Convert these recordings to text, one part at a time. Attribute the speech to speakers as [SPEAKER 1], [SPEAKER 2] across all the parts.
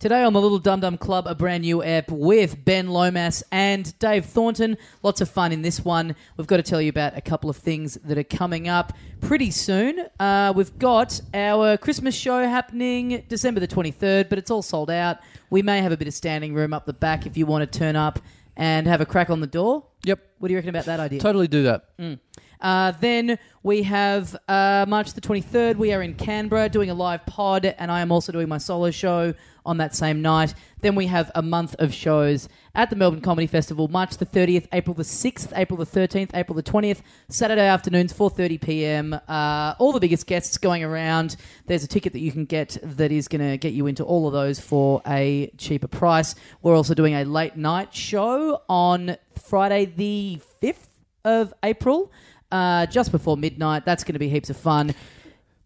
[SPEAKER 1] Today on the Little Dum Dum Club, a brand new ep with Ben Lomas and Dave Thornton. Lots of fun in this one. We've got to tell you about a couple of things that are coming up pretty soon. Uh, we've got our Christmas show happening December the 23rd, but it's all sold out. We may have a bit of standing room up the back if you want to turn up and have a crack on the door.
[SPEAKER 2] Yep.
[SPEAKER 1] What do you reckon about that idea?
[SPEAKER 2] Totally do that.
[SPEAKER 1] Uh, then we have uh, March the 23rd. We are in Canberra doing a live pod, and I am also doing my solo show on that same night. Then we have a month of shows at the Melbourne Comedy Festival, March the 30th, April the 6th, April the 13th, April the 20th, Saturday afternoons, 4.30 p.m. Uh, all the biggest guests going around. There's a ticket that you can get that is going to get you into all of those for a cheaper price. We're also doing a late night show on Friday the 5th of April, uh, just before midnight. That's going to be heaps of fun.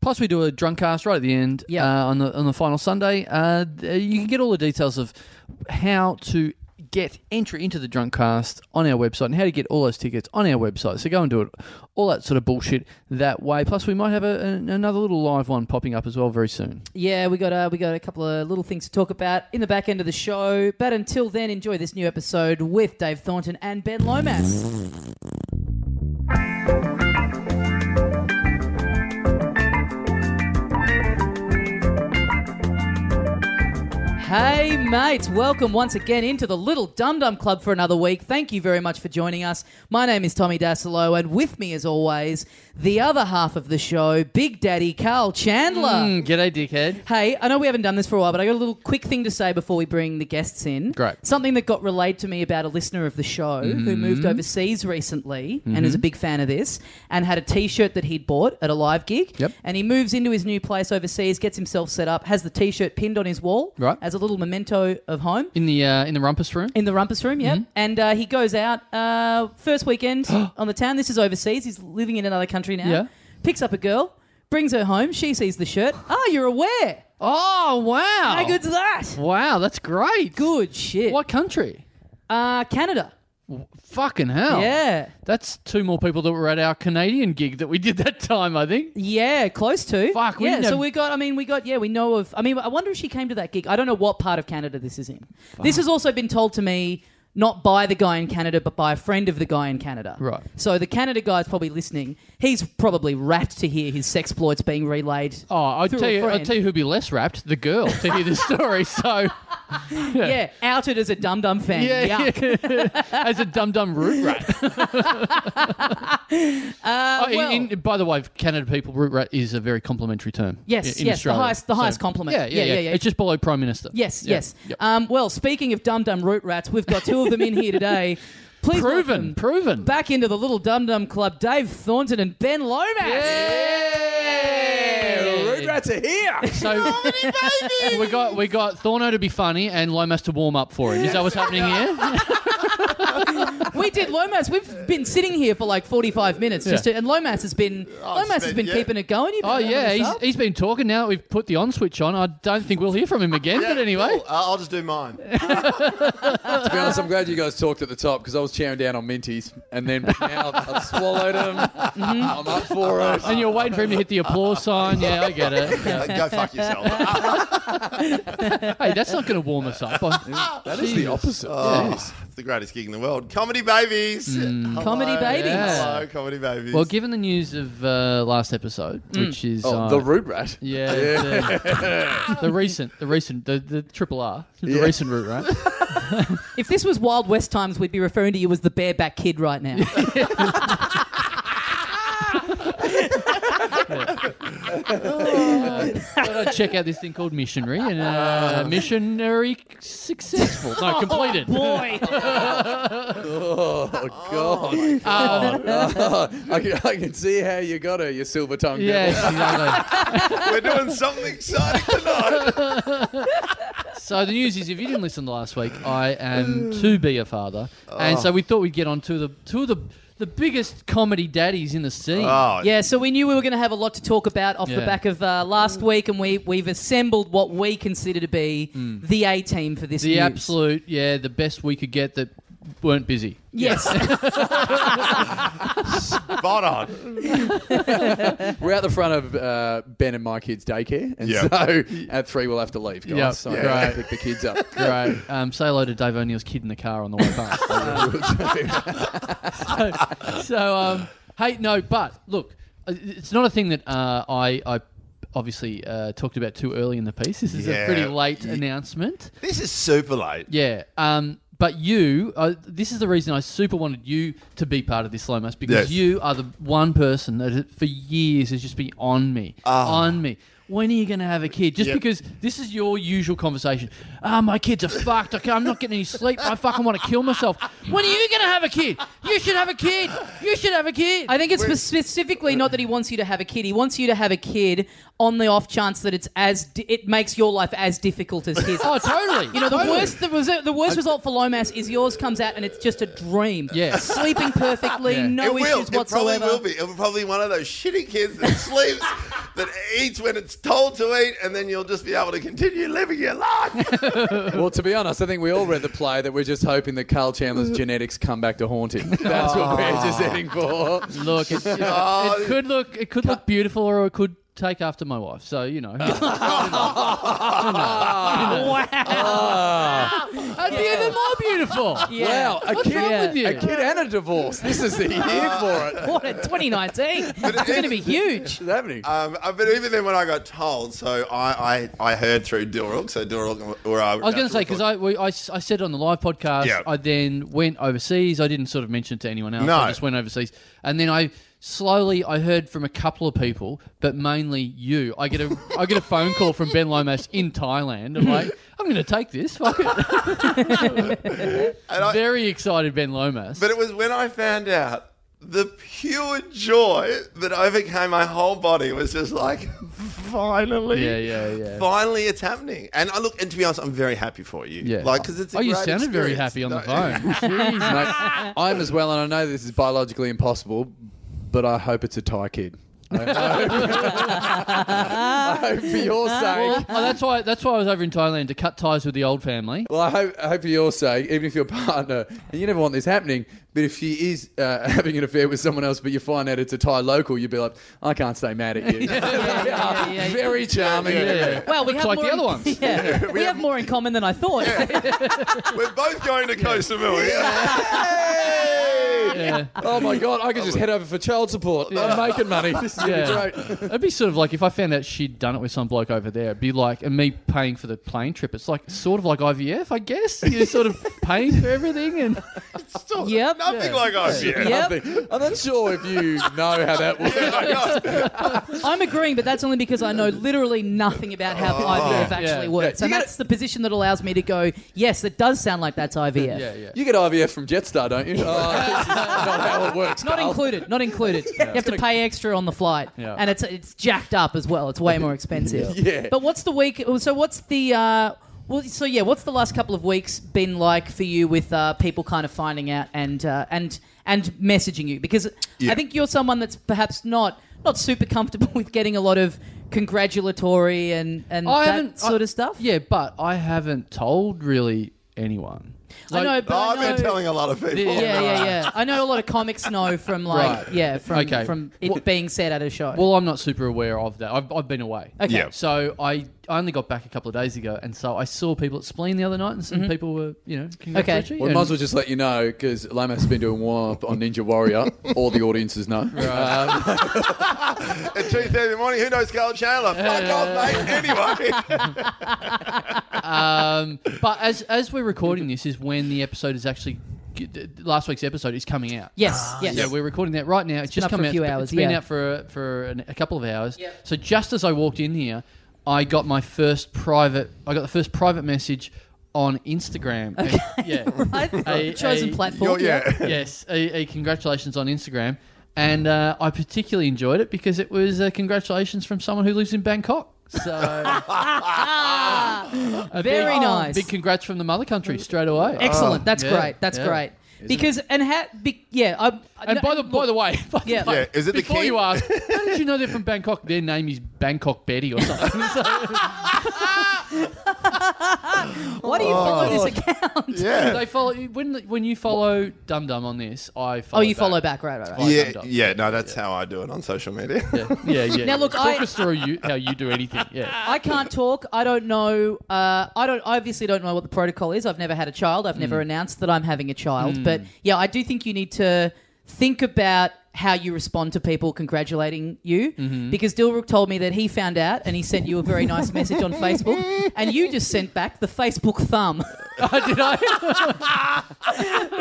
[SPEAKER 2] Plus, we do a drunk cast right at the end
[SPEAKER 1] Yeah.
[SPEAKER 2] uh, on, the, on the final Sunday. Uh, th- you can get all the details of how to get entry into the drunk cast on our website and how to get all those tickets on our website. So go and do it. All that sort of bullshit that way. Plus, we might have a, an another little live one popping up as well very soon.
[SPEAKER 1] Yeah, we got a, we got a couple of little things to talk about in the back end of the show. But until then, enjoy this new episode with Dave Thornton and Ben Lomas. Hey mates, welcome once again into the Little Dum Dum Club for another week. Thank you very much for joining us. My name is Tommy Dasilo, and with me, as always, the other half of the show, Big Daddy Carl Chandler.
[SPEAKER 2] Mm, g'day, dickhead.
[SPEAKER 1] Hey, I know we haven't done this for a while, but I got a little quick thing to say before we bring the guests in.
[SPEAKER 2] Great. Mm-hmm.
[SPEAKER 1] Something that got relayed to me about a listener of the show who moved overseas recently and is a big fan of this and had a t shirt that he'd bought at a live gig.
[SPEAKER 2] Yep.
[SPEAKER 1] And he moves into his new place overseas, gets himself set up, has the t shirt pinned on his wall
[SPEAKER 2] Right.
[SPEAKER 1] as a little memento of home.
[SPEAKER 2] In the, uh, in the rumpus room.
[SPEAKER 1] In the rumpus room,
[SPEAKER 2] Mm-hmm.
[SPEAKER 1] yeah. And uh, he goes out uh, first weekend on the town. This is overseas. He's living in another country now.
[SPEAKER 2] Yeah.
[SPEAKER 1] Picks up a girl, brings her home. She sees the shirt. Ah, you're aware.
[SPEAKER 2] Oh, wow.
[SPEAKER 1] How good's that?
[SPEAKER 2] Wow, that's great.
[SPEAKER 1] Good shit.
[SPEAKER 2] What country?
[SPEAKER 1] Uh, Canada.
[SPEAKER 2] Fucking hell.
[SPEAKER 1] Yeah.
[SPEAKER 2] That's two more people that were at our Canadian gig that we did that time, I think.
[SPEAKER 1] Yeah, close to.
[SPEAKER 2] Fuck, we
[SPEAKER 1] yeah.
[SPEAKER 2] didn't
[SPEAKER 1] So
[SPEAKER 2] have-
[SPEAKER 1] we got. I mean, we got. Yeah, we know of. I mean, I wonder if she came to that gig. I don't know what part of Canada this is in. This has also been told to me not by the guy in Canada, but by a friend of the guy in Canada.
[SPEAKER 2] Right.
[SPEAKER 1] So the Canada guy's probably listening. He's probably rapt to hear his sexploits being relayed.
[SPEAKER 2] Oh, I'll
[SPEAKER 1] Through
[SPEAKER 2] tell
[SPEAKER 1] a
[SPEAKER 2] you, I'll
[SPEAKER 1] friend.
[SPEAKER 2] tell you who'd be less wrapped, the girl, to hear this story. So,
[SPEAKER 1] Yeah, outed as a dum dum fan.
[SPEAKER 2] yeah,
[SPEAKER 1] Yuck.
[SPEAKER 2] yeah. as a dum dum root rat. uh, in-
[SPEAKER 1] well-
[SPEAKER 2] in- by the way, Canada people, root rat is a very complimentary term.
[SPEAKER 1] Yes,
[SPEAKER 2] i- in
[SPEAKER 1] yes, the
[SPEAKER 2] Australia.
[SPEAKER 1] highest- the highest compliment.
[SPEAKER 2] Yeah yeah yeah,
[SPEAKER 1] yeah.
[SPEAKER 2] It's just below prime minister.
[SPEAKER 1] Yes,
[SPEAKER 2] Yeah,
[SPEAKER 1] yes.
[SPEAKER 2] yeah.
[SPEAKER 1] Um, well, speaking of dum dum root rats, we've got two of them in here today. Please
[SPEAKER 2] proven,
[SPEAKER 1] welcome
[SPEAKER 2] proven.
[SPEAKER 1] back into the little dum dum club, Dave Thornton and Ben Lomas.
[SPEAKER 2] Yeah.
[SPEAKER 3] Rude rats are here.
[SPEAKER 2] So we got we got Thorno to be funny and Lomas to warm up for him. Is that what's happening here?
[SPEAKER 1] We did Lomas. We've been sitting here for like forty five minutes just
[SPEAKER 2] Yeah.
[SPEAKER 1] to, and Lomas has been Lomas has
[SPEAKER 3] it's
[SPEAKER 1] been
[SPEAKER 3] been- yeah.
[SPEAKER 1] keeping it going. You've been
[SPEAKER 2] Oh
[SPEAKER 1] having
[SPEAKER 2] yeah,
[SPEAKER 1] us
[SPEAKER 2] he's,
[SPEAKER 1] up.
[SPEAKER 2] he's been talking. Now that we've put the on switch on, I don't think we'll hear from him again. but anyway,
[SPEAKER 3] cool. Uh, I'll just do mine.
[SPEAKER 4] To be honest, I'm glad you guys talked at the top because I was chowing down on Minties, and then but now I've swallowed them. I'm up for it.
[SPEAKER 2] Mm-hmm. and you're waiting for him to hit the
[SPEAKER 4] uh,
[SPEAKER 2] applause sign. Yeah, I get it. Yeah.
[SPEAKER 3] Go fuck yourself.
[SPEAKER 2] Hey, that's not going to warm us up. I-
[SPEAKER 4] That is the opposite.
[SPEAKER 2] Oh,
[SPEAKER 4] Jeez.
[SPEAKER 3] Oh, It's the greatest gig in the world. Comedy babies. Hello.
[SPEAKER 1] Comedy babies.
[SPEAKER 3] Hello, comedy babies.
[SPEAKER 2] well, given the news of uh, last episode, which is
[SPEAKER 4] Oh,
[SPEAKER 2] uh,
[SPEAKER 4] the root rat.
[SPEAKER 2] yeah, The, the recent, the recent, the, the triple R, the
[SPEAKER 4] Yeah.
[SPEAKER 2] recent route, right?
[SPEAKER 1] If this was Wild West times, we'd be referring to you as the bareback kid right now.
[SPEAKER 2] Thought I'd check out this thing called missionary and uh, missionary successful. No, completed.
[SPEAKER 1] Boy,
[SPEAKER 4] Oh god.
[SPEAKER 2] Um,
[SPEAKER 4] I, can, I can see how you got her, you silver tongue.
[SPEAKER 2] yes, exactly.
[SPEAKER 3] We're doing something exciting tonight.
[SPEAKER 2] So the news is, if you didn't listen to last week, I am
[SPEAKER 3] Mm.
[SPEAKER 2] to be a father, and
[SPEAKER 3] Oh.
[SPEAKER 2] so we thought we'd get on two of the two of the the biggest comedy daddies in the scene.
[SPEAKER 3] Oh,
[SPEAKER 1] yeah. So we knew we were going to have a lot to talk about off the
[SPEAKER 2] Yeah.
[SPEAKER 1] back of uh, last week, and we we've assembled what we consider to be the A team for this.
[SPEAKER 2] Mm. The
[SPEAKER 1] news.
[SPEAKER 2] absolute, yeah, the best we could get that weren't busy.
[SPEAKER 1] Yes.
[SPEAKER 3] Spot on.
[SPEAKER 4] We're out the front of uh, Ben and my kids' daycare, and
[SPEAKER 3] Yeah.
[SPEAKER 4] so at three we'll have to leave, guys.
[SPEAKER 2] Yep.
[SPEAKER 4] So
[SPEAKER 2] Yeah.
[SPEAKER 4] I have
[SPEAKER 2] Right.
[SPEAKER 4] to pick the kids up.
[SPEAKER 2] Great. Um, say hello to Dave O'Neill's kid in the car on the way past. so, so, um, hey, no, but look, uh, it's not a thing that uh, I, I obviously uh, talked about too early in the piece. This is a
[SPEAKER 3] Yeah.
[SPEAKER 2] pretty late
[SPEAKER 3] Ye-
[SPEAKER 2] announcement.
[SPEAKER 3] This is super late.
[SPEAKER 2] Yeah. Um, but you, uh, this is the reason I super wanted you to be part of this slow most because
[SPEAKER 3] Yes.
[SPEAKER 2] you are the one person that for years has just been on me, on me. When are you going to have a kid? Just
[SPEAKER 3] Yep.
[SPEAKER 2] because this is your usual conversation. Ah, my kids are fucked. I can't, I'm not getting any sleep. I fucking want to kill myself. When are you going to have a kid? You should have a kid. You should have a kid.
[SPEAKER 1] I think it's specifically not that he wants you to have a kid. He wants you to have a kid on the off chance that it's as di- it makes your life as difficult as his.
[SPEAKER 2] oh, totally.
[SPEAKER 1] You know, the
[SPEAKER 2] Totally.
[SPEAKER 1] worst the, resu- the worst result for Lomas is yours comes out and it's just a dream.
[SPEAKER 2] Yeah.
[SPEAKER 1] Sleeping perfectly,
[SPEAKER 2] Yeah.
[SPEAKER 1] no
[SPEAKER 3] it will.
[SPEAKER 1] issues
[SPEAKER 3] It
[SPEAKER 1] whatsoever.
[SPEAKER 3] probably will be. It'll be probably one of those shitty kids that sleeps, that eats when it's told to eat, and then you'll just be able to continue living your life.
[SPEAKER 4] Well, to be honest, I think we all read the play that we're just hoping that Carl Chandler's genetics come back to haunt him. That's what we're just heading for.
[SPEAKER 2] Look, it, it,
[SPEAKER 3] Oh,
[SPEAKER 2] it could look it could look beautiful, or it could take after my wife. So you know, I'd be even more beautiful.
[SPEAKER 1] Yeah.
[SPEAKER 4] Wow, a
[SPEAKER 2] What's
[SPEAKER 4] kid,
[SPEAKER 2] wrong with you?
[SPEAKER 4] a kid and a divorce. This is the year for it.
[SPEAKER 1] What a 2019! it's going to be huge.
[SPEAKER 4] What's happening?
[SPEAKER 3] Um, uh, but even then, when I got told, so I, I, I heard through Dilrook, so Dilrook, or I, uh,
[SPEAKER 2] I was going to say because I, we- I s- I said it on the live podcast.
[SPEAKER 3] Yeah.
[SPEAKER 2] I then went overseas. I didn't sort of mention it to anyone else.
[SPEAKER 3] No.
[SPEAKER 2] I just went overseas, and then I slowly I heard from a couple of people, but mainly you. I get a I get a phone call from Ben Lomas in Thailand. I'm like, I'm going to take this. Fuck it.
[SPEAKER 3] And I-
[SPEAKER 2] Very excited, Ben Lomas.
[SPEAKER 3] But it was when I found out the pure joy that overcame my whole body was just like, finally.
[SPEAKER 2] yeah, yeah, yeah.
[SPEAKER 3] Finally, it's happening. And I look, and to be honest, I'm very happy for you.
[SPEAKER 2] Yeah.
[SPEAKER 3] Like, because it's a
[SPEAKER 2] oh, you
[SPEAKER 3] great
[SPEAKER 2] sounded very
[SPEAKER 3] experience.
[SPEAKER 2] happy on the
[SPEAKER 3] No,
[SPEAKER 2] phone. Jeez.
[SPEAKER 4] Mate, I'm as well, and I know this is biologically impossible, but I hope it's a Thai kid. I hope, I hope for your sake.
[SPEAKER 2] Oh, that's why. That's why I was over in Thailand to cut ties with the old family.
[SPEAKER 4] Well, I hope, I hope for your sake, even if your partner, and you never want this happening, but if she is uh, having an affair with someone else, but you find out it's a Thai local, you'd be like, I can't stay mad at you.
[SPEAKER 1] yeah, yeah.
[SPEAKER 4] Very charming.
[SPEAKER 1] Well, we have
[SPEAKER 2] Looks like
[SPEAKER 1] more
[SPEAKER 2] the
[SPEAKER 1] in-
[SPEAKER 2] other ones.
[SPEAKER 1] Yeah, we, have more in common than I thought.
[SPEAKER 3] We're both going to Koh Samui.
[SPEAKER 2] Yeah.
[SPEAKER 4] Oh my god, I could just head over for child support. I'm making money. This is
[SPEAKER 2] Yeah.
[SPEAKER 4] gonna be great.
[SPEAKER 2] It'd be sort of like if I found out she'd done it with some bloke over there. It'd be like, and me paying for the plane trip. It's like sort of like IVF, I guess. You're sort of paying for everything, and
[SPEAKER 3] Stop.
[SPEAKER 1] Yep.
[SPEAKER 3] Nothing
[SPEAKER 2] Yeah.
[SPEAKER 3] like IVF.
[SPEAKER 1] Yeah. Yep.
[SPEAKER 4] I'm not sure if you know how that works.
[SPEAKER 3] Yeah, I know.
[SPEAKER 1] I'm agreeing, but that's only because I know literally nothing about how IVF actually
[SPEAKER 2] Yeah.
[SPEAKER 1] works,
[SPEAKER 4] Yeah,
[SPEAKER 1] and
[SPEAKER 4] you gotta-
[SPEAKER 1] that's the position that allows me to go. Yes, it does sound like that's IVF.
[SPEAKER 2] yeah, yeah.
[SPEAKER 4] You get IVF from Jetstar, don't you? Oh, this is not how it works.
[SPEAKER 1] Not
[SPEAKER 4] pal.
[SPEAKER 1] included. Not included. you have to pay extra on the flight,
[SPEAKER 2] Yeah.
[SPEAKER 1] and it's it's jacked up as well. It's way more expensive.
[SPEAKER 4] Yeah.
[SPEAKER 1] But what's the week? So what's the? Uh, well, so yeah, what's the last couple of weeks been like for you with uh, people kind of finding out and uh, and and messaging you? Because I think you're someone that's perhaps not not super comfortable with getting a lot of congratulatory and and
[SPEAKER 2] I
[SPEAKER 1] that
[SPEAKER 2] haven't
[SPEAKER 1] sort
[SPEAKER 2] I-
[SPEAKER 1] of stuff.
[SPEAKER 2] Yeah, but I haven't told really anyone.
[SPEAKER 1] I know,
[SPEAKER 2] Like-
[SPEAKER 1] but
[SPEAKER 3] Oh,
[SPEAKER 1] I
[SPEAKER 3] I've been
[SPEAKER 1] know-
[SPEAKER 3] telling a lot of people.
[SPEAKER 1] Yeah, yeah, yeah. I know a lot of comics know from like
[SPEAKER 2] Right.
[SPEAKER 1] yeah from
[SPEAKER 2] Okay.
[SPEAKER 1] from it
[SPEAKER 2] Well-
[SPEAKER 1] being said at a show.
[SPEAKER 2] Well, I'm not super aware of that. I've, I've been away.
[SPEAKER 1] Okay.
[SPEAKER 3] Yeah.
[SPEAKER 2] So I I only got back a couple of days ago, and so I saw people at Spleen the other night, and
[SPEAKER 1] Mm-hmm.
[SPEAKER 2] some people were, you know, congratulatory.
[SPEAKER 4] We might as well just let you know because Lama has been doing warm up on Ninja Warrior. All the audiences know. Um,
[SPEAKER 3] At 2.30 in the morning, who knows Carl Chandler? Fuck off, mate. Anyway.
[SPEAKER 2] um, but as as we're recording this, is when the episode is actually last week's episode is coming out.
[SPEAKER 1] yes, yes.
[SPEAKER 2] Ah, Yeah, we're recording that right now. It's,
[SPEAKER 1] been
[SPEAKER 2] just
[SPEAKER 1] up for
[SPEAKER 2] come
[SPEAKER 1] a
[SPEAKER 2] out.
[SPEAKER 1] few
[SPEAKER 2] It's been-
[SPEAKER 1] hours,
[SPEAKER 2] it's been
[SPEAKER 1] yeah.
[SPEAKER 2] out for for an, a couple of hours.
[SPEAKER 1] Yeah.
[SPEAKER 2] So just as I walked in here, I got my first private. I got the first private message on Instagram. Okay. yeah.
[SPEAKER 1] right?
[SPEAKER 2] A-
[SPEAKER 1] chosen
[SPEAKER 2] a-
[SPEAKER 1] platform. Yeah.
[SPEAKER 2] yes, a, a congratulations on Instagram. And uh, I particularly enjoyed it because it was uh, congratulations from someone who lives in Bangkok. So a
[SPEAKER 1] Very nice.
[SPEAKER 2] Big congrats from the mother country straight away.
[SPEAKER 1] Excellent. That's
[SPEAKER 2] Yeah,
[SPEAKER 1] great. That's
[SPEAKER 2] yeah.
[SPEAKER 1] great. because and how? Be, yeah, I,
[SPEAKER 2] And by the by the way, by the
[SPEAKER 1] Yeah.
[SPEAKER 2] way,
[SPEAKER 1] Yeah,
[SPEAKER 3] is it the
[SPEAKER 2] before
[SPEAKER 3] king?
[SPEAKER 2] you ask, how did you know they're from Bangkok? Their name is Bangkok Betty or something.
[SPEAKER 1] why do
[SPEAKER 2] Oh.
[SPEAKER 1] you follow this account?
[SPEAKER 3] Yeah.
[SPEAKER 2] they follow when when you follow Dum Dum on this. I follow
[SPEAKER 1] Oh, you follow back, right, right, right.
[SPEAKER 2] Like,
[SPEAKER 3] Yeah,
[SPEAKER 2] I'm done.
[SPEAKER 3] yeah, no, that's how I do it on social media.
[SPEAKER 2] Yeah, yeah.
[SPEAKER 1] Now, look,
[SPEAKER 2] Talk
[SPEAKER 1] I-
[SPEAKER 2] us through you, how you do anything. Yeah.
[SPEAKER 1] I can't talk. I don't know. Uh, I don't. I obviously don't know what the protocol is. I've never had a child. I've
[SPEAKER 2] Mm.
[SPEAKER 1] never announced that I'm having a child. But yeah, I do think you need to think about how you respond to people congratulating you
[SPEAKER 2] Mm-hmm.
[SPEAKER 1] because Dilrook told me that he found out and he sent you a very nice message on Facebook and you just sent back the Facebook thumb.
[SPEAKER 2] Oh, Did I?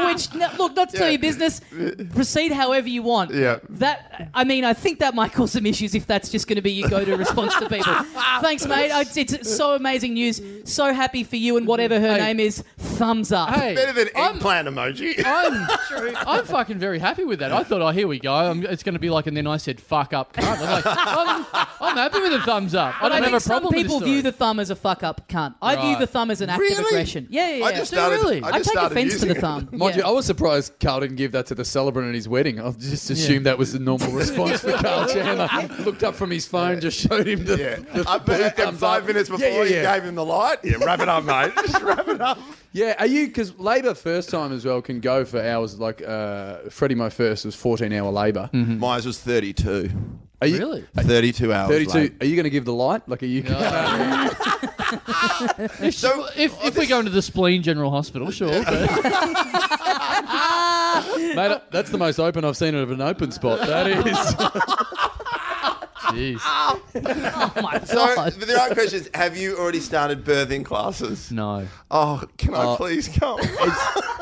[SPEAKER 1] Which no, look, not to tell
[SPEAKER 3] Yeah.
[SPEAKER 1] you business. Proceed however you want.
[SPEAKER 3] Yeah.
[SPEAKER 1] That I mean, I think that might cause some issues if that's just going to be your go-to response to people. Thanks, mate. I, it's, it's so amazing news. So happy for you and whatever her
[SPEAKER 2] Hey.
[SPEAKER 1] name is. Thumbs up.
[SPEAKER 2] Hey,
[SPEAKER 3] Better than
[SPEAKER 2] I'm,
[SPEAKER 3] eggplant emoji.
[SPEAKER 2] I'm, I'm fucking very happy with that. I thought, oh, here we go. I'm, it's going to be like, and then I said, fuck up, cunt. I'm like, I'm, I'm happy with a thumbs up. I
[SPEAKER 1] But
[SPEAKER 2] don't
[SPEAKER 1] I
[SPEAKER 2] have
[SPEAKER 1] think
[SPEAKER 2] a problem
[SPEAKER 1] some people
[SPEAKER 2] with this
[SPEAKER 1] view the
[SPEAKER 2] story.
[SPEAKER 1] thumb as a fuck up cunt. I view
[SPEAKER 2] Right.
[SPEAKER 1] the thumb as an act of
[SPEAKER 3] Really?
[SPEAKER 1] aggression. Yeah, yeah, yeah.
[SPEAKER 3] I just
[SPEAKER 2] Yeah,
[SPEAKER 3] started.
[SPEAKER 2] really.
[SPEAKER 3] I
[SPEAKER 2] I
[SPEAKER 1] I
[SPEAKER 3] just
[SPEAKER 1] take
[SPEAKER 3] started
[SPEAKER 1] offense to
[SPEAKER 3] using
[SPEAKER 1] the
[SPEAKER 3] it.
[SPEAKER 1] thumb.
[SPEAKER 4] Mind
[SPEAKER 1] yeah.
[SPEAKER 4] you, I was surprised Carl didn't give that to the celebrant at his wedding. I just assumed that was the normal response for Carl Chandler. Looked up from his phone, just showed him the,
[SPEAKER 3] Yeah,
[SPEAKER 4] the
[SPEAKER 3] I
[SPEAKER 4] blue
[SPEAKER 3] bet
[SPEAKER 4] thumbs
[SPEAKER 3] five
[SPEAKER 4] up.
[SPEAKER 3] minutes before
[SPEAKER 4] yeah, yeah, yeah.
[SPEAKER 3] you gave him the light. Yeah, wrap it up, mate. Just wrap it up.
[SPEAKER 4] Yeah, are you because labour first time as well can go for hours. Like uh, Freddie, my first was fourteen hour labour.
[SPEAKER 3] Mine was 32.
[SPEAKER 4] Are you
[SPEAKER 2] Really?
[SPEAKER 3] 32 hours.
[SPEAKER 4] thirty two?
[SPEAKER 3] late.
[SPEAKER 4] Are you going to give the light? Like, are you?
[SPEAKER 2] If,
[SPEAKER 3] So-
[SPEAKER 2] if, if we're going to the spleen general hospital, sure. but-
[SPEAKER 4] Mate, that's the most open I've seen it of an open spot. That is.
[SPEAKER 2] Jeez.
[SPEAKER 1] oh my
[SPEAKER 3] So
[SPEAKER 1] god.
[SPEAKER 3] but there are questions. Have you already started birthing classes?
[SPEAKER 2] No.
[SPEAKER 3] Oh, can I
[SPEAKER 4] Oh.
[SPEAKER 3] please come?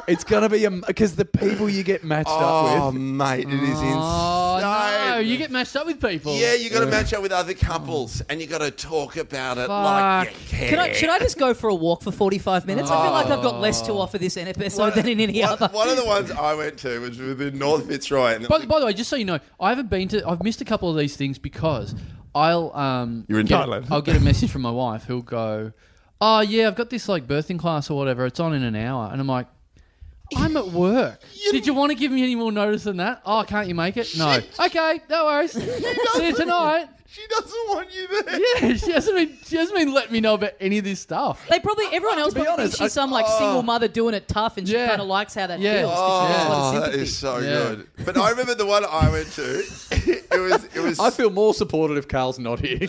[SPEAKER 4] it's going to be because the people you get matched
[SPEAKER 3] oh,
[SPEAKER 4] up with.
[SPEAKER 3] mate, it is insane.
[SPEAKER 2] Oh, no. You get matched up with people.
[SPEAKER 3] yeah, you got to match up with other couples, and you got to talk about it like you care.
[SPEAKER 1] Can I, should I just go for a walk for 45 minutes? I feel like I've got less to
[SPEAKER 3] Oh.
[SPEAKER 1] offer this episode than in any
[SPEAKER 3] one,
[SPEAKER 1] other.
[SPEAKER 3] one of the ones I went to was within North Fitzroy. And it
[SPEAKER 2] By,
[SPEAKER 3] was-
[SPEAKER 2] by the way, just so you know, I haven't been to. I've missed a couple of these things because I'll. Um,
[SPEAKER 3] You're in
[SPEAKER 2] get-
[SPEAKER 3] Thailand.
[SPEAKER 2] I'll get a message from my wife who'll go, "Oh yeah, I've got this like birthing class or whatever. It's on in an hour," and I'm like. I'm at work. Did you want to give me any more notice than that? Oh, can't you make it? No. Okay, no worries. See you tonight.
[SPEAKER 3] she doesn't want you there.
[SPEAKER 2] Yeah, she hasn't been. She hasn't been letting me know about any of this stuff.
[SPEAKER 1] They probably everyone else probably
[SPEAKER 4] honest,
[SPEAKER 1] thinks she's some like single mother doing it tough, and she
[SPEAKER 2] Yeah.
[SPEAKER 1] kind of likes how that
[SPEAKER 2] Yeah.
[SPEAKER 1] feels.
[SPEAKER 3] Oh,
[SPEAKER 1] because she has a lot of
[SPEAKER 3] that
[SPEAKER 1] sympathy.
[SPEAKER 3] is so
[SPEAKER 2] Yeah.
[SPEAKER 3] good. But I remember the one I went to. It was it was.
[SPEAKER 4] I feel more supported if Carl's not here.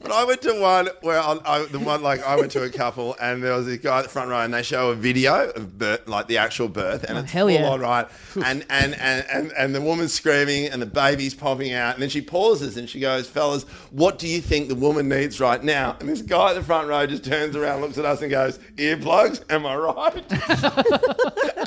[SPEAKER 3] But I went to one where I, I, the one like I went to a couple, and there was this guy at the front row, and they show a video of birth, like the actual birth, and it's
[SPEAKER 1] Oh, hell
[SPEAKER 3] full
[SPEAKER 1] yeah.
[SPEAKER 3] on right, and and, and and and the woman's screaming, and the baby's popping out, and then she pauses and she goes, "Fellas, what do you think the woman needs right now?" And this guy at the front row just turns around, looks at us, and goes, "Earplugs? Am I right?"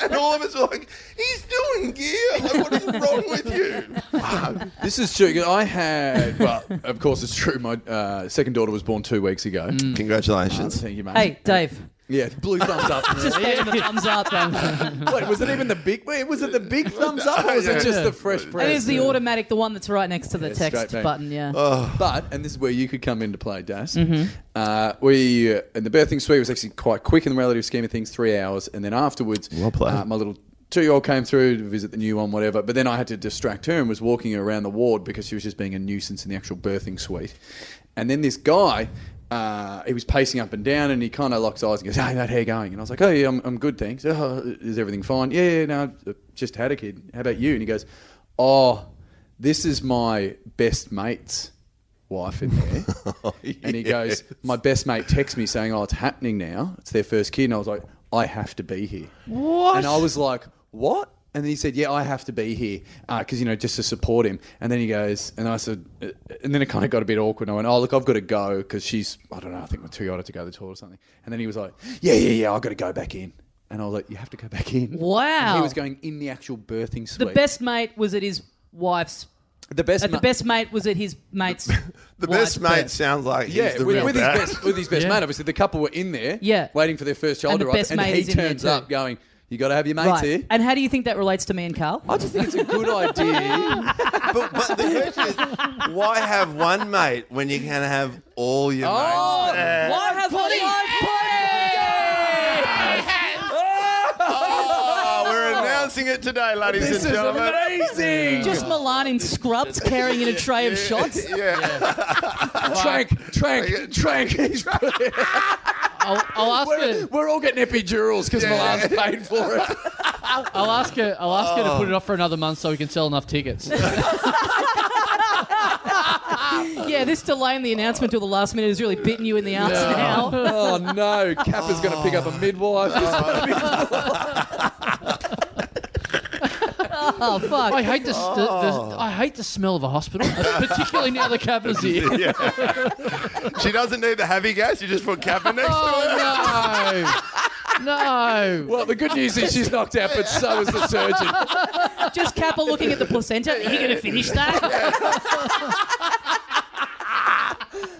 [SPEAKER 3] and all of us were like, "He's doing gear. Like, what is wrong with you?"
[SPEAKER 4] this is true. 'cause I had, well, of course it's true. My uh, second daughter was born two weeks ago.
[SPEAKER 3] Mm. Congratulations.
[SPEAKER 4] Thank you, mate.
[SPEAKER 1] Hey, Dave,
[SPEAKER 4] Yeah, blue thumbs up.
[SPEAKER 1] just gave him a thumbs up. and
[SPEAKER 4] Wait, was it even the big? Wait, was it the big thumbs up, or was it just the fresh press?
[SPEAKER 1] it is the automatic, the one that's right next to the
[SPEAKER 4] Yeah,
[SPEAKER 1] text
[SPEAKER 4] straight back.
[SPEAKER 1] button. Yeah.
[SPEAKER 4] But and this is where you could come into play, Das. Uh, we uh, and the birthing suite was actually quite quick in the relative scheme of things, three hours, and then afterwards,
[SPEAKER 3] Well played.
[SPEAKER 4] Uh, my little two-year-old came through to visit the new one, whatever. But then I had to distract her and was walking her around the ward because she was just being a nuisance in the actual birthing suite. And then this guy. Uh, he was pacing up and down, and he kind of locks eyes and goes, "Hey, mate, how you going?" And I was like, "Oh yeah, I'm, I'm good, thanks. Oh, is everything fine? Yeah, yeah, no, just had a kid. How about you?" And he goes, "Oh, this is my best mate's wife in there. and he goes, My best mate texts me saying, Oh, it's happening now. It's their first kid. And I was like, I have to be here. What? And I was like, What? And then he said, Yeah, I have to be here because, you know, just to support him. And then he goes, And I said, uh, And then it kind of got a bit awkward. And I went, Oh, look, I've got to go because she's, I don't know, I think we're too old to go to the toilet or something. And then he was like, Yeah, yeah, yeah, I've got to go back in. And I was like, You have to go back in.
[SPEAKER 1] Wow.
[SPEAKER 4] And he was going in the actual birthing
[SPEAKER 1] the
[SPEAKER 4] suite.
[SPEAKER 1] best mate was at his wife's.
[SPEAKER 4] The best.
[SPEAKER 1] At the
[SPEAKER 4] ma-
[SPEAKER 1] best mate was at his mate's.
[SPEAKER 3] The
[SPEAKER 1] wife's
[SPEAKER 3] best mate
[SPEAKER 1] birth.
[SPEAKER 3] sounds like he's
[SPEAKER 4] Yeah,
[SPEAKER 3] the
[SPEAKER 4] with,
[SPEAKER 3] real
[SPEAKER 4] with his
[SPEAKER 3] dad.
[SPEAKER 4] best, with his best
[SPEAKER 2] Yeah.
[SPEAKER 4] mate. Obviously, the couple were in there,
[SPEAKER 1] Yeah.
[SPEAKER 4] waiting for their first
[SPEAKER 1] And
[SPEAKER 4] child
[SPEAKER 1] the
[SPEAKER 4] to arrive,
[SPEAKER 1] best
[SPEAKER 4] and
[SPEAKER 1] mate
[SPEAKER 4] he
[SPEAKER 1] is in there
[SPEAKER 4] turns
[SPEAKER 1] too.
[SPEAKER 4] up going, "You got to have your mates here."
[SPEAKER 1] Right. And how do you think that relates to me and Carl?
[SPEAKER 4] I just think it's a good idea.
[SPEAKER 3] But, but the question is, why have one mate when you can have all your
[SPEAKER 4] Oh,
[SPEAKER 2] Uh,
[SPEAKER 3] mates? there?
[SPEAKER 1] Why have a live party?
[SPEAKER 3] doing Oh, it today, ladies
[SPEAKER 4] This is
[SPEAKER 3] and gentlemen.
[SPEAKER 4] amazing.
[SPEAKER 1] Just Milan in scrubs carrying in a tray of shots.
[SPEAKER 3] Yeah.
[SPEAKER 4] Trank, trank, trank. He's-
[SPEAKER 2] I'll, I'll ask
[SPEAKER 4] we're,
[SPEAKER 2] her.
[SPEAKER 4] we're all getting epidurals because Milan's paid for it.
[SPEAKER 2] I'll ask her. I'll ask her to
[SPEAKER 3] Oh.
[SPEAKER 2] put it off for another month so we can sell enough tickets.
[SPEAKER 1] Yeah, this delay in the announcement till the last minute has really bitten you in the arse now.
[SPEAKER 4] Oh no, Kappa's going to pick up a midwife.
[SPEAKER 1] Oh fuck!
[SPEAKER 2] I hate the, s- the, the I hate the smell of a hospital, particularly now the cab is here.
[SPEAKER 3] yeah. she doesn't need the heavy gas. You just put Kappa next to it.
[SPEAKER 2] Oh no, no.
[SPEAKER 4] Well, the good news is she's knocked out, but so is the surgeon.
[SPEAKER 1] Just Kappa looking at the placenta. Are you going to finish that?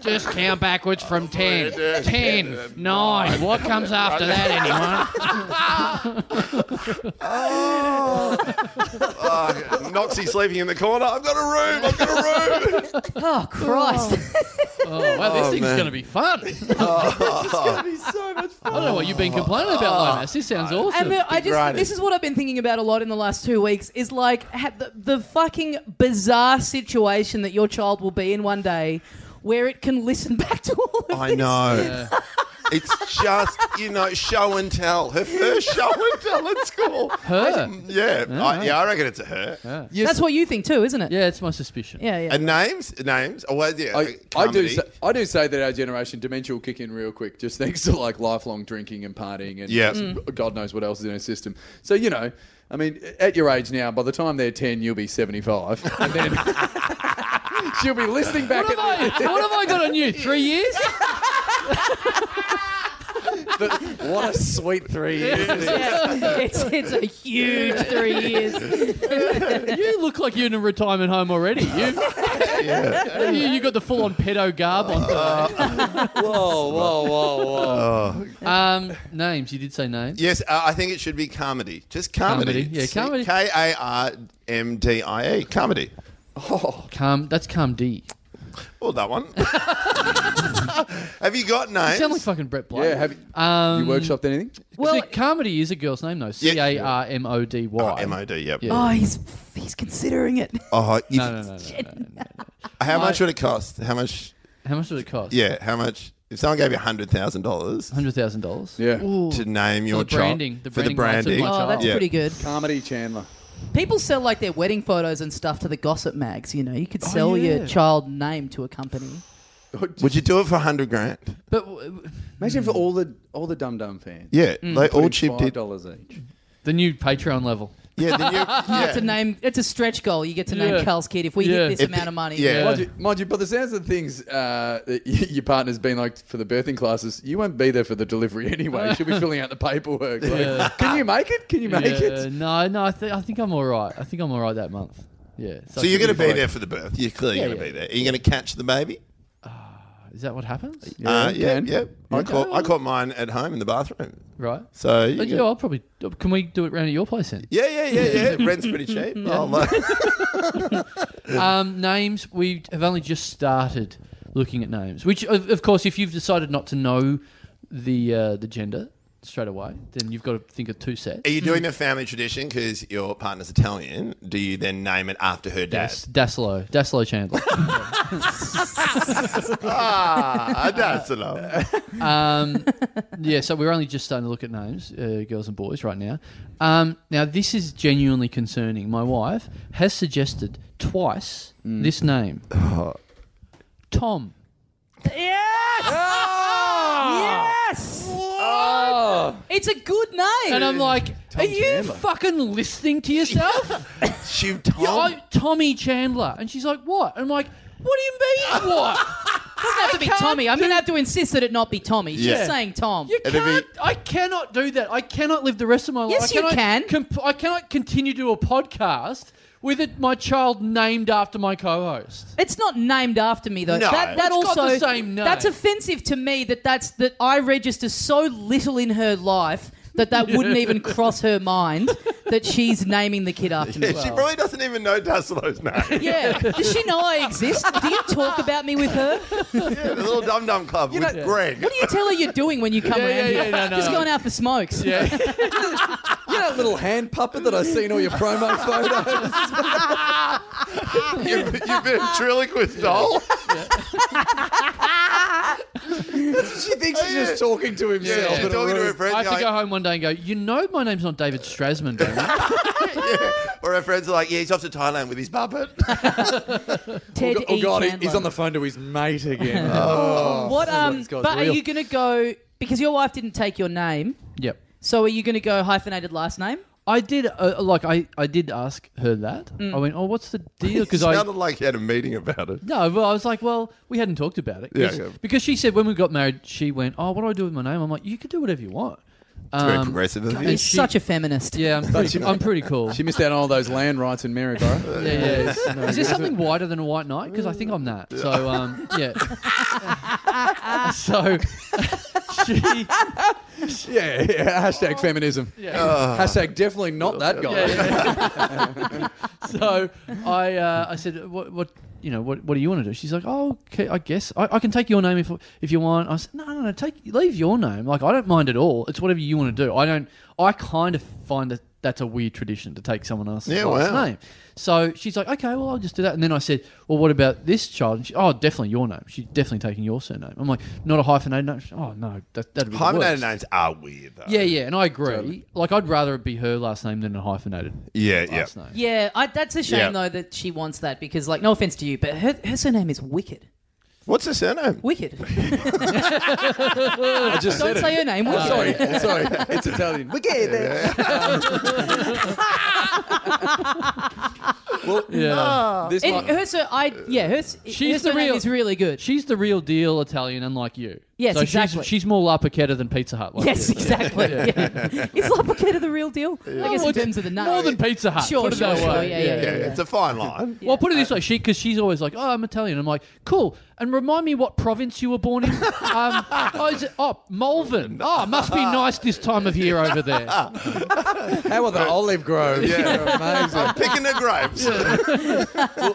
[SPEAKER 2] Just count backwards from ten.
[SPEAKER 3] yeah, yeah,
[SPEAKER 2] Ten,
[SPEAKER 3] yeah,
[SPEAKER 2] nine. What comes after that, anyone?
[SPEAKER 3] Oh, Noxy sleeping in the corner. I've got a room. I've got a room.
[SPEAKER 1] Oh Christ!
[SPEAKER 2] Oh, wow, this thing's
[SPEAKER 3] man.
[SPEAKER 2] going to be fun.
[SPEAKER 4] That'd be so much
[SPEAKER 2] I don't know what you've been complaining about, Lomas. This sounds awesome.
[SPEAKER 1] And the, I just
[SPEAKER 3] writing.
[SPEAKER 1] this is what I've been thinking about a lot in the last two weeks is like ha- the, the fucking bizarre situation that your child will be in one day, where it can listen back to all of
[SPEAKER 3] I
[SPEAKER 1] this.
[SPEAKER 3] know. It's just, you know, show and tell. Her first show and tell at school.
[SPEAKER 2] Her.
[SPEAKER 3] Yeah. I, yeah, I reckon it's a her.
[SPEAKER 1] That's what you think too, isn't it?
[SPEAKER 2] Yeah, it's my suspicion.
[SPEAKER 1] yeah, yeah.
[SPEAKER 3] And names? Names? Oh, well, yeah.
[SPEAKER 4] I, I do.
[SPEAKER 3] comedy.
[SPEAKER 4] Say, I do say that our generation dementia will kick in real quick, just thanks to like lifelong drinking and partying, and
[SPEAKER 3] Yeah.
[SPEAKER 4] just God knows what else is in our system. So you know, I mean, at your age now, by the time they're ten, you'll be seventy-five, and then she'll be listening back
[SPEAKER 2] What have,
[SPEAKER 4] at
[SPEAKER 2] I, what have I got on you? Three years?
[SPEAKER 4] the, what a sweet three years.
[SPEAKER 1] Yeah. It's it's a huge three years.
[SPEAKER 2] You look like you're in a retirement home already. You, you, you got the full on pedo garb on.
[SPEAKER 4] Whoa, whoa, whoa, whoa!
[SPEAKER 3] Oh.
[SPEAKER 2] Um, names. You did say names.
[SPEAKER 3] Yes, uh, I think it should be comedy. Just comedy.
[SPEAKER 2] Comedy, yeah,
[SPEAKER 3] C-
[SPEAKER 2] comedy.
[SPEAKER 3] K A R M D I E. Comedy.
[SPEAKER 2] Calm. That's Calm D.
[SPEAKER 3] Well, Oh, that one. Have you got
[SPEAKER 2] You
[SPEAKER 3] names?
[SPEAKER 2] sound like fucking Brett Blake.
[SPEAKER 4] Yeah, have you,
[SPEAKER 2] Um,
[SPEAKER 4] you workshopped anything?
[SPEAKER 1] Well-
[SPEAKER 2] see, Carmody is a girl's name though. C A R M O D Y.
[SPEAKER 3] M O D, yep.
[SPEAKER 2] Yeah.
[SPEAKER 1] Oh, he's he's considering it.
[SPEAKER 3] Oh, you-
[SPEAKER 2] No, no, no, no, no, no, no.
[SPEAKER 3] How much would it cost? How much?
[SPEAKER 2] How much did it cost?
[SPEAKER 3] Yeah, how much? If someone gave you $100,000
[SPEAKER 2] hundred thousand dollars.
[SPEAKER 4] Yeah.
[SPEAKER 3] to name your
[SPEAKER 2] the branding, the
[SPEAKER 3] child for
[SPEAKER 2] branding
[SPEAKER 3] the
[SPEAKER 2] rights of
[SPEAKER 3] branding,
[SPEAKER 2] my
[SPEAKER 1] Oh,
[SPEAKER 2] child.
[SPEAKER 1] that's
[SPEAKER 3] Yeah.
[SPEAKER 1] pretty good.
[SPEAKER 4] Comedy Chandler.
[SPEAKER 1] People sell like their wedding photos and stuff to the gossip mags. You know, you could
[SPEAKER 3] Oh,
[SPEAKER 1] sell
[SPEAKER 2] yeah.
[SPEAKER 1] your child name to a company.
[SPEAKER 4] Oh.
[SPEAKER 3] would you do it for 100 grand?
[SPEAKER 2] But w-
[SPEAKER 4] Imagine for all the all the dum dum fans.
[SPEAKER 3] Yeah,
[SPEAKER 2] Mm.
[SPEAKER 3] like all chipped
[SPEAKER 4] five
[SPEAKER 3] in.
[SPEAKER 4] dollars each.
[SPEAKER 2] the new Patreon level.
[SPEAKER 3] Yeah, then you, yeah.
[SPEAKER 1] It's a name. It's a stretch goal. You get to
[SPEAKER 2] Yeah.
[SPEAKER 1] name Carl's kid if we hit
[SPEAKER 2] Yeah.
[SPEAKER 1] this
[SPEAKER 3] If-
[SPEAKER 1] amount of money.
[SPEAKER 3] yeah.
[SPEAKER 4] Mind you, mind you, by the sounds of things, uh, y- your partner's been like for the birthing classes, you won't be there for the delivery anyway. She'll be filling out the paperwork. Like,
[SPEAKER 2] Yeah.
[SPEAKER 4] Can you make it? Can you make
[SPEAKER 2] yeah,
[SPEAKER 3] Uh,
[SPEAKER 4] it?
[SPEAKER 2] No, no. I, th- I think I'm all right. I think I'm all right that month. Yeah.
[SPEAKER 3] So you're going to be
[SPEAKER 2] fine.
[SPEAKER 3] there for the birth. You're clearly
[SPEAKER 2] Yeah,
[SPEAKER 3] going to
[SPEAKER 2] yeah.
[SPEAKER 3] be there. Are you going to catch the baby?
[SPEAKER 2] Is that what happens?
[SPEAKER 4] Yeah,
[SPEAKER 3] uh,
[SPEAKER 4] you
[SPEAKER 3] yeah,
[SPEAKER 4] can.
[SPEAKER 3] yeah. I caught, I caught mine at home in the bathroom.
[SPEAKER 2] Right.
[SPEAKER 3] So
[SPEAKER 2] But, yeah, I'll probably. Can we do it round at your place then?
[SPEAKER 3] yeah, yeah, yeah, yeah. Rent's pretty cheap. Oh, like,
[SPEAKER 2] Um, names. We have only just started looking at names. Which, of, of course, if you've decided not to know the uh, the gender straight away, then you've got to think of two sets.
[SPEAKER 3] are you doing the family tradition because your partner's Italian? Do you then name it after her dad?
[SPEAKER 2] Yes, Dasilo, Dasilo Chandler.
[SPEAKER 3] ah, that's enough.
[SPEAKER 2] um, yeah, so we're only just starting to look at names, uh, girls and boys, right now. Um, now, this is genuinely concerning. My wife has suggested twice this name Tom.
[SPEAKER 1] Yes. Yes.
[SPEAKER 4] Oh,
[SPEAKER 1] It's a good name.
[SPEAKER 2] And I'm like, are you
[SPEAKER 4] Chandler.
[SPEAKER 2] fucking listening to yourself?
[SPEAKER 3] She
[SPEAKER 2] Yeah,
[SPEAKER 3] Tom.
[SPEAKER 2] I- Tommy Chandler. And she's like, what? I'm like, what do you mean, what?
[SPEAKER 1] doesn't have to be Tommy. I'm going to have to insist that it not be Tommy. She's
[SPEAKER 3] Yeah.
[SPEAKER 1] just saying Tom.
[SPEAKER 2] You
[SPEAKER 3] It'd be-
[SPEAKER 2] can't, I cannot do that. I cannot live the rest of my life.
[SPEAKER 1] Yes,
[SPEAKER 2] I
[SPEAKER 1] you
[SPEAKER 2] cannot
[SPEAKER 1] can.
[SPEAKER 2] Comp- I cannot continue to do a podcast with it, my child named after my co-host.
[SPEAKER 1] It's not named after me though.
[SPEAKER 3] No.
[SPEAKER 1] that that
[SPEAKER 2] It's got
[SPEAKER 1] also
[SPEAKER 2] the same name.
[SPEAKER 1] that's offensive to me. That that's that I register so little in her life that that wouldn't even cross her mind that she's naming the kid after me.
[SPEAKER 3] Yeah, she probably doesn't even know Dassilo's name.
[SPEAKER 1] Yeah. Does she know I exist? Do you talk about me with her? What
[SPEAKER 3] yeah, the little dum dum club with Greg.
[SPEAKER 1] do you tell her you're doing when you come
[SPEAKER 2] Yeah,
[SPEAKER 1] around
[SPEAKER 2] yeah,
[SPEAKER 1] here?
[SPEAKER 2] yeah, no, no.
[SPEAKER 1] Just going out for smokes.
[SPEAKER 2] Yeah.
[SPEAKER 4] You know that little hand puppet that I see in all your promo photos?
[SPEAKER 3] you, you've been a triloquist doll.
[SPEAKER 4] she thinks he's just talking to himself.
[SPEAKER 3] Yeah,
[SPEAKER 4] in a
[SPEAKER 3] talking to
[SPEAKER 4] room.
[SPEAKER 3] her friend.
[SPEAKER 2] I have to
[SPEAKER 3] like-
[SPEAKER 2] go home one day and go, you know, my name's not David Strasman, Damon.
[SPEAKER 3] Or her friends are like, yeah, he's off to Thailand with his puppet.
[SPEAKER 1] Ted
[SPEAKER 4] Oh,
[SPEAKER 1] E.
[SPEAKER 4] God, he-
[SPEAKER 1] Chandler.
[SPEAKER 4] he's on the phone to his mate again.
[SPEAKER 3] Oh.
[SPEAKER 1] What? Um,
[SPEAKER 4] this guy's
[SPEAKER 1] but are
[SPEAKER 4] real.
[SPEAKER 1] you going to go because your wife didn't take your name?
[SPEAKER 2] yep.
[SPEAKER 1] So are you going to go hyphenated last name?
[SPEAKER 2] I did, uh, like, I, I did ask her that.
[SPEAKER 1] Mm.
[SPEAKER 2] I went, oh, what's the deal? Because I.
[SPEAKER 3] sounded like he had a meeting about it.
[SPEAKER 2] No, well, I was like, well, we hadn't talked about it. 'Cause-
[SPEAKER 3] Yeah, yeah.
[SPEAKER 2] Because she said when we got married, she went, oh, what do I do with my name? I'm like, you can do whatever you want.
[SPEAKER 3] Very
[SPEAKER 2] Um,
[SPEAKER 3] progressive of you.
[SPEAKER 1] He's
[SPEAKER 2] she-
[SPEAKER 1] such a feminist.
[SPEAKER 2] Yeah, I'm pretty, I'm pretty cool.
[SPEAKER 4] Oh. She missed out on all those land rights in Maryborough.
[SPEAKER 2] Yeah, yeah. Is there something whiter than a white knight? Because I think I'm that. So, um, yeah. so, she,
[SPEAKER 4] yeah, yeah. Hashtag feminism.
[SPEAKER 3] Oh.
[SPEAKER 4] Hashtag definitely not that guy.
[SPEAKER 2] yeah, yeah. so I, uh, I said, what, what, you know, what, what do you want to do? She's like, oh, okay, I guess I, I can take your name if, if you want. I said, no, no, no, take, leave your name. Like, I don't mind at all. It's whatever you want to do. I don't, I kind of find that that's a weird tradition to take someone else's
[SPEAKER 3] Yeah,
[SPEAKER 2] last
[SPEAKER 3] wow.
[SPEAKER 2] name. So she's like, okay, well, I'll just do that. And then I said, well, what about this child? And she, oh, definitely your name. She's definitely taking your surname. I'm like, not a hyphenated name. She- oh, no, that, that'd be the
[SPEAKER 3] Hyphenated
[SPEAKER 2] worst.
[SPEAKER 3] names are weird, though.
[SPEAKER 2] Yeah, yeah, and I agree. Like, I'd rather it be her last name than a hyphenated
[SPEAKER 3] Yeah, yeah.
[SPEAKER 2] last name.
[SPEAKER 1] Yeah, I, that's a shame
[SPEAKER 3] Yeah.
[SPEAKER 1] though that she wants that because, like, no offense to you, but her, her surname is Wicked.
[SPEAKER 3] What's the surname?
[SPEAKER 1] Wicked.
[SPEAKER 4] I just
[SPEAKER 1] Don't
[SPEAKER 4] said
[SPEAKER 1] say
[SPEAKER 4] it.
[SPEAKER 1] her name. Wicked.
[SPEAKER 4] Sorry, sorry. It's Italian. We get well, this
[SPEAKER 1] And
[SPEAKER 4] might-
[SPEAKER 1] her sur- I yeah, her, s-
[SPEAKER 2] She's
[SPEAKER 1] her
[SPEAKER 2] the
[SPEAKER 1] surname
[SPEAKER 2] real-
[SPEAKER 1] is really good.
[SPEAKER 2] She's the real deal Italian, unlike you.
[SPEAKER 1] Yes,
[SPEAKER 2] so
[SPEAKER 1] exactly.
[SPEAKER 2] She's, she's more La Paquetta than Pizza Hut. Like
[SPEAKER 1] yes,
[SPEAKER 2] you.
[SPEAKER 1] exactly. Yeah. Is Lopaketa the real deal? I guess
[SPEAKER 2] Well,
[SPEAKER 1] in terms of the name.
[SPEAKER 2] More than Pizza Hut.
[SPEAKER 1] Sure,
[SPEAKER 2] put it that
[SPEAKER 1] sure, sure.
[SPEAKER 2] way.
[SPEAKER 1] Yeah, yeah,
[SPEAKER 3] Yeah, it's a fine line.
[SPEAKER 2] Well, put it this way, she because she's always like, "Oh, I'm Italian." I'm like, "Cool." And remind me what province you were born in. um, oh, is it, oh, Malvern. Oh, it must be nice this time of year over there.
[SPEAKER 4] how are the olive groves?
[SPEAKER 3] Yeah.
[SPEAKER 4] They're amazing.
[SPEAKER 3] I'm picking the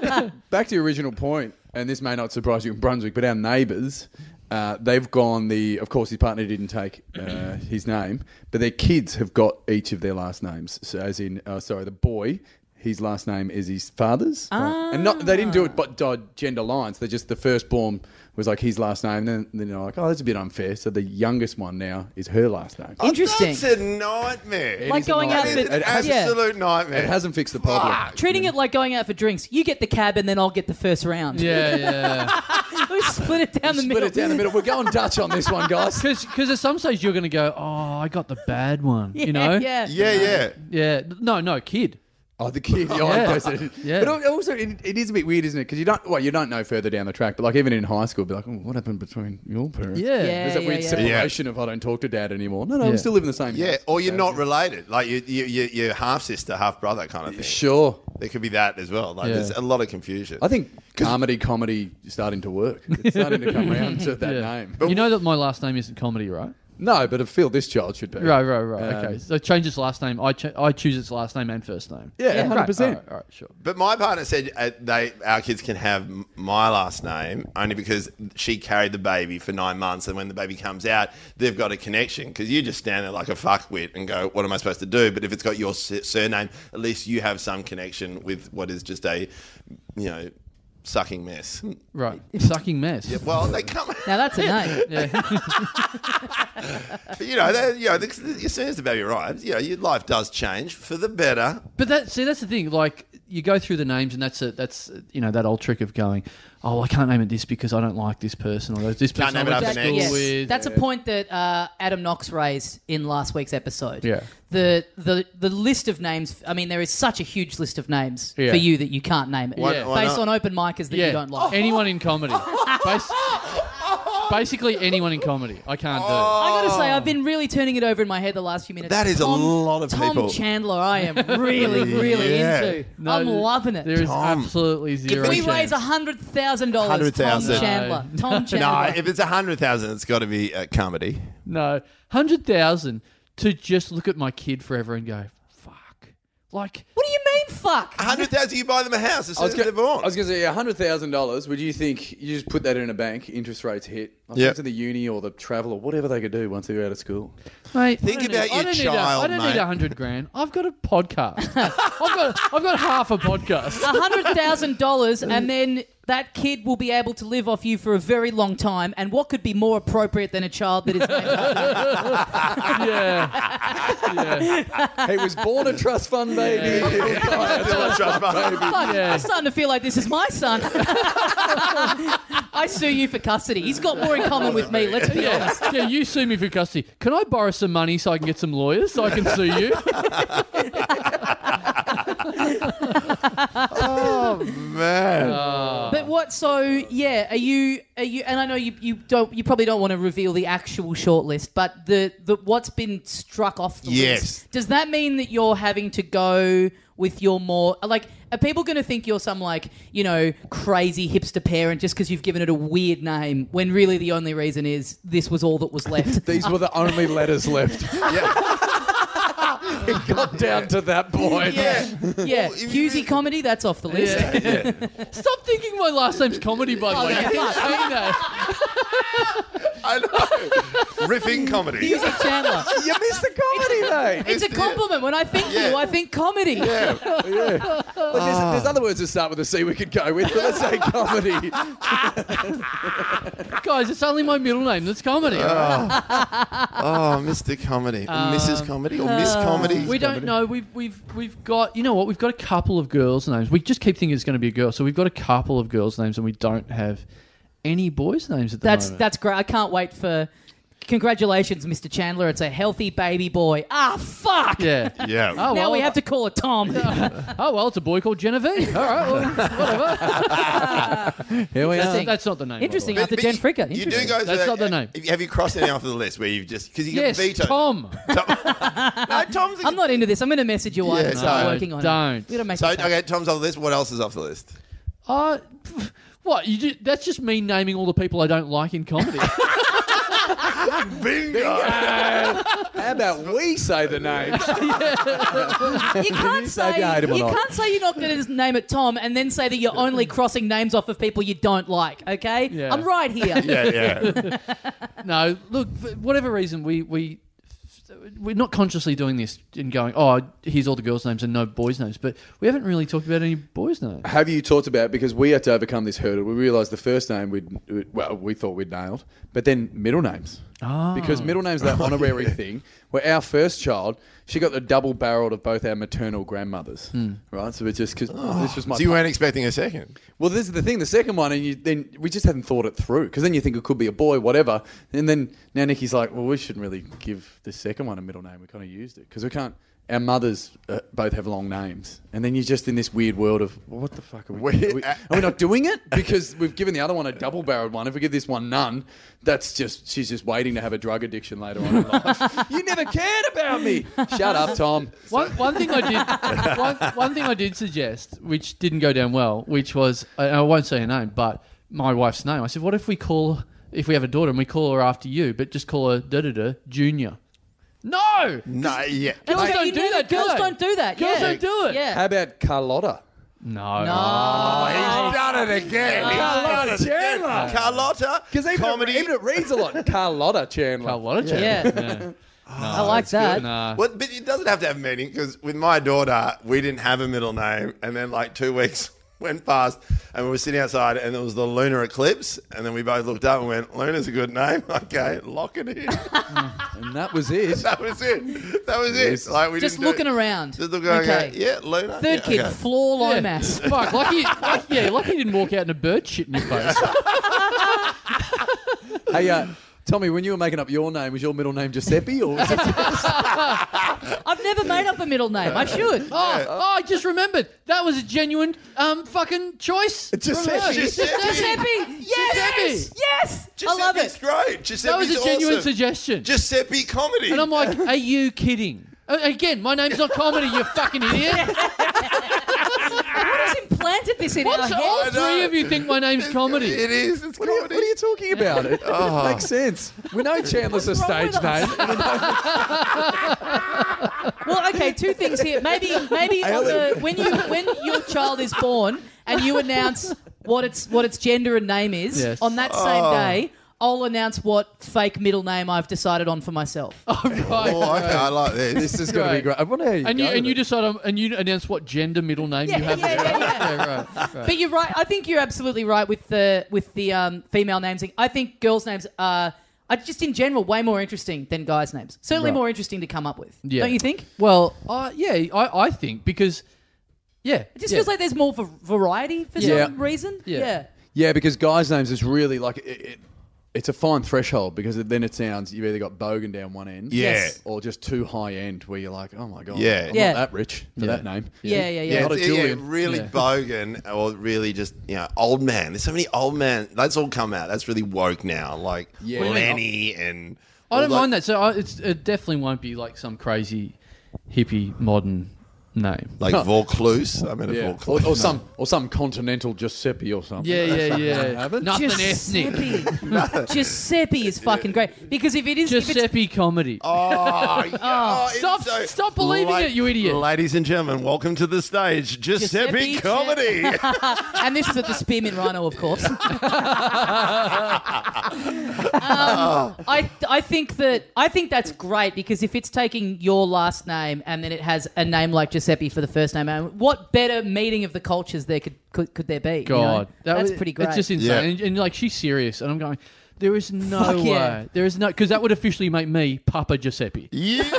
[SPEAKER 3] grapes.
[SPEAKER 4] Back to your original point, and this may not surprise you in Brunswick, but our neighbours, uh, they've gone the. Of course, his partner didn't take uh, his name, but their kids have got each of their last names. So, as in, uh, sorry, the boy. His last name is his father's, and not they didn't do it by, by gender lines. They just the firstborn was like his last name. Then, then they're like, oh, that's a bit unfair. So the youngest one now is her last name.
[SPEAKER 1] Interesting.
[SPEAKER 3] That's a nightmare.
[SPEAKER 1] Like
[SPEAKER 4] is a
[SPEAKER 1] going out
[SPEAKER 4] nightmare.
[SPEAKER 3] That
[SPEAKER 1] for
[SPEAKER 3] is an
[SPEAKER 4] It has-
[SPEAKER 3] absolute nightmare. Ah,
[SPEAKER 4] It hasn't fixed the problem.
[SPEAKER 3] Fuck.
[SPEAKER 1] treating it like going out for drinks. You get the cab, and then I'll get the first round.
[SPEAKER 2] Yeah, yeah.
[SPEAKER 1] we split it down the
[SPEAKER 4] Split
[SPEAKER 1] middle.
[SPEAKER 4] it down the middle. We're going Dutch on this one, guys.
[SPEAKER 2] Because at some stage you're going to go, "Oh, I got the bad one,"
[SPEAKER 1] Yeah,
[SPEAKER 2] you know?
[SPEAKER 1] yeah.
[SPEAKER 3] Yeah, yeah.
[SPEAKER 2] Yeah. No, no, kid.
[SPEAKER 4] Oh, the kid. Oh,
[SPEAKER 2] Yeah.
[SPEAKER 4] okay.
[SPEAKER 2] Yeah.
[SPEAKER 4] But al- also, it, it is a bit weird, isn't it? Because you don't, well, you don't know further down the track. But like even in high school, be like, oh, what happened between your parents?
[SPEAKER 2] Yeah.
[SPEAKER 1] Yeah.
[SPEAKER 4] There's that weird
[SPEAKER 1] yeah.
[SPEAKER 4] separation of I don't talk to dad anymore. No, no,
[SPEAKER 2] Yeah.
[SPEAKER 4] we still live in the same.
[SPEAKER 3] Yeah,
[SPEAKER 4] house.
[SPEAKER 3] or you're not related. Like you, you, you, you're half sister, half brother kind of thing.
[SPEAKER 4] Sure.
[SPEAKER 3] There could be that as well. Like
[SPEAKER 2] Yeah.
[SPEAKER 3] there's a lot of confusion.
[SPEAKER 4] I think comedy, comedy, is starting to work. It's starting to come round to that
[SPEAKER 2] Yeah.
[SPEAKER 4] name.
[SPEAKER 2] You know that my last name isn't comedy, right?
[SPEAKER 4] No, but I feel this child should be
[SPEAKER 2] Right, right, right.
[SPEAKER 4] Um,
[SPEAKER 2] okay, so change its last name. I ch- I choose its last name and first name.
[SPEAKER 4] Yeah,
[SPEAKER 2] Right,
[SPEAKER 4] hundred percent.
[SPEAKER 2] All right, all right, sure.
[SPEAKER 3] But my partner said uh, they our kids can have m- my last name only because she carried the baby for nine months, and when the baby comes out, they've got a connection. Because you just stand there like a fuckwit and go, "What am I supposed to do?" But if it's got your s- surname, at least you have some connection with what is just a, you know, sucking mess.
[SPEAKER 2] Right, sucking mess.
[SPEAKER 3] Well, they come.
[SPEAKER 1] Now that's a name.
[SPEAKER 3] You know, they- you know, the- as soon as the baby arrives, you know, your life does change for the better.
[SPEAKER 2] But that see, that's the thing. Like you go through the names, and that's a, that's uh, you know that old trick of going, oh, I can't name it this because I don't like this person or this person
[SPEAKER 3] name it
[SPEAKER 2] I
[SPEAKER 3] after
[SPEAKER 2] went to
[SPEAKER 1] That-
[SPEAKER 3] next.
[SPEAKER 2] school
[SPEAKER 1] yes.
[SPEAKER 2] with.
[SPEAKER 1] That's a point that uh, Adam Knox raised in last week's episode.
[SPEAKER 2] Yeah.
[SPEAKER 1] The the the list of names. I mean, there is such a huge list of names
[SPEAKER 2] Yeah.
[SPEAKER 1] for you that you can't name it
[SPEAKER 3] Why-
[SPEAKER 2] Yeah.
[SPEAKER 3] why
[SPEAKER 1] based
[SPEAKER 3] not?
[SPEAKER 1] on open micers that
[SPEAKER 2] yeah,
[SPEAKER 1] you don't like.
[SPEAKER 2] anyone in comedy. Bas- basically, anyone in comedy. I can't do.
[SPEAKER 1] I gotta say, I've
[SPEAKER 2] Oh.
[SPEAKER 1] been really turning it over in my head the last few minutes.
[SPEAKER 3] That is a
[SPEAKER 1] Tom,
[SPEAKER 3] lot of
[SPEAKER 1] Tom
[SPEAKER 3] people.
[SPEAKER 1] Chandler, I am really, really
[SPEAKER 3] Yeah.
[SPEAKER 1] into.
[SPEAKER 2] No,
[SPEAKER 1] I'm
[SPEAKER 2] there-
[SPEAKER 1] loving it.
[SPEAKER 2] There is
[SPEAKER 3] Tom.
[SPEAKER 2] absolutely zero.
[SPEAKER 1] if we
[SPEAKER 2] chance.
[SPEAKER 1] raise hundred thousand dollars, Tom
[SPEAKER 3] 100,000.
[SPEAKER 1] Chandler,
[SPEAKER 2] No.
[SPEAKER 1] Tom
[SPEAKER 3] No,
[SPEAKER 1] Chandler,
[SPEAKER 3] if it's a hundred thousand, it's got to be a comedy.
[SPEAKER 2] No, hundred thousand to just look at my kid forever and go, "Fuck!" Like,
[SPEAKER 1] what do you mean fuck?
[SPEAKER 3] 100,000, you buy them a house as
[SPEAKER 4] I
[SPEAKER 3] soon
[SPEAKER 4] was,
[SPEAKER 3] as they're born.
[SPEAKER 4] going to say hundred thousand dollars. Would you think you just put that in a bank? Interest rates hit. I
[SPEAKER 3] Yeah.
[SPEAKER 4] think to the uni or the travel or whatever they could do once they're out of school.
[SPEAKER 2] Mate, I
[SPEAKER 3] Think
[SPEAKER 2] don't need,
[SPEAKER 3] about
[SPEAKER 2] I
[SPEAKER 3] your
[SPEAKER 2] don't
[SPEAKER 3] child,
[SPEAKER 2] Need a, I don't
[SPEAKER 3] mate.
[SPEAKER 2] need a hundred grand. I've got a podcast. I've got I've got half a podcast.
[SPEAKER 1] hundred thousand dollars, and then that kid will be able to live off you for a very long time. And what could be more appropriate than a child that is named after you?
[SPEAKER 2] yeah, yeah,
[SPEAKER 4] he was born a trust fund baby.
[SPEAKER 3] I trust my
[SPEAKER 1] Fuck,
[SPEAKER 2] Yeah.
[SPEAKER 1] I'm starting to feel like this is my son. I sue you for custody. He's got more in common with me. Let's be honest.
[SPEAKER 2] yeah. Yeah, you sue me for custody. Can I borrow some money so I can get some lawyers so I can sue you?
[SPEAKER 3] man.
[SPEAKER 1] But
[SPEAKER 3] Uh-huh.
[SPEAKER 1] what? So yeah, are you? Are you? And I know you, you don't. You probably don't want to reveal the actual shortlist, but the, the what's been struck off the
[SPEAKER 3] Yes.
[SPEAKER 1] list. Does that mean that you're having to go with your more like? Are people going to think you're some like you know crazy hipster parent just because you've given it a weird name when really the only reason is this was all that was left?
[SPEAKER 4] These were the only letters left.
[SPEAKER 3] yeah.
[SPEAKER 4] It got down to that point.
[SPEAKER 3] yeah.
[SPEAKER 1] yeah,
[SPEAKER 3] if you
[SPEAKER 1] Husey
[SPEAKER 3] really-
[SPEAKER 1] comedy that's off the list.
[SPEAKER 2] Stop thinking my last name's comedy, by the way. You keep saying that.
[SPEAKER 3] I know. Riffing comedy.
[SPEAKER 1] Husey Chandler.
[SPEAKER 4] You missed the comedy, mate.
[SPEAKER 1] It's a compliment. When I think
[SPEAKER 3] Yeah.
[SPEAKER 1] you, I think comedy.
[SPEAKER 4] But there's, there's other words that start with a C we could go with, but let's say comedy.
[SPEAKER 2] Guys, it's only my middle name that's comedy.
[SPEAKER 3] Oh, Mr. Comedy. Or Mrs. Comedy. Or Miss Comedy.
[SPEAKER 2] Uh, We don't know. We've we've we've got you know what? We've got a couple of girls' names. We just keep thinking it's going to be a girl, so we've got a couple of girls' names, and we don't have any boys' names at the
[SPEAKER 1] That's
[SPEAKER 2] moment.
[SPEAKER 1] that's great. I can't wait for. Congratulations, Mr. Chandler. It's a healthy baby boy. Ah, fuck.
[SPEAKER 2] yeah.
[SPEAKER 3] Yeah.
[SPEAKER 2] Oh
[SPEAKER 1] Now
[SPEAKER 2] well,
[SPEAKER 1] we have to call it Tom.
[SPEAKER 2] oh well, it's a boy called Genevieve. All right, well, whatever.
[SPEAKER 4] Here we
[SPEAKER 2] that's,
[SPEAKER 1] Interesting.
[SPEAKER 2] that's not the name. by the
[SPEAKER 1] Interesting.
[SPEAKER 2] way.
[SPEAKER 1] After Jen
[SPEAKER 3] you-
[SPEAKER 1] Fricker.
[SPEAKER 3] You do
[SPEAKER 1] Interesting.
[SPEAKER 3] go. to
[SPEAKER 2] That's
[SPEAKER 3] that-
[SPEAKER 2] not the name.
[SPEAKER 3] Have you- Have you crossed any off the list where you've just because you can
[SPEAKER 2] Yes,
[SPEAKER 3] veto?
[SPEAKER 2] Tom.
[SPEAKER 3] no, Tom's. A
[SPEAKER 1] I'm not into this. I'm going to message your wife
[SPEAKER 3] Yeah,
[SPEAKER 1] and start
[SPEAKER 3] no,
[SPEAKER 1] working on it.
[SPEAKER 2] don't.
[SPEAKER 1] We don't make
[SPEAKER 3] So
[SPEAKER 1] this up.
[SPEAKER 3] okay, Tom's off the list. What else is off the list?
[SPEAKER 2] Uh, pff, what you do, That's just me naming all the people I don't like in comedy.
[SPEAKER 3] Bingo.
[SPEAKER 4] How about we say the names?
[SPEAKER 1] You can't
[SPEAKER 4] say
[SPEAKER 1] say
[SPEAKER 4] you hate him or
[SPEAKER 1] you
[SPEAKER 4] not.
[SPEAKER 1] can't say you're not going to name it Tom and then say that you're only crossing names off of people you don't like. Okay,
[SPEAKER 2] Yeah.
[SPEAKER 1] I'm right here.
[SPEAKER 3] Yeah, yeah.
[SPEAKER 2] No, look, for whatever reason, we we we're not consciously doing this and going, oh, here's all the girls' names and no boys' names, but we haven't really talked about any boys' names.
[SPEAKER 4] Have you talked about because we had to overcome this hurdle? We realised the first name we'd well we thought we'd nailed, but then middle names because middle names are that honorary thing. Where our first child, she got the double barreled of both our maternal grandmothers, right? So it's just because this was my
[SPEAKER 3] so you weren't expecting a second.
[SPEAKER 4] well, this is the thing. The second one, and you, then we just hadn't thought it through because then you think it could be a boy, whatever. And then now Nikki's like, well, we shouldn't really give the second one a middle name. We kind of used it because we can't. Our mothers uh, both have long names, and then you're just in this weird world of well, what the fuck are we?
[SPEAKER 3] We-
[SPEAKER 4] are, we are we not doing it because we've given the other one a double-barreled one? If we give this one none, that's just she's just waiting to have a drug addiction later on in life. you never cared about me. Shut up, Tom.
[SPEAKER 2] One, one thing I did, one, one thing I did suggest, which didn't go down well, which was I, I won't say her name, but my wife's name. I said, what if we call if we have a daughter and we call her after you, but just call her da da da junior. No,
[SPEAKER 3] No, yeah.
[SPEAKER 1] Girls
[SPEAKER 2] Mate,
[SPEAKER 1] you
[SPEAKER 2] don't do
[SPEAKER 1] know
[SPEAKER 2] that, do
[SPEAKER 1] Girls
[SPEAKER 2] they?
[SPEAKER 1] don't do that.
[SPEAKER 2] Girls
[SPEAKER 1] yeah.
[SPEAKER 2] don't do it.
[SPEAKER 1] Yeah.
[SPEAKER 4] How about Carlotta?
[SPEAKER 2] no,
[SPEAKER 3] He's done it again. He's done it again.
[SPEAKER 4] Chandler.
[SPEAKER 3] Carlotta.
[SPEAKER 4] Because even,
[SPEAKER 3] comedy.
[SPEAKER 4] It, even it reads a lot. Carlotta Chandler.
[SPEAKER 2] Oh, a lot of
[SPEAKER 1] Yeah.
[SPEAKER 2] children.
[SPEAKER 1] I like that.
[SPEAKER 2] Nah.
[SPEAKER 3] Well, but it doesn't have to have meaning because with my daughter, we didn't have a middle name, and then like two weeks went past, and we were sitting outside, and it was the lunar eclipse, and then we both looked up and went, "Lunar's a good name, okay, lock it in."
[SPEAKER 4] And that was it.
[SPEAKER 3] that was it. That was
[SPEAKER 4] Yes.
[SPEAKER 3] it. Like we
[SPEAKER 1] Just
[SPEAKER 3] didn't do-
[SPEAKER 1] looking around.
[SPEAKER 3] Just looking around.
[SPEAKER 1] Okay.
[SPEAKER 3] Okay. Yeah, lunar.
[SPEAKER 1] Third
[SPEAKER 3] yeah,
[SPEAKER 1] kid,
[SPEAKER 3] okay.
[SPEAKER 1] floor Lomas.
[SPEAKER 2] Fuck, lucky, lucky, yeah, lucky you didn't walk out in a bird shit in your face.
[SPEAKER 4] hey, uh, Tommy, when you were making up your name, was your middle name Giuseppe? Or was it-
[SPEAKER 1] I've never made up a middle name. I should.
[SPEAKER 2] Oh, oh, I just remembered. That was a genuine um, fucking choice.
[SPEAKER 4] It's
[SPEAKER 2] from her.
[SPEAKER 4] Giuseppe.
[SPEAKER 3] Giuseppe.
[SPEAKER 1] Giuseppe. Yes.
[SPEAKER 2] Giuseppe.
[SPEAKER 1] Yes. I
[SPEAKER 3] Giuseppe's
[SPEAKER 1] love it.
[SPEAKER 3] great. Giuseppe's
[SPEAKER 2] That was a genuine
[SPEAKER 3] awesome.
[SPEAKER 2] suggestion.
[SPEAKER 3] Giuseppe comedy.
[SPEAKER 2] and I'm like, are you kidding? Uh, Again, my name's not comedy, you fucking idiot.
[SPEAKER 1] What has implanted this in
[SPEAKER 2] What's
[SPEAKER 1] our
[SPEAKER 2] all
[SPEAKER 1] head.
[SPEAKER 2] three of you think my name's
[SPEAKER 3] It's-
[SPEAKER 2] comedy?
[SPEAKER 3] It is. It's
[SPEAKER 4] What are, you, what
[SPEAKER 3] comedy.
[SPEAKER 4] are you talking about? It
[SPEAKER 3] Oh.
[SPEAKER 4] makes sense. We know Chandler's a
[SPEAKER 1] wrong
[SPEAKER 4] stage
[SPEAKER 1] with us?
[SPEAKER 4] name.
[SPEAKER 1] Well, okay, two things here. Maybe, maybe on the, when you when your child is born and you announce what its what its gender and name is
[SPEAKER 2] Yes.
[SPEAKER 1] on that same day, I'll announce what fake middle name I've decided on for myself.
[SPEAKER 2] Right.
[SPEAKER 3] Oh, okay. I like this.
[SPEAKER 4] This is going to be
[SPEAKER 2] Great.
[SPEAKER 4] great. I wonder how you
[SPEAKER 2] And you
[SPEAKER 4] go
[SPEAKER 2] and
[SPEAKER 4] with
[SPEAKER 2] you
[SPEAKER 4] it.
[SPEAKER 2] decide on, and you announce what gender middle name you
[SPEAKER 1] Yeah,
[SPEAKER 2] have.
[SPEAKER 1] yeah, yeah, yeah.
[SPEAKER 2] Okay, right, right.
[SPEAKER 1] But you're right. I think you're absolutely right with the with the um, female names. I think girls' names are, are just in general way more interesting than guys' names. Certainly
[SPEAKER 4] Right.
[SPEAKER 1] more interesting to come up with.
[SPEAKER 2] Yeah.
[SPEAKER 1] Don't you think?
[SPEAKER 2] Well, uh, yeah, I, I think because yeah,
[SPEAKER 1] It just
[SPEAKER 2] yeah.
[SPEAKER 1] feels like there's more v- variety for
[SPEAKER 4] Yeah.
[SPEAKER 1] some reason.
[SPEAKER 2] Yeah.
[SPEAKER 4] Yeah, because guys' names is really like it, it, it's a fine threshold because then it sounds you've either got bogan down one end,
[SPEAKER 3] Yeah. Yes.
[SPEAKER 4] or just too high end where you're like, oh my god,
[SPEAKER 3] Yeah.
[SPEAKER 4] I'm not
[SPEAKER 1] Yeah.
[SPEAKER 4] that rich for that name.
[SPEAKER 1] Yeah, yeah, yeah.
[SPEAKER 3] Yeah,
[SPEAKER 4] Not a
[SPEAKER 3] it's-
[SPEAKER 4] Julian.
[SPEAKER 3] really
[SPEAKER 2] Yeah.
[SPEAKER 3] bogan or really just you know old man. There's so many old man. That's all come out. That's really woke now. Like
[SPEAKER 4] Yeah.
[SPEAKER 3] Lenny and
[SPEAKER 2] I don't mind that. So I, it's, it definitely won't be like some crazy hippie modern name.
[SPEAKER 3] Like Vaucluse. I mean,
[SPEAKER 4] Yeah.
[SPEAKER 3] a
[SPEAKER 4] Or,
[SPEAKER 3] Vaucluse.
[SPEAKER 4] or some or some continental Giuseppe or something.
[SPEAKER 2] yeah, yeah, yeah.
[SPEAKER 4] Haven't?
[SPEAKER 2] Nothing ethnic.
[SPEAKER 1] Giuseppe. Giuseppe is fucking great because if it is if it's
[SPEAKER 2] Giuseppe comedy.
[SPEAKER 3] Oh, yeah. it's
[SPEAKER 2] Stop- stop believing it, you idiot.
[SPEAKER 3] Ladies and gentlemen, welcome to the stage, Giuseppe,
[SPEAKER 1] Giuseppe Gi-
[SPEAKER 3] Comedy.
[SPEAKER 1] and this is at the Spearmint Rhino, of course. um, I I think that I think that's great because if it's taking your last name and then it has a name like Giuseppe for the first name, and what better meeting of the cultures there could could, could there be? you know?
[SPEAKER 2] God, That
[SPEAKER 1] that's
[SPEAKER 2] was-
[SPEAKER 1] pretty great.
[SPEAKER 2] It's just insane,
[SPEAKER 3] Yeah.
[SPEAKER 2] and, and, like she's serious, and I'm going. There is no
[SPEAKER 1] Fuck
[SPEAKER 2] way.
[SPEAKER 1] yeah.
[SPEAKER 2] There is no because that would officially make me Papa Giuseppe.
[SPEAKER 3] yes.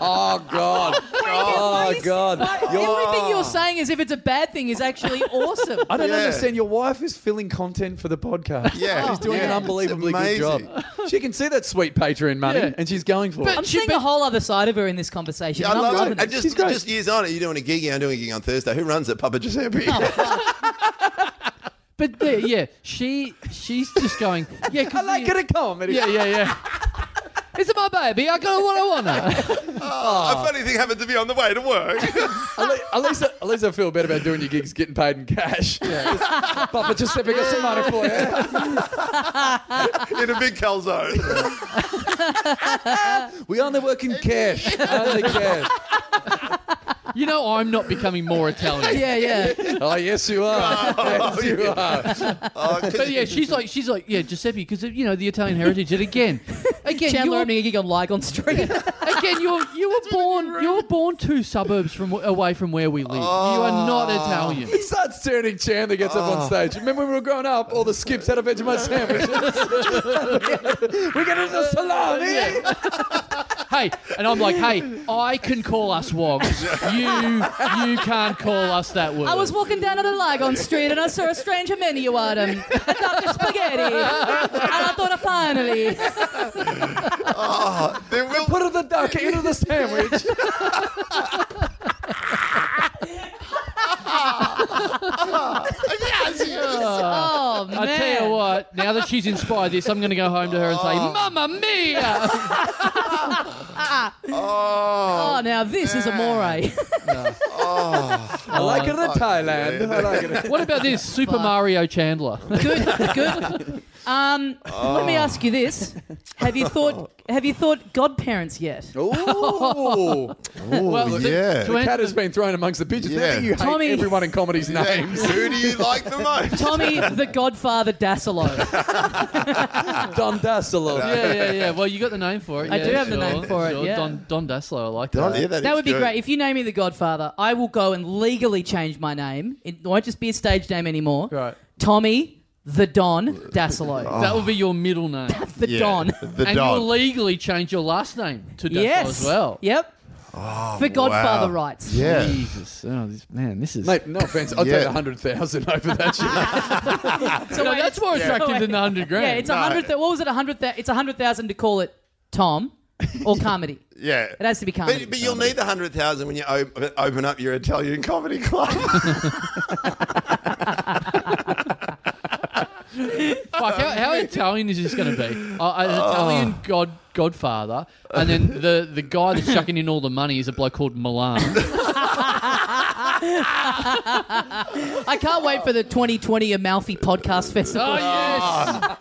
[SPEAKER 4] Oh god.
[SPEAKER 1] Why
[SPEAKER 4] oh
[SPEAKER 1] is-
[SPEAKER 4] god.
[SPEAKER 1] why- Everything you're saying is if it's a bad thing is actually awesome.
[SPEAKER 4] I don't
[SPEAKER 3] Yeah.
[SPEAKER 4] understand. Your wife is filling content for the podcast.
[SPEAKER 3] Yeah.
[SPEAKER 4] she's doing
[SPEAKER 1] Yeah.
[SPEAKER 4] an
[SPEAKER 1] It's
[SPEAKER 4] unbelievably good
[SPEAKER 3] amazing.
[SPEAKER 4] job. She can see that sweet Patreon money,
[SPEAKER 2] Yeah.
[SPEAKER 4] and she's going for
[SPEAKER 2] But-
[SPEAKER 1] I'm
[SPEAKER 4] it.
[SPEAKER 2] She
[SPEAKER 1] seeing
[SPEAKER 2] be-
[SPEAKER 1] a whole other side of her in this conversation.
[SPEAKER 3] Yeah, I
[SPEAKER 1] and I'm
[SPEAKER 3] love
[SPEAKER 1] loving
[SPEAKER 3] it.
[SPEAKER 1] it.
[SPEAKER 3] And just,
[SPEAKER 4] She's great.
[SPEAKER 3] just years on, are you doing a gig? Yeah, I'm doing a gig on Thursday. Who runs it? Papa Giuseppe.
[SPEAKER 2] But there, yeah, she she's just going. Yeah, 'cause
[SPEAKER 4] I like
[SPEAKER 2] the-
[SPEAKER 4] it a comedy.
[SPEAKER 2] Yeah, yeah, yeah. it's my baby. I got what I want. her.
[SPEAKER 3] A funny thing happened to me on the way to work.
[SPEAKER 4] At le- at least, at least I feel better about doing your gigs, getting paid in cash. Papa Giuseppe got some money for you.
[SPEAKER 3] in a big calzone.
[SPEAKER 4] We only work in cash. Only cash.
[SPEAKER 2] You know, I'm not becoming more Italian.
[SPEAKER 1] Yeah, yeah.
[SPEAKER 4] Oh yes, you are. Yes, you are.
[SPEAKER 3] Oh, 'cause
[SPEAKER 2] But yeah, she's like, she's like, yeah, Giuseppe, because you know the Italian heritage. And again, again,
[SPEAKER 1] Chandler
[SPEAKER 2] you
[SPEAKER 1] opening a gig on Lygon Street.
[SPEAKER 2] were, again, you were, you were born, you were born two suburbs from away from where we live. You are not
[SPEAKER 1] Oh.
[SPEAKER 2] Italian.
[SPEAKER 4] He starts turning Chandler gets up
[SPEAKER 3] Oh.
[SPEAKER 4] on stage. Remember when we were growing up, all the skips had a Vegemite sandwich. we're going to the salami.
[SPEAKER 2] Hey, and I'm like, hey, I can call us wogs. You, you can't call us that word.
[SPEAKER 1] I was walking down on a Lygon Street and I saw a stranger menu item. A Dr. Spaghetti. And I thought, finally.
[SPEAKER 3] Ah, there will
[SPEAKER 4] Put it the duck into the sandwich.
[SPEAKER 1] Oh, man.
[SPEAKER 2] Uh, I tell you what, now that she's inspired this, I'm going to go home to her and say, Mamma mia!
[SPEAKER 1] Oh, now this is amore.
[SPEAKER 4] I
[SPEAKER 3] Oh,
[SPEAKER 4] like it in Thailand. I like it.
[SPEAKER 2] What about this Super Mario Chandler?
[SPEAKER 1] good, good. Um, Let me ask you this: Have you thought? Have you thought godparents yet?
[SPEAKER 4] Ooh.
[SPEAKER 2] Well, the-
[SPEAKER 3] yeah.
[SPEAKER 2] to
[SPEAKER 4] The cat
[SPEAKER 2] answer-
[SPEAKER 4] has been thrown amongst the pigeons.
[SPEAKER 3] Yeah.
[SPEAKER 4] Yeah. You hate
[SPEAKER 1] Tommy-
[SPEAKER 4] everyone in comedy's
[SPEAKER 3] Hey,
[SPEAKER 4] names.
[SPEAKER 3] Who do you like the most?
[SPEAKER 1] Tommy, the Godfather Dasilo.
[SPEAKER 4] Don Dasilo.
[SPEAKER 2] yeah, yeah, yeah. Well, you got the name for it.
[SPEAKER 1] I
[SPEAKER 2] yeah,
[SPEAKER 1] do have the
[SPEAKER 2] sure,
[SPEAKER 1] name for it,
[SPEAKER 2] sure.
[SPEAKER 1] yeah.
[SPEAKER 2] Don Don Daslow, I like
[SPEAKER 3] Don't-
[SPEAKER 2] that.
[SPEAKER 3] yeah, that
[SPEAKER 1] That
[SPEAKER 3] is
[SPEAKER 1] would be
[SPEAKER 3] good.
[SPEAKER 1] great. If you name me the Godfather, I will go and legally change my name. It won't just be a stage name anymore.
[SPEAKER 2] Right.
[SPEAKER 1] Tommy, the Don Dasilo.
[SPEAKER 2] That would be your middle name,
[SPEAKER 1] The
[SPEAKER 3] Yeah,
[SPEAKER 1] Don.
[SPEAKER 3] The
[SPEAKER 2] and
[SPEAKER 3] Don.
[SPEAKER 2] you'll legally change your last name to Daslow
[SPEAKER 1] yes.
[SPEAKER 2] as well.
[SPEAKER 1] Yep. For Godfather rights.
[SPEAKER 3] Oh, Yeah.
[SPEAKER 2] Jesus, oh, this, man, this is.
[SPEAKER 4] Mate, no offense. I'd
[SPEAKER 3] Yeah.
[SPEAKER 4] take 100,000 over that shit.
[SPEAKER 1] So
[SPEAKER 2] No,
[SPEAKER 1] wait,
[SPEAKER 2] that's
[SPEAKER 1] it's-
[SPEAKER 2] more
[SPEAKER 1] so
[SPEAKER 2] attractive
[SPEAKER 1] wait.
[SPEAKER 2] than the 100 grand.
[SPEAKER 1] Yeah, it's a
[SPEAKER 3] No.
[SPEAKER 1] hundred. What was it? A hundred. thou- It's a hundred thousand to call it Tom or comedy.
[SPEAKER 3] Yeah.
[SPEAKER 1] It has to be comedy.
[SPEAKER 3] But, but you'll need the 100,000 when you op- open up your Italian comedy club.
[SPEAKER 2] Fuck, how, how Italian is this going to be? Uh, an
[SPEAKER 3] Oh.
[SPEAKER 2] Italian god godfather, Oh, and then the, the guy that's chucking in all the money is a bloke called Milan.
[SPEAKER 1] I can't wait for the 2020 Amalfi Podcast Festival.
[SPEAKER 2] Oh,
[SPEAKER 3] Ah.
[SPEAKER 2] yes.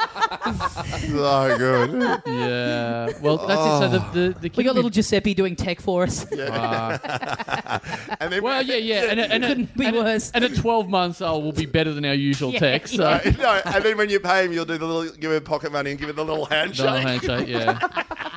[SPEAKER 3] So good.
[SPEAKER 2] yeah. Well, that's it. So the, the, the
[SPEAKER 1] We got
[SPEAKER 2] kidney-
[SPEAKER 1] little Giuseppe doing tech for us.
[SPEAKER 3] And then,
[SPEAKER 2] Well, yeah, yeah. And, a- and, a-
[SPEAKER 1] Couldn't be
[SPEAKER 2] and a-
[SPEAKER 1] worse.
[SPEAKER 2] and a 12 months old will be better than our usual
[SPEAKER 1] Yeah,
[SPEAKER 2] tech. So.
[SPEAKER 1] yeah.
[SPEAKER 3] no, and then when you pay him, you'll do the little, give him pocket money and give him the little handshake.
[SPEAKER 2] Double handshake, yeah.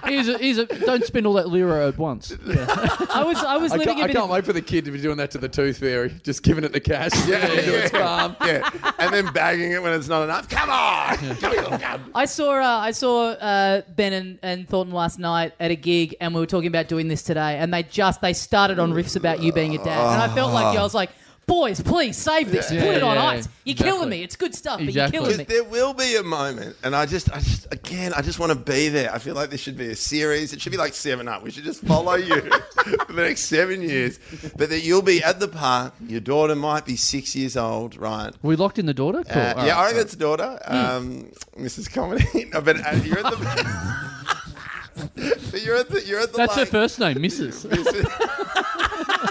[SPEAKER 2] Here's a, here's a, don't spend all that lira at once.
[SPEAKER 1] I was I was
[SPEAKER 4] I
[SPEAKER 1] living
[SPEAKER 4] can't,
[SPEAKER 1] a
[SPEAKER 4] I
[SPEAKER 1] bit.
[SPEAKER 4] can't
[SPEAKER 1] Of,
[SPEAKER 4] wait for the kid to be doing that to the tooth fairy, just giving it the cash.
[SPEAKER 3] Yeah,
[SPEAKER 4] into
[SPEAKER 3] yeah.
[SPEAKER 4] its palm.
[SPEAKER 3] yeah, and then bagging it when it's not enough. Come on, come here, little cub.
[SPEAKER 1] I saw uh, I saw uh, Ben and, and Thornton last night at a gig, and we were talking about doing this today, and they just they started on riffs about you being a dad, and I felt
[SPEAKER 2] Ah.
[SPEAKER 1] like yeah, I was like. Boys, please save this.
[SPEAKER 2] Yeah,
[SPEAKER 1] Put it on
[SPEAKER 2] yeah,
[SPEAKER 1] ice. You're
[SPEAKER 2] exactly.
[SPEAKER 1] killing me. It's good stuff, but
[SPEAKER 2] Exactly.
[SPEAKER 1] you're killing me.
[SPEAKER 3] Because there will be a moment, and I just, I just, again, I just want to be there. I feel like this should be a series. It should be like Seven Up. We should just follow you for the next seven years. But that you'll be at the park. Your daughter might be six years old, right?
[SPEAKER 2] We locked in the daughter? Cool.
[SPEAKER 3] Uh,
[SPEAKER 2] All
[SPEAKER 3] yeah,
[SPEAKER 2] right.
[SPEAKER 3] I
[SPEAKER 2] Hmm.
[SPEAKER 3] reckon it's daughter, um, Mrs. Comedy. no, but uh, you're at the. so you're at the. You're at the.
[SPEAKER 2] That's her
[SPEAKER 3] like,
[SPEAKER 2] first name, Mrs.
[SPEAKER 3] Mrs.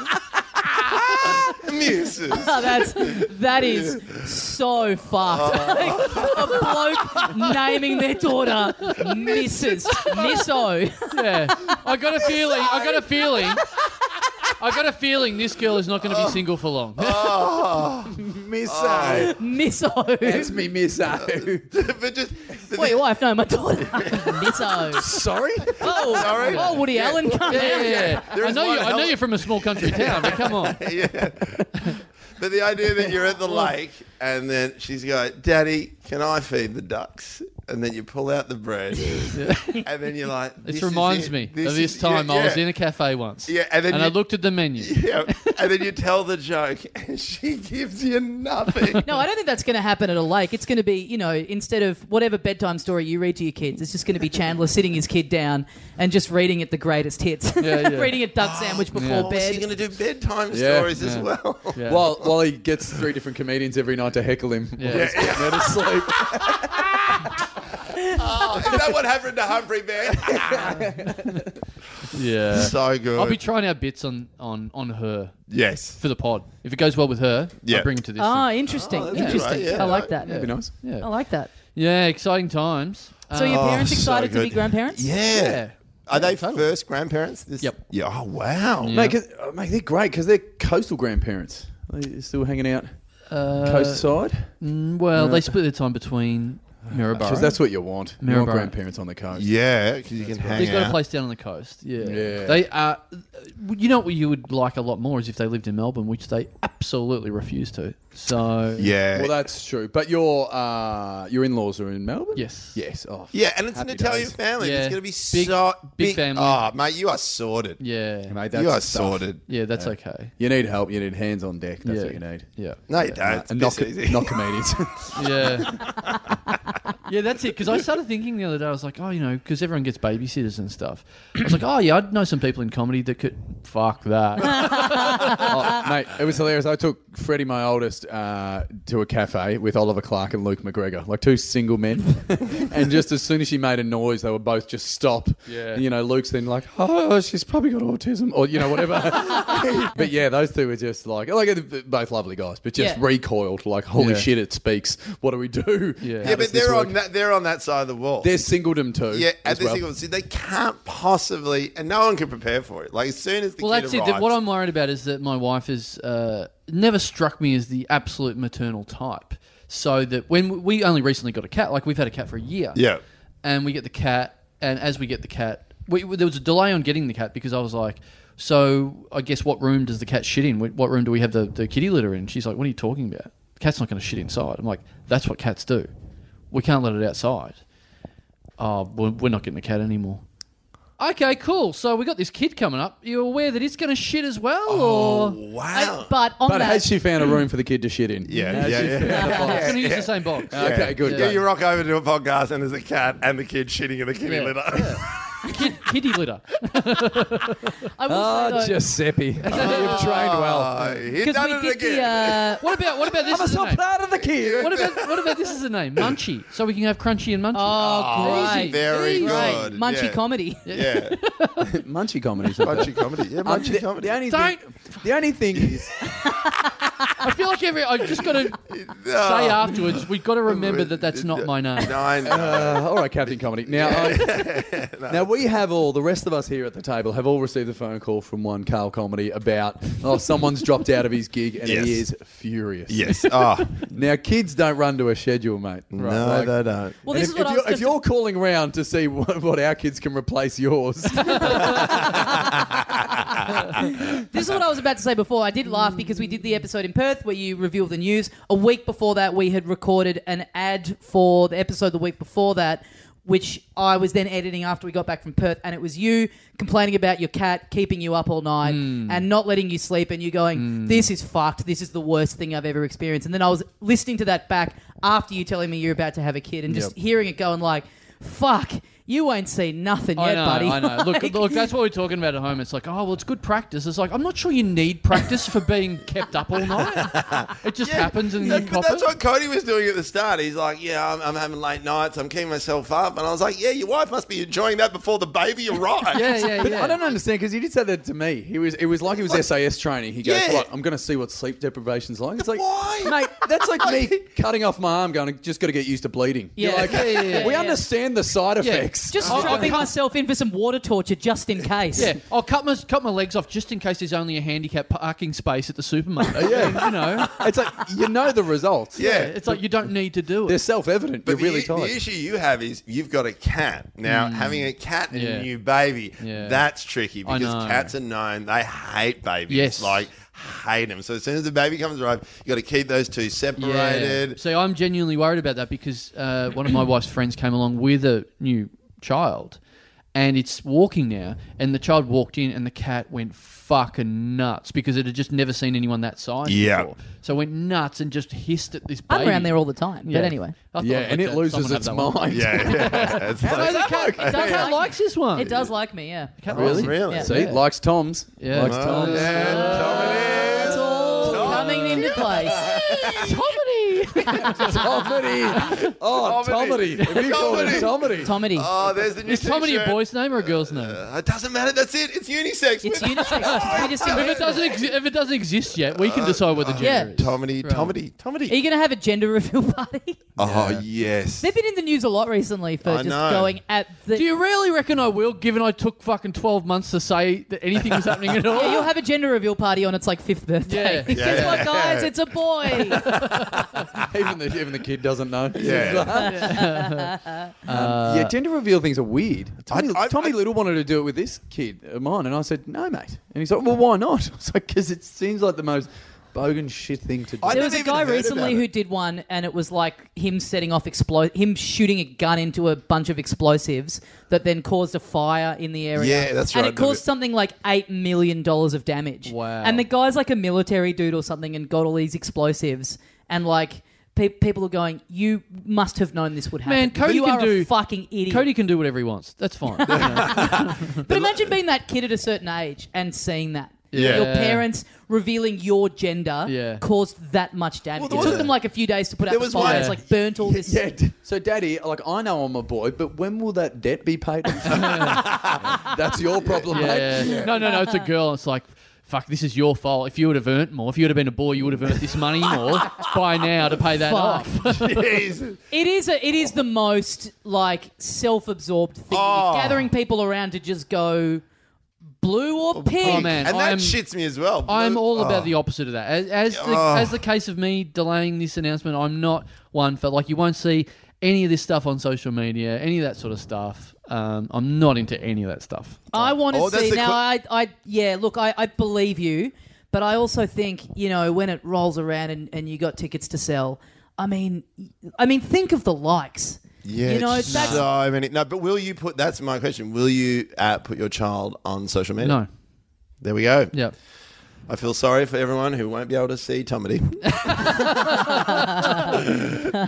[SPEAKER 3] Mrs.
[SPEAKER 1] Oh, that's that is so fucked. a bloke naming their daughter Mrs. Misso.
[SPEAKER 2] yeah. I got a feeling. I got a feeling. I got a feeling this girl is not going to be single for long.
[SPEAKER 3] Oh,
[SPEAKER 4] Miss O.
[SPEAKER 1] Misso.
[SPEAKER 4] That's me, Miss O.
[SPEAKER 3] but just but
[SPEAKER 1] Wait, your wife? No, my daughter. Misso.
[SPEAKER 4] Sorry?
[SPEAKER 1] Oh,
[SPEAKER 3] Sorry?
[SPEAKER 1] oh, Woody Allen. Come
[SPEAKER 2] yeah,
[SPEAKER 1] yeah.
[SPEAKER 2] yeah.
[SPEAKER 3] There
[SPEAKER 2] I
[SPEAKER 3] is
[SPEAKER 2] know
[SPEAKER 3] one
[SPEAKER 2] you. I know
[SPEAKER 3] hell-
[SPEAKER 2] you're from a small country town, but come on.
[SPEAKER 3] yeah. But the idea that you're at the lake and then she's going, Daddy, can I feed the ducks? And then you pull out the bread. and then you're like,
[SPEAKER 2] This,
[SPEAKER 3] is
[SPEAKER 2] reminds
[SPEAKER 3] it.
[SPEAKER 2] me
[SPEAKER 3] This
[SPEAKER 2] of this
[SPEAKER 3] is-
[SPEAKER 2] time
[SPEAKER 3] yeah,
[SPEAKER 2] I was
[SPEAKER 3] yeah.
[SPEAKER 2] in a cafe once.
[SPEAKER 3] Yeah, and then
[SPEAKER 2] and
[SPEAKER 3] you-
[SPEAKER 2] I looked at the menu.
[SPEAKER 3] Yeah. And then you tell the joke and she gives you nothing.
[SPEAKER 1] No, I don't think that's going to happen at a lake. It's going to be, you know, instead of whatever bedtime story you read to your kids, it's just going to be Chandler sitting his kid down and just reading it the greatest hits.
[SPEAKER 2] Yeah, yeah.
[SPEAKER 1] reading a duck sandwich before
[SPEAKER 2] Yeah.
[SPEAKER 3] Oh, Is he
[SPEAKER 1] bed.
[SPEAKER 3] going to do bedtime
[SPEAKER 4] Yeah,
[SPEAKER 3] stories as
[SPEAKER 2] yeah.
[SPEAKER 3] well?
[SPEAKER 2] Yeah.
[SPEAKER 4] While, while he gets three different comedians every night to heckle him.
[SPEAKER 2] Yeah.
[SPEAKER 4] Let us sleep.
[SPEAKER 3] Oh, is that what happened to Humphrey Bear?
[SPEAKER 2] yeah.
[SPEAKER 3] so good.
[SPEAKER 2] I'll be trying out bits on on on her
[SPEAKER 3] yes.
[SPEAKER 2] for the pod. If it goes well with her,
[SPEAKER 3] Yeah.
[SPEAKER 2] I'll bring it to this.
[SPEAKER 1] Ah,
[SPEAKER 2] thing.
[SPEAKER 1] interesting.
[SPEAKER 3] Oh, that's
[SPEAKER 1] interesting.
[SPEAKER 3] right, yeah.
[SPEAKER 1] I like that.
[SPEAKER 4] That'd be nice.
[SPEAKER 1] I
[SPEAKER 2] yeah.
[SPEAKER 1] like that.
[SPEAKER 2] yeah, exciting times.
[SPEAKER 1] So your
[SPEAKER 2] Um,
[SPEAKER 1] parents
[SPEAKER 3] Oh, so
[SPEAKER 1] excited to be
[SPEAKER 3] good.
[SPEAKER 1] grandparents?
[SPEAKER 3] Yeah.
[SPEAKER 2] Yeah.
[SPEAKER 3] Are they
[SPEAKER 2] totally.
[SPEAKER 3] first grandparents? This-
[SPEAKER 2] Yep.
[SPEAKER 3] Yeah. Oh, wow.
[SPEAKER 4] Mate, 'cause- oh, mate, they're great because they're coastal grandparents. They're still hanging out
[SPEAKER 2] uh,
[SPEAKER 4] coast side.
[SPEAKER 2] mm, Well, they split their time between Maribor.
[SPEAKER 4] Because that's what you want. You want
[SPEAKER 2] Maribor.
[SPEAKER 4] grandparents on the coast.
[SPEAKER 3] Yeah, because you can hang
[SPEAKER 2] They've got a
[SPEAKER 3] out.
[SPEAKER 2] place down on the coast. Yeah.
[SPEAKER 4] Yeah.
[SPEAKER 2] They are. uh, You know what you would like a lot more is if they lived in Melbourne, which they absolutely refuse to. So.
[SPEAKER 3] Yeah.
[SPEAKER 4] Well, that's true. But your uh, your in laws are in Melbourne.
[SPEAKER 2] Yes.
[SPEAKER 4] Yes. Oh,
[SPEAKER 3] yeah, and it's an
[SPEAKER 4] Happy
[SPEAKER 3] Italian
[SPEAKER 4] days.
[SPEAKER 3] family.
[SPEAKER 2] Yeah.
[SPEAKER 3] It's going to be
[SPEAKER 2] Big-
[SPEAKER 3] so
[SPEAKER 2] big family.
[SPEAKER 3] Oh, mate, you are sorted.
[SPEAKER 2] Yeah.
[SPEAKER 4] mate, that's
[SPEAKER 3] you are
[SPEAKER 4] stuff.
[SPEAKER 3] sorted.
[SPEAKER 2] Yeah, that's okay.
[SPEAKER 4] You need help. You need hands on deck. That's
[SPEAKER 2] yeah.
[SPEAKER 4] what you need.
[SPEAKER 2] Yeah.
[SPEAKER 3] No, you don't. It's
[SPEAKER 4] and not,
[SPEAKER 3] piss easy.
[SPEAKER 4] not comedians.
[SPEAKER 2] Yeah. yeah, that's it. Because I started thinking the other day, I was like, oh, you know, because everyone gets babysitters and stuff. I was like, oh, yeah, I'd know some people in comedy that could. Fuck that. Uh,
[SPEAKER 4] Oh, mate, it was hilarious. I took Freddie, my oldest, uh, to a cafe with Oliver Clark and Luke McGregor, like two single men. and just as soon as she made a noise, they would both just stop.
[SPEAKER 2] Yeah.
[SPEAKER 4] And, you know, Luke's then like, oh, she's probably got autism or, you know, whatever. but yeah, those two were just like, like they're both lovely guys, but just
[SPEAKER 1] Yeah.
[SPEAKER 4] recoiled like, holy
[SPEAKER 2] Yeah.
[SPEAKER 4] shit, it speaks. What do we do?
[SPEAKER 2] Yeah.
[SPEAKER 4] How
[SPEAKER 3] yeah,
[SPEAKER 4] does
[SPEAKER 3] but
[SPEAKER 4] this
[SPEAKER 3] they're
[SPEAKER 4] work?
[SPEAKER 3] on that. They're on that side of the wall.
[SPEAKER 4] They're singledom too.
[SPEAKER 3] yeah,
[SPEAKER 4] as
[SPEAKER 3] at the
[SPEAKER 4] well.
[SPEAKER 3] single, see, they can't possibly, and no one can prepare for it. Like as soon as the
[SPEAKER 2] well,
[SPEAKER 3] kid
[SPEAKER 2] that's it.
[SPEAKER 3] arrives,
[SPEAKER 2] That- What I'm worried about is that my wife is uh, never struck me as the absolute maternal type. So that when we only recently got a cat, like we've had a cat for a year.
[SPEAKER 3] Yeah.
[SPEAKER 2] and we get the cat, and as we get the cat, we, there was a delay on getting the cat because I was like, "So I guess what room does the cat shit in? What room do we have the, the kitty litter in?" She's like, "What are you talking about? The cat's not going to shit inside." I'm like, "That's what cats do. We can't let it outside." Oh, we're we're not getting the cat anymore. Okay, cool. So we got this kid coming up. You aware that it's going to shit as well,
[SPEAKER 3] oh
[SPEAKER 2] or
[SPEAKER 3] wow,
[SPEAKER 1] But on
[SPEAKER 4] But
[SPEAKER 1] that,
[SPEAKER 4] has she found a room for the kid to shit in?
[SPEAKER 3] Yeah,
[SPEAKER 4] Has
[SPEAKER 3] yeah,
[SPEAKER 4] she
[SPEAKER 3] yeah.
[SPEAKER 4] found a box?
[SPEAKER 2] it's going to use the same box?
[SPEAKER 4] Okay, good.
[SPEAKER 3] Yeah,
[SPEAKER 4] good.
[SPEAKER 3] you rock over to a podcast and there's a cat and the kid shitting in the kitty
[SPEAKER 2] Yeah.
[SPEAKER 3] litter.
[SPEAKER 2] Kid, kitty litter.
[SPEAKER 1] I will
[SPEAKER 4] Ah,
[SPEAKER 1] say though,
[SPEAKER 4] Giuseppe. You've trained well.
[SPEAKER 3] Oh, he
[SPEAKER 1] because
[SPEAKER 3] done
[SPEAKER 1] we
[SPEAKER 3] it
[SPEAKER 1] did
[SPEAKER 3] again.
[SPEAKER 1] the uh,
[SPEAKER 2] What about what about this as a name?
[SPEAKER 4] of the kid.
[SPEAKER 2] What about what about this as a name? Munchy. So we can have Crunchy and Munchy.
[SPEAKER 1] Oh,
[SPEAKER 2] Easy.
[SPEAKER 1] great.
[SPEAKER 3] Very
[SPEAKER 2] Easy.
[SPEAKER 3] good.
[SPEAKER 1] munchy
[SPEAKER 3] yeah.
[SPEAKER 1] comedy.
[SPEAKER 3] Yeah.
[SPEAKER 4] Munchie comedies.
[SPEAKER 3] Munchy comedy. Yeah,
[SPEAKER 4] Um,
[SPEAKER 3] munchy
[SPEAKER 4] the,
[SPEAKER 3] comedy.
[SPEAKER 4] the only
[SPEAKER 2] Don't-
[SPEAKER 4] thing, the only thing is,
[SPEAKER 2] I feel like every I just got to say afterwards. We've got to remember that that's not my name.
[SPEAKER 3] No, I know.
[SPEAKER 4] uh, all right, Captain Comedy. Now, I, now we have all the rest of us here at the table have all received a phone call from one Carl Comedy about oh someone's dropped out of his gig and
[SPEAKER 3] Yes.
[SPEAKER 4] he is furious.
[SPEAKER 3] yes. Oh,
[SPEAKER 4] Now kids don't run to a schedule, mate.
[SPEAKER 3] no,
[SPEAKER 4] Like,
[SPEAKER 3] they don't.
[SPEAKER 1] Well,
[SPEAKER 4] and
[SPEAKER 1] this
[SPEAKER 4] if,
[SPEAKER 1] is what
[SPEAKER 4] if
[SPEAKER 1] I was
[SPEAKER 4] you're, if
[SPEAKER 1] just
[SPEAKER 4] you're calling round to see what, what our kids can replace yours,
[SPEAKER 1] This is what I was about to say before. I did laugh because we did the episode in Perth where you reveal the news. A week before that, we had recorded an ad for the episode the week before that, which I was then editing after we got back from Perth. And it was you complaining about your cat keeping you up all night
[SPEAKER 2] Hmm.
[SPEAKER 1] and not letting you sleep. And you going, This is fucked. This is the worst thing I've ever experienced. And then I was listening to that back after you telling me you're about to have a kid and just
[SPEAKER 4] Yep.
[SPEAKER 1] hearing it going, like, Fuck, you ain't seen nothing
[SPEAKER 2] I
[SPEAKER 1] yet,
[SPEAKER 2] know,
[SPEAKER 1] buddy.
[SPEAKER 2] I know. Look,
[SPEAKER 1] Like-
[SPEAKER 2] look, that's what we're talking about at home. It's like, oh, well, it's good practice. It's like, I'm not sure you need practice for being kept up all night. It just happens and
[SPEAKER 3] Yeah,
[SPEAKER 2] you
[SPEAKER 3] but
[SPEAKER 2] cop
[SPEAKER 3] that's
[SPEAKER 2] it.
[SPEAKER 3] what Cody was doing at the start. He's like, "Yeah, I'm, I'm having late nights. I'm keeping myself up." And I was like, "Yeah, your wife must be enjoying that before the baby arrived."
[SPEAKER 2] Yeah, yeah,
[SPEAKER 4] But
[SPEAKER 2] yeah.
[SPEAKER 4] I don't understand because he did say that to me. He was it was like he was SAS training. He goes,
[SPEAKER 3] Yeah.
[SPEAKER 4] "What? I'm going to see what sleep deprivation's like." It's like,
[SPEAKER 3] Why?
[SPEAKER 4] mate, that's like me cutting off my arm, going, "I "Just got to get used to bleeding." You're
[SPEAKER 1] Yeah.
[SPEAKER 4] like,
[SPEAKER 1] Yeah, yeah, yeah,
[SPEAKER 4] we
[SPEAKER 1] yeah.
[SPEAKER 4] understand the side effects.
[SPEAKER 1] Just
[SPEAKER 2] I- I
[SPEAKER 1] strapping
[SPEAKER 2] can't-
[SPEAKER 1] myself in for some water torture just in case.
[SPEAKER 2] Yeah, I'll cut my cut my legs off just in case there's only a handicap parking space at the supermarket.
[SPEAKER 4] Oh, Yeah.
[SPEAKER 2] you know,
[SPEAKER 4] it's like you know the results.
[SPEAKER 3] Yeah.
[SPEAKER 2] it's like you don't need to do
[SPEAKER 4] they're
[SPEAKER 2] it.
[SPEAKER 4] self-evident. You're
[SPEAKER 3] But the
[SPEAKER 4] really
[SPEAKER 3] i- the,
[SPEAKER 4] tired.
[SPEAKER 3] issue you have is you've got a cat now. Having a cat and
[SPEAKER 2] Hmm. Yeah.
[SPEAKER 3] a new baby,
[SPEAKER 2] Yeah.
[SPEAKER 3] that's tricky
[SPEAKER 2] I
[SPEAKER 3] because
[SPEAKER 2] know.
[SPEAKER 3] cats are known they hate babies.
[SPEAKER 2] Yes.
[SPEAKER 3] like hate them. So as soon as the baby comes around, you got to keep those two separated.
[SPEAKER 2] See, I'm genuinely worried about that because uh, one of my wife's friends came along with a new child, and it's walking now. And the child walked in, and the cat went fucking nuts because it had just never seen anyone that size
[SPEAKER 3] Yeah.
[SPEAKER 2] before. So it went nuts and just hissed at this
[SPEAKER 1] I'm
[SPEAKER 2] baby.
[SPEAKER 1] around there all the time. But anyway.
[SPEAKER 2] I thought
[SPEAKER 4] yeah,
[SPEAKER 2] I'd let
[SPEAKER 4] and it
[SPEAKER 2] that-
[SPEAKER 4] loses
[SPEAKER 2] someone have
[SPEAKER 4] its
[SPEAKER 2] that one.
[SPEAKER 4] mind.
[SPEAKER 3] Yeah, yeah. It's
[SPEAKER 2] No,
[SPEAKER 3] like-
[SPEAKER 2] the cat,
[SPEAKER 1] It does
[SPEAKER 2] the cat
[SPEAKER 1] like-
[SPEAKER 2] likes this one.
[SPEAKER 1] It does like me, yeah.
[SPEAKER 2] The cat likes
[SPEAKER 4] Really?
[SPEAKER 2] it.
[SPEAKER 3] Really?
[SPEAKER 1] Yeah.
[SPEAKER 4] See, likes Tom's.
[SPEAKER 2] Yeah.
[SPEAKER 4] Likes
[SPEAKER 2] Oh,
[SPEAKER 4] Tom's.
[SPEAKER 3] Yeah,
[SPEAKER 1] It's all Oh, coming into place.
[SPEAKER 2] Comedy.
[SPEAKER 4] Tomedy. Oh,
[SPEAKER 3] Tomedy.
[SPEAKER 4] Tomedy. If you call it Tomedy.
[SPEAKER 1] Tomedy.
[SPEAKER 3] Oh, there's the new
[SPEAKER 2] Is Tommy a
[SPEAKER 3] t-shirt.
[SPEAKER 2] boy's name or a girl's name?
[SPEAKER 3] Uh, it doesn't matter. That's it. It's unisex.
[SPEAKER 1] it's unisex. It's pretty
[SPEAKER 2] if it
[SPEAKER 1] distinct.
[SPEAKER 2] doesn't exi- if it doesn't exist yet, we
[SPEAKER 1] Uh,
[SPEAKER 2] can decide what the gender
[SPEAKER 1] yeah.
[SPEAKER 2] is.
[SPEAKER 3] Tomedy, Tomedy,
[SPEAKER 1] Are
[SPEAKER 3] Tomedy.
[SPEAKER 1] you going to have a gender reveal party?
[SPEAKER 3] Oh yes.
[SPEAKER 1] They've been in the news a lot recently for
[SPEAKER 3] I
[SPEAKER 1] just
[SPEAKER 3] know.
[SPEAKER 1] going at the.
[SPEAKER 2] Do you really reckon I will? Given I took fucking twelve months to say that anything was happening at all.
[SPEAKER 1] yeah, you'll have a gender reveal party on its like fifth birthday.
[SPEAKER 2] Yeah.
[SPEAKER 1] Guess what, guys? It's a boy.
[SPEAKER 4] Even the, even the kid doesn't know. Um,
[SPEAKER 3] Yeah. Um,
[SPEAKER 4] yeah, gender reveal things are weird. Tommy,
[SPEAKER 3] I-
[SPEAKER 4] Tommy
[SPEAKER 3] I-
[SPEAKER 4] Little wanted to do it with this kid of mine, and I said, no, mate. And he's like, well, why not? I was like, because it seems like the most bogan shit thing to do.
[SPEAKER 3] I
[SPEAKER 1] there
[SPEAKER 3] never
[SPEAKER 1] was a
[SPEAKER 3] even
[SPEAKER 1] guy
[SPEAKER 3] heard about
[SPEAKER 1] recently
[SPEAKER 3] it.
[SPEAKER 1] who did one, and it was like him setting off explo- him shooting a gun into a bunch of explosives that then caused a fire in the area.
[SPEAKER 3] Yeah, that's right.
[SPEAKER 1] And it caused something like eight million dollars of damage.
[SPEAKER 2] Wow.
[SPEAKER 1] And the guy's like a military dude or something, and got all these explosives, and like pe- people are going, "You must have known this would happen."
[SPEAKER 2] Man, Cody
[SPEAKER 1] you
[SPEAKER 2] can
[SPEAKER 1] are a
[SPEAKER 2] do-
[SPEAKER 1] fucking idiot.
[SPEAKER 2] Cody can do whatever he wants. That's fine. You know.
[SPEAKER 1] but imagine being that kid at a certain age and seeing that.
[SPEAKER 2] Yeah.
[SPEAKER 1] Your parents revealing your gender
[SPEAKER 2] Yeah.
[SPEAKER 1] caused that much damage.
[SPEAKER 3] there
[SPEAKER 1] it
[SPEAKER 3] was
[SPEAKER 1] took
[SPEAKER 3] a-
[SPEAKER 1] them like a few days to put out
[SPEAKER 3] there
[SPEAKER 1] the
[SPEAKER 3] was
[SPEAKER 1] fires,
[SPEAKER 2] one-
[SPEAKER 1] like burnt all this.
[SPEAKER 4] Yeah. d- So, Daddy, like, I know I'm a boy, but when will that debt be paid? That's your problem,
[SPEAKER 2] yeah, yeah,
[SPEAKER 4] mate.
[SPEAKER 2] yeah. No, no, no. It's a girl. It's like. Fuck, this is your fault. If you would have earned more, if you would have been a boy, you would have earned this money more by now to pay that
[SPEAKER 1] Fuck.
[SPEAKER 2] off.
[SPEAKER 3] Jesus.
[SPEAKER 1] It is a, it is the most like self-absorbed thing.
[SPEAKER 3] Oh.
[SPEAKER 1] You're gathering people around to just go blue or pink.
[SPEAKER 2] Oh, man.
[SPEAKER 3] And
[SPEAKER 2] I'm-
[SPEAKER 3] that shits me as well.
[SPEAKER 2] I'm
[SPEAKER 3] Blue-
[SPEAKER 2] all
[SPEAKER 3] oh.
[SPEAKER 2] about the opposite of that. As, as, the,
[SPEAKER 3] Oh.
[SPEAKER 2] as the case of me delaying this announcement, I'm not one for like you won't see any of this stuff on social media, any of that sort of stuff. Um, I'm not into any of that stuff.
[SPEAKER 1] I want to
[SPEAKER 3] Oh, that's
[SPEAKER 1] see
[SPEAKER 3] the
[SPEAKER 1] now.
[SPEAKER 3] que-
[SPEAKER 1] I, I, yeah. Look, I, I believe you, but I also think you know when it rolls around and, and you got tickets to sell. I mean, I mean, think of the likes.
[SPEAKER 3] Yeah,
[SPEAKER 1] you know,
[SPEAKER 3] it's
[SPEAKER 1] that's
[SPEAKER 3] so many. No, but will you put? That's my question. Will you uh, put your child on social media?
[SPEAKER 2] No,
[SPEAKER 3] There we go.
[SPEAKER 2] yeah,
[SPEAKER 3] I feel sorry for everyone who won't be able to see Tomedy.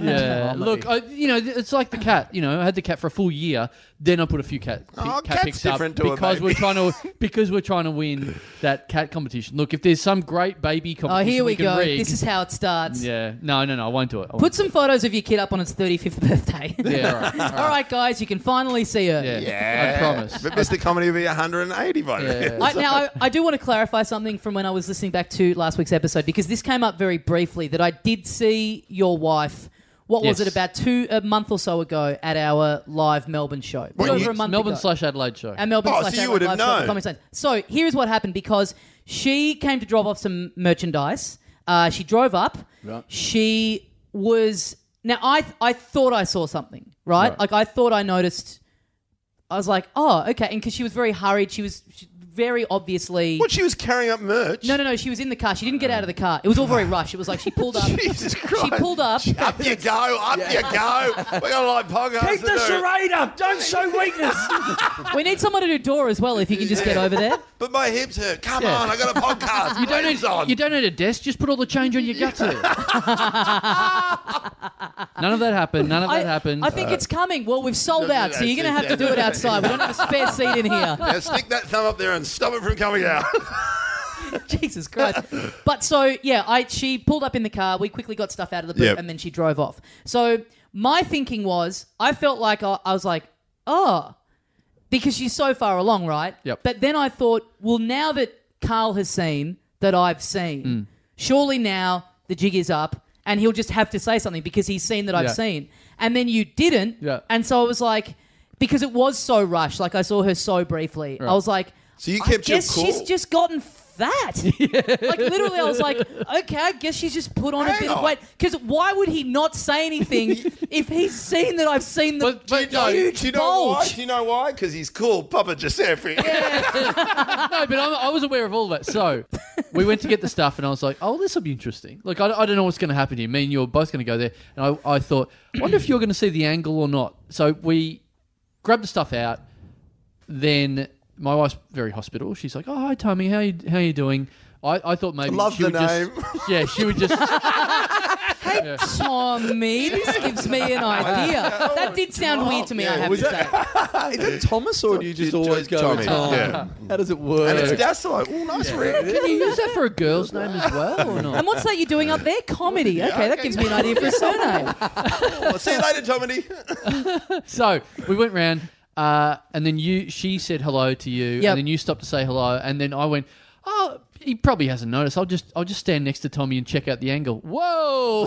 [SPEAKER 2] Yeah, look, I, you know, th- it's like the cat. You know, I had the cat for a full year. Then I put a few cat, pi-
[SPEAKER 3] Oh,
[SPEAKER 2] cat
[SPEAKER 3] cat's
[SPEAKER 2] pics up
[SPEAKER 3] different to a
[SPEAKER 2] because we're
[SPEAKER 3] baby.
[SPEAKER 2] trying to because we're trying to win that cat competition. Look, if there's some great baby
[SPEAKER 1] Oh,
[SPEAKER 2] competition,
[SPEAKER 1] here we,
[SPEAKER 2] can
[SPEAKER 1] go.
[SPEAKER 2] Rig,
[SPEAKER 1] This is how it starts.
[SPEAKER 2] yeah, no, no, no, I won't do it. I won't
[SPEAKER 1] Put
[SPEAKER 2] do
[SPEAKER 1] some photos of your kid up on its 35th birthday.
[SPEAKER 2] it. yeah, all right, all
[SPEAKER 1] All right, guys, you can finally see her.
[SPEAKER 2] right, yeah,
[SPEAKER 3] Yeah.
[SPEAKER 2] I promise.
[SPEAKER 3] But Mr. Comedy will be 180 by
[SPEAKER 2] Yeah.
[SPEAKER 3] then.
[SPEAKER 1] I, now, I, I do want to clarify something from when I was listening back to last week's episode because this came up very briefly that I did see your wife. What was
[SPEAKER 2] Yes.
[SPEAKER 1] it about two a month or so ago at our live Melbourne show?
[SPEAKER 3] Well,
[SPEAKER 1] Over
[SPEAKER 3] you-
[SPEAKER 1] a month
[SPEAKER 2] Melbourne
[SPEAKER 1] ago.
[SPEAKER 2] slash Adelaide show.
[SPEAKER 1] And Melbourne
[SPEAKER 3] Oh,
[SPEAKER 1] slash
[SPEAKER 3] so you
[SPEAKER 1] Adelaide
[SPEAKER 3] would have
[SPEAKER 1] Live Show at
[SPEAKER 3] known.
[SPEAKER 1] Comedy Centre. So here's what happened because she came to drop off some merchandise. Uh, she drove up.
[SPEAKER 4] Right.
[SPEAKER 1] She was now I I thought I saw something right?
[SPEAKER 4] Right.
[SPEAKER 1] Like I thought I noticed. I was like, oh okay, and because she was very hurried, she was she, very obviously.
[SPEAKER 3] What, she was carrying up merch?
[SPEAKER 1] no, no, no. She was in the car. She didn't get out of the car. It was all very rushed. It was like she pulled up.
[SPEAKER 3] Jesus Christ.
[SPEAKER 1] she pulled up.
[SPEAKER 3] Up you go, up you go. We're going to like podcast.
[SPEAKER 4] Keep the charade up. Don't show weakness.
[SPEAKER 1] We need someone to do door as well. If you can just get over there.
[SPEAKER 3] But my hips hurt. Come
[SPEAKER 2] Yeah.
[SPEAKER 3] on, I got a podcast. you
[SPEAKER 2] you don't
[SPEAKER 3] Please
[SPEAKER 2] need
[SPEAKER 3] on.
[SPEAKER 2] you don't need a desk. Just put all the change on your guts. in it. None of that happened. None of that
[SPEAKER 1] I,
[SPEAKER 2] happened. Uh,
[SPEAKER 1] I think it's coming. Well, we've sold out, so you're going to have to do it outside. We don't have a spare seat in here.
[SPEAKER 3] Now stick that thumb up there and stop it from coming out.
[SPEAKER 1] Jesus Christ. But so yeah, I she pulled up in the car. We quickly got stuff out of the boot,
[SPEAKER 3] Yep.
[SPEAKER 1] and then she drove off. So my thinking was, I felt like I, I was like, oh, because she's so far along, right?
[SPEAKER 2] Yep.
[SPEAKER 1] But then I thought, well, now that Carl has seen that I've seen,
[SPEAKER 2] Mm.
[SPEAKER 1] surely now the jig is up, and he'll just have to say something because he's seen that I've
[SPEAKER 2] Yeah.
[SPEAKER 1] seen. And then you didn't,
[SPEAKER 2] Yeah.
[SPEAKER 1] and so I was like. Because it was so rushed, like I saw her so briefly, I was like,
[SPEAKER 3] So you
[SPEAKER 1] I
[SPEAKER 3] kept your
[SPEAKER 1] guess
[SPEAKER 3] cool.
[SPEAKER 1] She's just gotten fat. Like literally, I was like, okay, I guess she's just put on a
[SPEAKER 3] Hang
[SPEAKER 1] bit
[SPEAKER 3] on.
[SPEAKER 1] of weight. Because why would he not say anything if he's seen that I've seen the
[SPEAKER 2] But- but no,
[SPEAKER 1] huge
[SPEAKER 3] do you know why?
[SPEAKER 1] bulge?
[SPEAKER 3] Do you know why? Because he's called Papa Giuseppe.
[SPEAKER 2] no, but I'm, I was aware of all that. So we went to get the stuff, and I was like, "Oh, this will be interesting." Like, I, I don't know what's going to happen here. Me and you are both going to go there, and I, I thought, I "Wonder if you're going to see the angle or not." So we grabbed the stuff out. Then my wife's very hospitable. She's like, "Oh, hi, Tommy. How you how you doing?" I, I thought maybe
[SPEAKER 3] Love
[SPEAKER 2] she
[SPEAKER 3] the
[SPEAKER 2] would just yeah, she would just
[SPEAKER 1] Tommy, this gives me an idea. That did sound weird to me. I
[SPEAKER 3] Yeah,
[SPEAKER 1] have
[SPEAKER 3] was
[SPEAKER 1] to say.
[SPEAKER 4] Is that Thomas or do you just
[SPEAKER 3] You
[SPEAKER 4] always go
[SPEAKER 3] Tommy,
[SPEAKER 4] with Tom?
[SPEAKER 3] yeah.
[SPEAKER 4] How does it work?
[SPEAKER 3] and it's Dasilo. Oh, nice ring.
[SPEAKER 2] Can you use that for a girl's name as well or not?
[SPEAKER 1] And what's that you're doing up there? Comedy. Okay, that gives me an idea for a surname.
[SPEAKER 3] Well, Oh, see you later, Tommy.
[SPEAKER 2] So we went round, uh, and then you, she said hello to you,
[SPEAKER 1] Yep.
[SPEAKER 2] and then you stopped to say hello, and then I went, oh, he probably hasn't noticed. I'll just, I'll just stand next to Tommy and check out the angle. Whoa!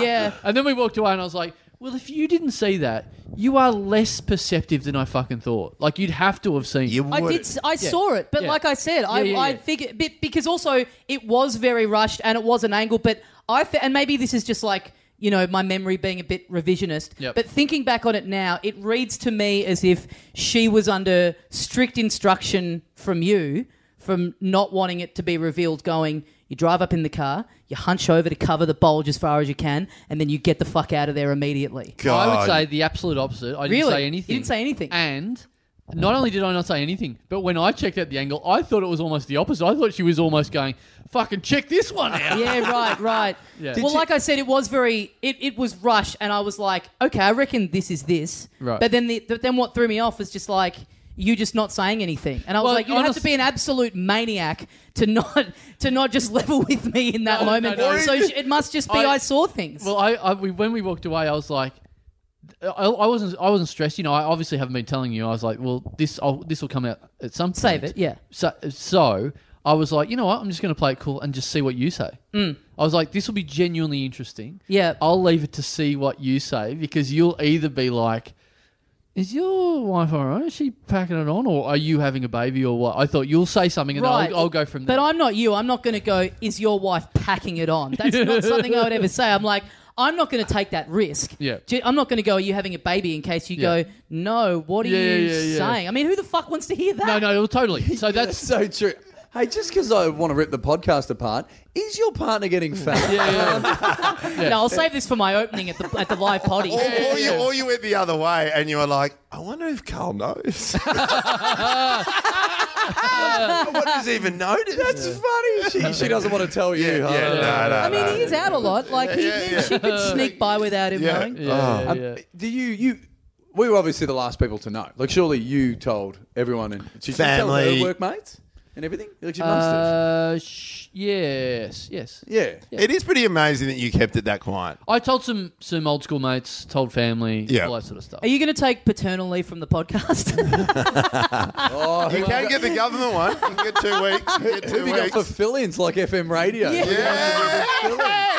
[SPEAKER 1] Yeah.
[SPEAKER 2] and then we walked away, and I was like, well, if you didn't see that, you are less perceptive than I fucking thought. Like you'd have to have seen.
[SPEAKER 1] I did. s- I saw it, but
[SPEAKER 2] Yeah.
[SPEAKER 1] like I said, I,
[SPEAKER 2] Yeah, yeah,
[SPEAKER 1] I
[SPEAKER 2] yeah.
[SPEAKER 1] figured bit because also it was very rushed and it was an angle. But I fe- and maybe this is just like you know my memory being a bit revisionist.
[SPEAKER 2] Yep.
[SPEAKER 1] But thinking back on it now, it reads to me as if she was under strict instruction from you, from not wanting it to be revealed. Going, you drive up in the car, you hunch over to cover the bulge as far as you can, and then you get the fuck out of there immediately.
[SPEAKER 2] I would say the absolute opposite. I didn't
[SPEAKER 1] Really?
[SPEAKER 2] say
[SPEAKER 1] You
[SPEAKER 2] anything.
[SPEAKER 1] didn't say anything?
[SPEAKER 2] And not only did I not say anything, but when I checked out the angle, I thought it was almost the opposite. I thought she was almost going, "Fucking check this one out."
[SPEAKER 1] yeah, right, right.
[SPEAKER 2] Yeah. Did
[SPEAKER 1] Well,
[SPEAKER 2] you-
[SPEAKER 1] like I said, it was very it, it was rushed, and I was like, okay, I reckon this is this.
[SPEAKER 2] Right.
[SPEAKER 1] But then the, but then what threw me off was just like you just not saying anything, and I was
[SPEAKER 2] Well,
[SPEAKER 1] like, you have to
[SPEAKER 2] honest-
[SPEAKER 1] be an absolute maniac to not to not just level with me in that
[SPEAKER 2] No, no,
[SPEAKER 1] moment.
[SPEAKER 2] no.
[SPEAKER 1] So sh- it must just be I,
[SPEAKER 2] I-
[SPEAKER 1] saw things.
[SPEAKER 2] Well, I, I we, when we walked away, I was like, I, I wasn't I wasn't stressed. You know, I obviously haven't been telling you. I was like, well, this I'll, this will come out at some.
[SPEAKER 1] Save
[SPEAKER 2] point.
[SPEAKER 1] it, yeah.
[SPEAKER 2] So so I was like, you know what? I'm just going to play it cool and just see what you say. I was like, this will be genuinely interesting.
[SPEAKER 1] Mm. Yeah.
[SPEAKER 2] I'll leave it to see what you say because you'll either be like. Is your wife alright? Is she packing it on, or are you having a baby, or what? I thought you'll say something, and
[SPEAKER 1] right.
[SPEAKER 2] I'll, I'll go from there.
[SPEAKER 1] But I'm not you. I'm not going to go. Is your wife packing it on? That's not something I would ever say. I'm like. I'm not going to take that risk.
[SPEAKER 2] Yeah.
[SPEAKER 1] Gee, I'm not going to go. Are you having a baby? In case you
[SPEAKER 2] Yeah.
[SPEAKER 1] go, no. What are
[SPEAKER 2] Yeah,
[SPEAKER 1] you
[SPEAKER 2] yeah, yeah.
[SPEAKER 1] saying? I mean, who the fuck wants to hear that?
[SPEAKER 2] no, no, totally. So
[SPEAKER 4] That's
[SPEAKER 2] that's
[SPEAKER 4] so true. Hey, just because I want to rip the podcast apart, is your partner getting fat?
[SPEAKER 2] yeah, yeah.
[SPEAKER 1] No, I'll save this for my opening at the at the live potty.
[SPEAKER 3] Or,
[SPEAKER 1] yeah,
[SPEAKER 3] or, you, or you went the other way and you were like, I wonder if Carl knows. What is even noticed?
[SPEAKER 4] That's funny. She, she doesn't want to tell you.
[SPEAKER 3] yeah,
[SPEAKER 4] huh?
[SPEAKER 3] yeah, no, no.
[SPEAKER 1] I mean,
[SPEAKER 3] no.
[SPEAKER 1] he is out a lot. Like he,
[SPEAKER 3] Yeah, yeah.
[SPEAKER 1] she could sneak by without him
[SPEAKER 3] Yeah.
[SPEAKER 1] knowing.
[SPEAKER 2] Yeah,
[SPEAKER 4] Um,
[SPEAKER 2] yeah.
[SPEAKER 4] Do you you? We were obviously the last people to know. Like, surely you told everyone and did you tell her
[SPEAKER 3] Family.
[SPEAKER 4] workmates and everything. Like your mum stuff.
[SPEAKER 2] Uh, sh- yes, yes.
[SPEAKER 4] Yeah.
[SPEAKER 3] It is pretty amazing that you kept it that quiet.
[SPEAKER 2] I told some some old school mates, told family,
[SPEAKER 3] Yeah.
[SPEAKER 2] all that sort of stuff.
[SPEAKER 1] Are you going to take paternal leave from the podcast?
[SPEAKER 4] Oh,
[SPEAKER 3] You can get the government one. You can get two weeks. You can get
[SPEAKER 4] who
[SPEAKER 3] two
[SPEAKER 4] have you got for
[SPEAKER 3] weeks.
[SPEAKER 4] fill-ins like FM radio?
[SPEAKER 1] Yeah.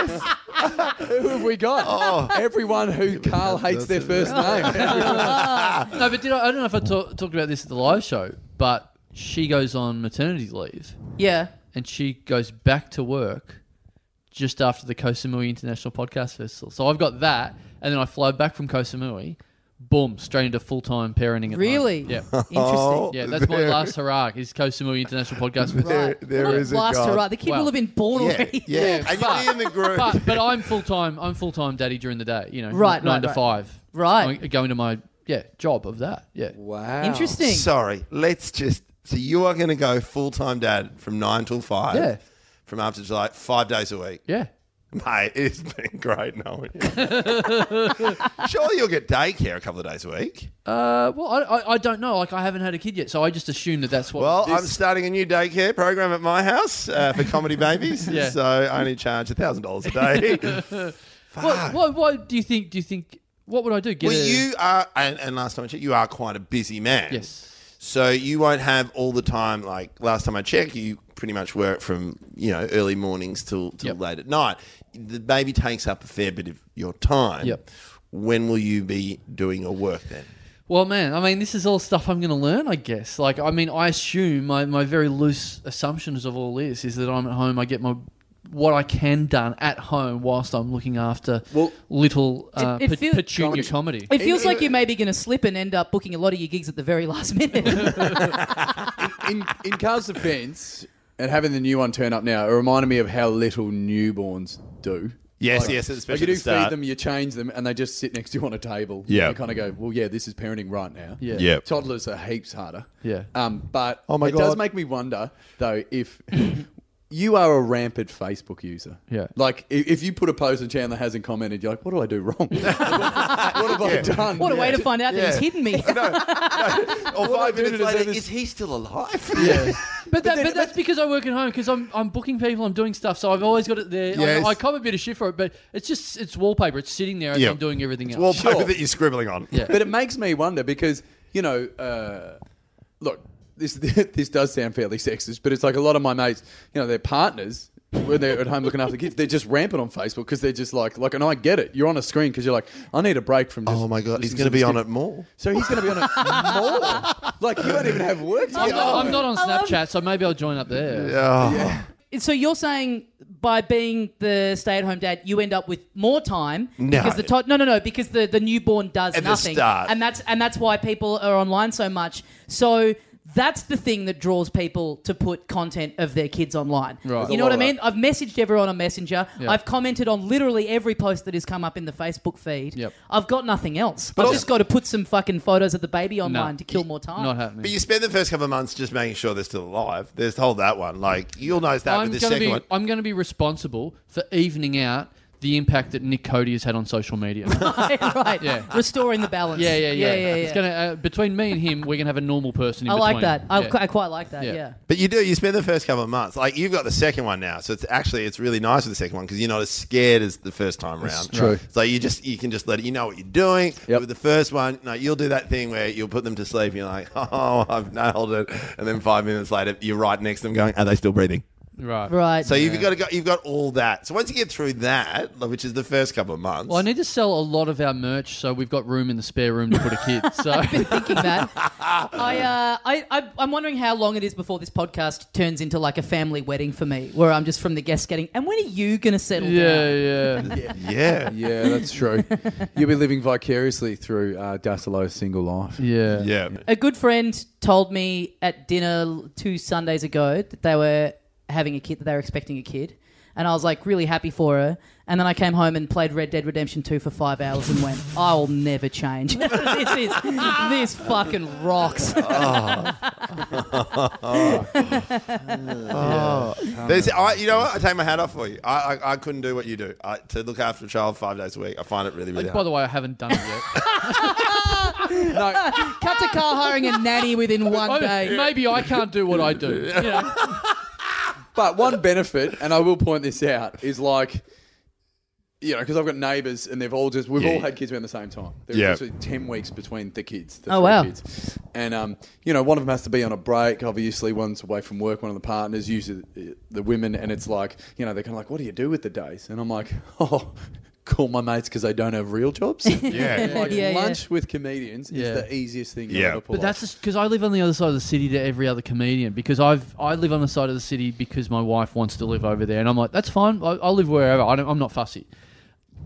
[SPEAKER 4] Who have we got?
[SPEAKER 3] Oh.
[SPEAKER 4] Everyone who Carl hates their first name.
[SPEAKER 2] no, but did I, I don't know if I ta- talked about this at the live show, but she goes on maternity leave
[SPEAKER 1] yeah.
[SPEAKER 2] and she goes back to work just after the Kosamui International Podcast Festival. So I've got that, and then I fly back from Kosamui, boom, straight into full time parenting. At home.
[SPEAKER 1] Really?
[SPEAKER 2] Yeah.
[SPEAKER 1] Interesting.
[SPEAKER 3] Oh.
[SPEAKER 2] Yeah, that's my
[SPEAKER 3] There-
[SPEAKER 2] last hurrah is Kosamui International Podcast Festival.
[SPEAKER 3] There- there
[SPEAKER 1] What a
[SPEAKER 3] is a
[SPEAKER 1] blast
[SPEAKER 3] God.
[SPEAKER 1] to right. The kid
[SPEAKER 2] Wow.
[SPEAKER 1] will have been born
[SPEAKER 3] Yeah,
[SPEAKER 1] already.
[SPEAKER 3] yeah. And you'll
[SPEAKER 2] but-
[SPEAKER 3] be in the group.
[SPEAKER 2] But but I'm full time. I'm full time daddy during the day. You know,
[SPEAKER 1] Right,
[SPEAKER 2] nine
[SPEAKER 1] right,
[SPEAKER 2] to
[SPEAKER 1] right.
[SPEAKER 2] five.
[SPEAKER 1] Right.
[SPEAKER 2] I'm going to my yeah job of that. Yeah.
[SPEAKER 4] wow.
[SPEAKER 1] Interesting.
[SPEAKER 3] Sorry, let's just. So you are going to go full time dad from nine till five.
[SPEAKER 2] Yeah.
[SPEAKER 3] From after July, five days a week.
[SPEAKER 2] Yeah.
[SPEAKER 3] Mate, it's been great knowing you. sure, you'll get daycare a couple of days a week.
[SPEAKER 2] Uh, well, I, I I don't know. Like I haven't had a kid yet, so I just assume that that's what.
[SPEAKER 3] Well,
[SPEAKER 2] this-
[SPEAKER 3] I'm starting a new daycare program at my house uh, for comedy babies.
[SPEAKER 2] Yeah.
[SPEAKER 3] So I only charge thousand dollars a day.
[SPEAKER 2] What, what, what do you think? Do you think what would I do? Get
[SPEAKER 3] well,
[SPEAKER 2] a-
[SPEAKER 3] you are, and, and last time I checked, you are quite a busy man.
[SPEAKER 2] Yes.
[SPEAKER 3] So you won't have all the time. Like last time I checked, you pretty much work from you know early mornings till till
[SPEAKER 2] Yep.
[SPEAKER 3] late at night. The baby takes up a fair bit of your time.
[SPEAKER 2] Yep.
[SPEAKER 3] When will you be doing your work then?
[SPEAKER 2] Well, man, I mean, this is all stuff I'm going to learn, I guess. Like, I mean, I assume my, my very loose assumptions of all this is that I'm at home, I get my what I can done at home whilst I'm looking after
[SPEAKER 4] Well-
[SPEAKER 2] little uh,
[SPEAKER 1] it
[SPEAKER 2] pe-
[SPEAKER 1] feels-
[SPEAKER 2] petunia comedy.
[SPEAKER 1] It feels
[SPEAKER 4] uh,
[SPEAKER 1] like you're maybe going to slip and end up booking a lot of your gigs at the very last minute.
[SPEAKER 4] in in Carl's defence, and having the new one turn up now, it reminded me of how little newborns do.
[SPEAKER 3] Yes, yes, especially
[SPEAKER 4] Like you
[SPEAKER 3] at
[SPEAKER 4] do
[SPEAKER 3] the start.
[SPEAKER 4] feed them, you change them, and they just sit next to you on a table.
[SPEAKER 3] Yeah.
[SPEAKER 4] you kind of go, well, yeah, this is parenting right now.
[SPEAKER 2] Yeah.
[SPEAKER 3] Yeah.
[SPEAKER 4] toddlers are heaps harder.
[SPEAKER 2] Yeah.
[SPEAKER 4] um, but
[SPEAKER 3] Oh my
[SPEAKER 4] it does
[SPEAKER 3] God.
[SPEAKER 4] make me wonder though if. You are a rampant Facebook user.
[SPEAKER 2] Yeah.
[SPEAKER 4] Like, i- if you put a post and Chandler hasn't commented, you're like, what do I do wrong? what have I done?
[SPEAKER 1] what a way
[SPEAKER 4] Yeah.
[SPEAKER 1] to find out that he's hidden me.
[SPEAKER 3] Or five
[SPEAKER 4] minutes
[SPEAKER 3] minutes later,
[SPEAKER 4] later,
[SPEAKER 3] is he still alive?
[SPEAKER 2] But, that, but that's because I work at home because I'm, I'm booking people, I'm doing stuff, so I've always got it there. I-
[SPEAKER 3] Yes.
[SPEAKER 2] I, cop a bit of shit for it, but it's just it's wallpaper. It's sitting there as
[SPEAKER 3] Yeah.
[SPEAKER 2] I'm doing everything else.
[SPEAKER 3] Wallpaper
[SPEAKER 4] Sure.
[SPEAKER 3] that you're scribbling on.
[SPEAKER 2] Yeah.
[SPEAKER 4] But it makes me wonder because you know, uh, look, this this does sound fairly sexist, but it's like a lot of my mates, you know, their partners when they're at home looking after the kids, they're just rampant on Facebook because they're just like, like, and I get it. You're on a screen because you're like, I need a break from. Just
[SPEAKER 3] Oh my god, he's
[SPEAKER 4] listening
[SPEAKER 3] going to be
[SPEAKER 4] this
[SPEAKER 3] on
[SPEAKER 4] kid."
[SPEAKER 3] it more.
[SPEAKER 4] So he's going to be on it more. Like you don't even have work. To
[SPEAKER 2] I'm,
[SPEAKER 4] get
[SPEAKER 2] not,
[SPEAKER 4] on.
[SPEAKER 2] I'm not on Snapchat, so maybe I'll join up there.
[SPEAKER 3] Oh.
[SPEAKER 1] so you're saying by being the stay-at-home dad, you end up with more time
[SPEAKER 3] No.
[SPEAKER 1] because the tot- no, no, no, because the, the newborn does
[SPEAKER 3] At the
[SPEAKER 1] nothing,
[SPEAKER 3] start.
[SPEAKER 1] and that's and that's why people are online so much. So that's the thing that draws people to put content of their kids online.
[SPEAKER 4] There's a
[SPEAKER 1] You know
[SPEAKER 4] lot
[SPEAKER 1] what I
[SPEAKER 4] of
[SPEAKER 1] mean? I've messaged everyone on Messenger.
[SPEAKER 2] Yeah.
[SPEAKER 1] I've commented on literally every post that has come up in the Facebook feed.
[SPEAKER 2] Yep.
[SPEAKER 1] I've got nothing else. I've
[SPEAKER 3] also-
[SPEAKER 1] just got to put some fucking photos of the baby
[SPEAKER 2] No.
[SPEAKER 1] online to kill more time.
[SPEAKER 2] Not happening.
[SPEAKER 3] But you spend the first couple of months just making sure they're still alive. There's hold that one. Like you'll notice that
[SPEAKER 2] I'm
[SPEAKER 3] with the
[SPEAKER 2] gonna
[SPEAKER 3] second
[SPEAKER 2] be
[SPEAKER 3] one.
[SPEAKER 2] I'm going to be responsible for evening out the impact that Nick Cody has had on social media. yeah,
[SPEAKER 1] right.
[SPEAKER 2] Yeah.
[SPEAKER 1] Restoring the balance.
[SPEAKER 2] yeah, yeah,
[SPEAKER 1] yeah, yeah,
[SPEAKER 2] It's
[SPEAKER 1] yeah.
[SPEAKER 2] going to uh, between me and him, we're going to have a normal person. In
[SPEAKER 1] I like
[SPEAKER 2] between.
[SPEAKER 1] that. I,
[SPEAKER 2] Yeah.
[SPEAKER 1] qu- I quite like that.
[SPEAKER 2] Yeah.
[SPEAKER 1] Yeah.
[SPEAKER 3] But you do. You spend the first couple of months. Like you've got the second one now, so it's actually it's really nice with the second one because you're not as scared as the first time round.
[SPEAKER 4] true.
[SPEAKER 3] So you just you can just let it. You know what you're doing.
[SPEAKER 4] Yep.
[SPEAKER 3] With the first one, no, you'll do that thing where you'll put them to sleep. and You're like, oh, I've nailed it. And then five minutes later, you're right next to them, going, are they still breathing?
[SPEAKER 2] Right.
[SPEAKER 1] Right.
[SPEAKER 3] So you've got to go, you've got all that. So once you get through that, like, which is the first couple of months,
[SPEAKER 2] Well, I need to sell a lot of our merch, so we've got room in the spare room to put a kid. So
[SPEAKER 1] thinking that. I, uh, I, I, I'm wondering how long it is before this podcast turns into like a family wedding for me, where I'm just from the guest getting. And when are you going to settle
[SPEAKER 2] yeah,
[SPEAKER 1] down?
[SPEAKER 2] yeah,
[SPEAKER 3] yeah,
[SPEAKER 4] Yeah, that's true. You'll be living vicariously through uh, Dasilow's single life.
[SPEAKER 2] yeah,
[SPEAKER 3] yeah.
[SPEAKER 1] A good friend told me at dinner two Sundays ago that they were having a kid, that they were expecting a kid, and I was like really happy for her. And then I came home and played Red Dead Redemption 2 for five hours and went, I will never change. this is this fucking rocks.
[SPEAKER 3] There's, I, you know what? I take my hat off for you. I, I, I couldn't do what you do. I, to look after a child five days a week, I find it really, really
[SPEAKER 2] By
[SPEAKER 3] hard.
[SPEAKER 2] the way, I haven't done it yet.
[SPEAKER 1] Cut to Carl hiring a nanny within one
[SPEAKER 2] Maybe-
[SPEAKER 1] day.
[SPEAKER 2] Maybe I can't do what I do. You know?
[SPEAKER 4] But one benefit, and I will point this out, is like, you know, because I've got neighbours and they've all just we've all had kids around the same time. There's
[SPEAKER 3] Yeah.
[SPEAKER 4] actually ten weeks between the kids. The
[SPEAKER 1] Oh,
[SPEAKER 4] three
[SPEAKER 1] wow.
[SPEAKER 4] Kids. And um, you know, one of them has to be on a break. Obviously, one's away from work. One of the partners, usually the- the women, and it's like, you know, they're kind of like, what do you do with the days? And I'm like, oh. Call my mates because they don't have real jobs.
[SPEAKER 3] Yeah.
[SPEAKER 4] like
[SPEAKER 1] Yeah, yeah.
[SPEAKER 4] lunch with comedians
[SPEAKER 2] Yeah.
[SPEAKER 4] is the easiest thing. You'll
[SPEAKER 3] Yeah.
[SPEAKER 4] ever pull
[SPEAKER 2] But that's
[SPEAKER 4] off.
[SPEAKER 2] because I live on the other side of the city to every other comedian. Because I've I live on the side of the city because my wife wants to live over there, and I'm like, that's fine. I, I'll live wherever. I don't, I'm not fussy.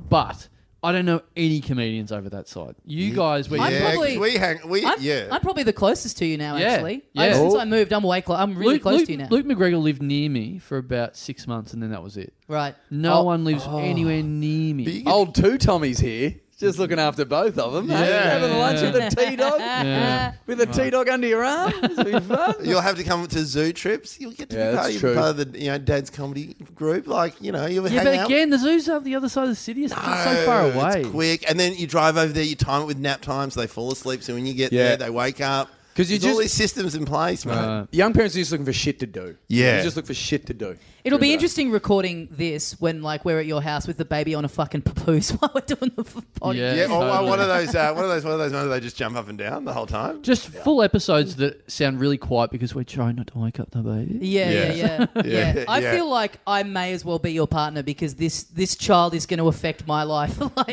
[SPEAKER 2] But I don't know any comedians over that side. You guys, where
[SPEAKER 3] Yeah,
[SPEAKER 1] I'm
[SPEAKER 2] you,
[SPEAKER 1] probably-
[SPEAKER 3] 'cause we hang. We
[SPEAKER 1] I'm,
[SPEAKER 3] yeah.
[SPEAKER 1] I'm probably the closest to you now,
[SPEAKER 2] Yeah,
[SPEAKER 1] actually.
[SPEAKER 2] yeah.
[SPEAKER 1] I- since
[SPEAKER 4] Oh.
[SPEAKER 1] I moved, I'm way close. I'm really
[SPEAKER 2] Luke,
[SPEAKER 1] close
[SPEAKER 2] Luke,
[SPEAKER 1] to you now.
[SPEAKER 2] Luke McGregor lived near me for about six months, and then that was it.
[SPEAKER 1] Right.
[SPEAKER 2] No
[SPEAKER 1] Oh,
[SPEAKER 2] one lives anywhere near me.
[SPEAKER 3] But you
[SPEAKER 4] old two Tommies here, just looking after both of them. Yeah.
[SPEAKER 3] Yeah.
[SPEAKER 4] having lunch with a T dog.
[SPEAKER 2] Yeah.
[SPEAKER 4] With a tea dog under your arm?
[SPEAKER 3] You'll have to come to zoo trips. You'll get to
[SPEAKER 4] Yeah,
[SPEAKER 3] be
[SPEAKER 4] that's
[SPEAKER 3] part, of-
[SPEAKER 4] true.
[SPEAKER 3] part of the you know dad's comedy group. Like you know you'll
[SPEAKER 2] Yeah,
[SPEAKER 3] hang
[SPEAKER 2] but
[SPEAKER 3] out.
[SPEAKER 2] again, the zoo's up the other side of the city. It's
[SPEAKER 3] No,
[SPEAKER 4] Oh,
[SPEAKER 2] so far away.
[SPEAKER 3] It's quick, and then you drive over there. You time it with nap time, so they fall asleep. So when you get
[SPEAKER 4] Yeah.
[SPEAKER 3] there, they wake up.
[SPEAKER 4] 'Cause you
[SPEAKER 3] There's all
[SPEAKER 4] just-
[SPEAKER 3] these systems in place, mate.
[SPEAKER 2] Uh,
[SPEAKER 4] Young parents are just looking for shit to do.
[SPEAKER 3] Yeah.
[SPEAKER 4] They just look for shit to do.
[SPEAKER 1] It'll be
[SPEAKER 4] Remember
[SPEAKER 1] interesting recording this when, like, we're at your house with the baby on a fucking papoose while we're doing the f- podcast.
[SPEAKER 2] Yeah.
[SPEAKER 3] yeah, or
[SPEAKER 2] totally.
[SPEAKER 3] one of those, uh, one of those, one of those ones where they just jump up and down the whole time.
[SPEAKER 2] Just full episodes that sound really quiet because we're trying not to wake up the baby.
[SPEAKER 1] Yeah, yeah, yeah, yeah.
[SPEAKER 3] Yeah.
[SPEAKER 1] I
[SPEAKER 3] Yeah.
[SPEAKER 1] feel like I may as well be your partner because this this child is going to affect my life. like,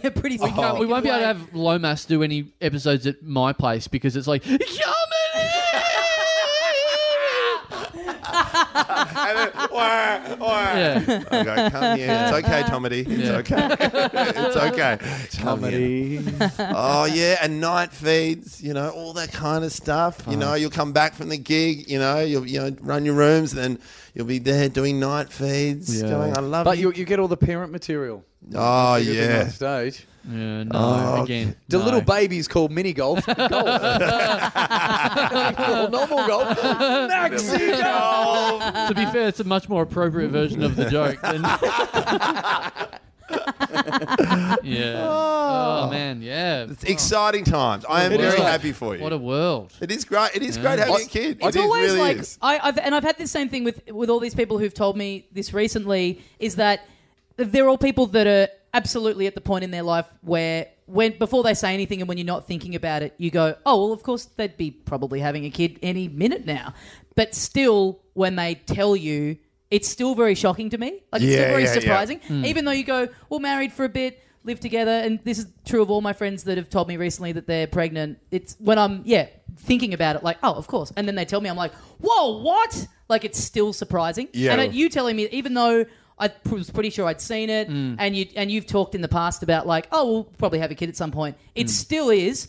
[SPEAKER 1] in a pretty
[SPEAKER 2] We, can't, we won't be able to have Lomas do any episodes at my place because it's like, "Come
[SPEAKER 3] and then, wah, wah.
[SPEAKER 2] in here!"
[SPEAKER 3] I go, come here. It's okay, Tomedy. It's
[SPEAKER 2] Yeah.
[SPEAKER 3] okay. it's okay. Come here. Oh yeah, and night feeds, you know, all that kind of stuff. You know, you'll come back from the gig, you know, you'll you know run your rooms, then you'll be there doing night feeds.
[SPEAKER 2] Yeah.
[SPEAKER 3] Going, I love
[SPEAKER 4] But
[SPEAKER 3] you.
[SPEAKER 4] you, you get all the parent material.
[SPEAKER 3] Oh
[SPEAKER 4] Because they're
[SPEAKER 3] yeah.
[SPEAKER 4] on stage.
[SPEAKER 2] Yeah. yeah, no,
[SPEAKER 3] Oh,
[SPEAKER 2] again.
[SPEAKER 4] The
[SPEAKER 2] no.
[SPEAKER 4] little babies called mini golf. golf. Or normal golf.
[SPEAKER 1] Uh,
[SPEAKER 4] Maxi golf.
[SPEAKER 2] to be fair, it's a much more appropriate version of the joke than. yeah. Oh, man, yeah.
[SPEAKER 3] It's exciting times. I am
[SPEAKER 4] It is
[SPEAKER 3] very
[SPEAKER 4] like-
[SPEAKER 3] happy for you.
[SPEAKER 2] What a world.
[SPEAKER 3] it is great. It is great
[SPEAKER 2] Yeah.
[SPEAKER 3] having
[SPEAKER 4] It's-
[SPEAKER 3] a kid.
[SPEAKER 1] It's
[SPEAKER 3] It is,
[SPEAKER 1] always
[SPEAKER 3] really
[SPEAKER 1] like
[SPEAKER 3] is.
[SPEAKER 1] I, I've and I've had the same thing with with all these people who've told me this recently is that they're all people that are absolutely at the point in their life where when before they say anything and when you're not thinking about it, you go, oh well, of course they'd be probably having a kid any minute now, but still when they tell you. It's still very shocking to me. Like it's
[SPEAKER 3] Yeah,
[SPEAKER 1] still very
[SPEAKER 3] yeah, yeah.
[SPEAKER 1] surprising,
[SPEAKER 2] Mm.
[SPEAKER 1] even though you go, "Well, married for a bit, lived together," and this is true of all my friends that have told me recently that they're pregnant. It's when I'm, yeah, thinking about it, like, "Oh, of course," and then they tell me, I'm like, "Whoa, what?" Like it's still surprising.
[SPEAKER 3] Yeah.
[SPEAKER 1] And it, you telling me, even though I p- was pretty sure I'd seen it,
[SPEAKER 2] Mm.
[SPEAKER 1] and you and you've talked in the past about like, "Oh, we'll probably have a kid at some point," it
[SPEAKER 2] Mm.
[SPEAKER 1] still is.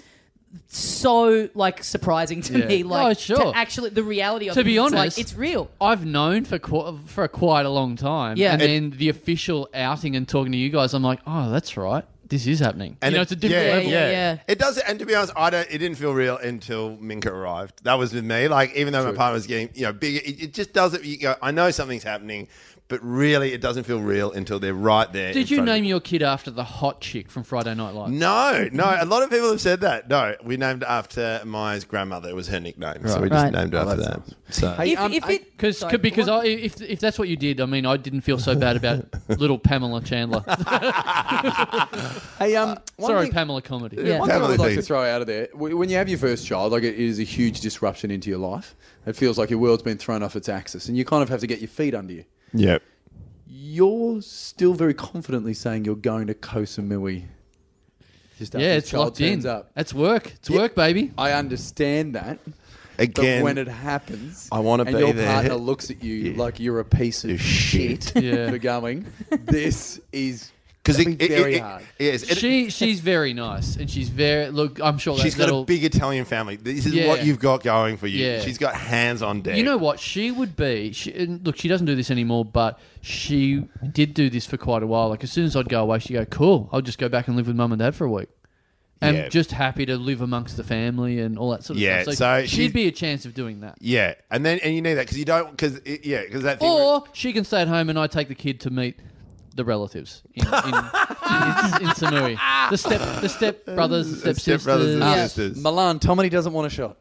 [SPEAKER 1] So like surprising to
[SPEAKER 2] Yeah.
[SPEAKER 1] me, like
[SPEAKER 2] Oh, sure.
[SPEAKER 1] to actually the reality of
[SPEAKER 2] To
[SPEAKER 1] it,
[SPEAKER 2] be
[SPEAKER 1] it's like,
[SPEAKER 2] honest-
[SPEAKER 1] it's real.
[SPEAKER 2] I've known for qu- for quite a long time.
[SPEAKER 1] Yeah.
[SPEAKER 2] And
[SPEAKER 1] It-
[SPEAKER 2] then the official outing and talking to you guys, I'm like, oh, that's right. This is happening.
[SPEAKER 3] And
[SPEAKER 2] you know,
[SPEAKER 3] it-
[SPEAKER 2] it's a different
[SPEAKER 3] yeah,
[SPEAKER 2] level.
[SPEAKER 1] yeah, yeah.
[SPEAKER 3] It does, and to be honest, I don't. It didn't feel real until Minka arrived. That was with me. Like even though my partner was getting, you know, bigger, it, it just doesn't. You go, I know something's happening, but really, it doesn't feel real until they're right there. in
[SPEAKER 2] Did you
[SPEAKER 3] front of
[SPEAKER 2] name your kid after the hot chick from Friday Night Live?
[SPEAKER 3] No, no. A lot of people have said that. No, we named it after my grandmother. It was her nickname, so we just
[SPEAKER 1] Right.
[SPEAKER 3] named it after that. So
[SPEAKER 4] Hey,
[SPEAKER 1] if,
[SPEAKER 4] um,
[SPEAKER 1] if
[SPEAKER 4] I-
[SPEAKER 1] it
[SPEAKER 2] Cause,
[SPEAKER 1] Sorry,
[SPEAKER 2] because I, if, if that's what you did, I mean, I didn't feel so bad about little Pamela Chandler.
[SPEAKER 4] Hey, um, one
[SPEAKER 2] Sorry,
[SPEAKER 4] thing-
[SPEAKER 2] Pamela Comedy.
[SPEAKER 1] Yeah.
[SPEAKER 4] One thing I
[SPEAKER 3] Family
[SPEAKER 4] would like to
[SPEAKER 3] things.
[SPEAKER 4] throw out of there, w- when you have your first child, like it is a huge disruption into your life. It feels like your world's been thrown off its axis, and you kind of have to get your feet under you.
[SPEAKER 3] yeah,
[SPEAKER 4] You're still very confidently saying you're going to Kosamui. Just after
[SPEAKER 2] Yeah,
[SPEAKER 4] the
[SPEAKER 2] it's
[SPEAKER 4] child
[SPEAKER 2] locked
[SPEAKER 4] turns
[SPEAKER 2] in.
[SPEAKER 4] Up.
[SPEAKER 2] That's work. It's
[SPEAKER 4] Yeah.
[SPEAKER 2] work, baby.
[SPEAKER 4] I understand that.
[SPEAKER 3] again,
[SPEAKER 4] but when it happens,
[SPEAKER 3] I wanna
[SPEAKER 4] and
[SPEAKER 3] be
[SPEAKER 4] your
[SPEAKER 3] there.
[SPEAKER 4] partner looks at you like you're a piece of shit
[SPEAKER 2] Yeah.
[SPEAKER 4] for going. This is
[SPEAKER 3] because it,
[SPEAKER 5] That'd be
[SPEAKER 3] it-
[SPEAKER 5] very
[SPEAKER 3] it- it-
[SPEAKER 5] hard.
[SPEAKER 3] yes, it-
[SPEAKER 2] she she's very nice, and she's very look. I'm sure that,
[SPEAKER 3] she's got
[SPEAKER 2] that'll-
[SPEAKER 3] a big Italian family. This is
[SPEAKER 2] Yeah.
[SPEAKER 3] what you've got going for you.
[SPEAKER 2] Yeah.
[SPEAKER 3] She's got hands on deck.
[SPEAKER 2] You know what? She would be. She, and look, she doesn't do this anymore, but she did do this for quite a while. Like as soon as I'd go away, she'd go, "Cool, I'll just go back and live with mum and dad for a week." And
[SPEAKER 3] Yeah.
[SPEAKER 2] just happy to live amongst the family and all that sort of
[SPEAKER 3] Yeah,
[SPEAKER 2] stuff.
[SPEAKER 3] so she's-
[SPEAKER 2] she'd be a chance of doing that.
[SPEAKER 3] Yeah, and then and you need that because you don't because yeah because that thing.
[SPEAKER 2] Or she can stay at home and I take the kid to meet the relatives in, in, in, in Samui. The step, the step brothers, the Ah, step,
[SPEAKER 3] Step brothers and
[SPEAKER 2] sisters.
[SPEAKER 3] sisters.
[SPEAKER 4] Milan, Tommy doesn't want a shot.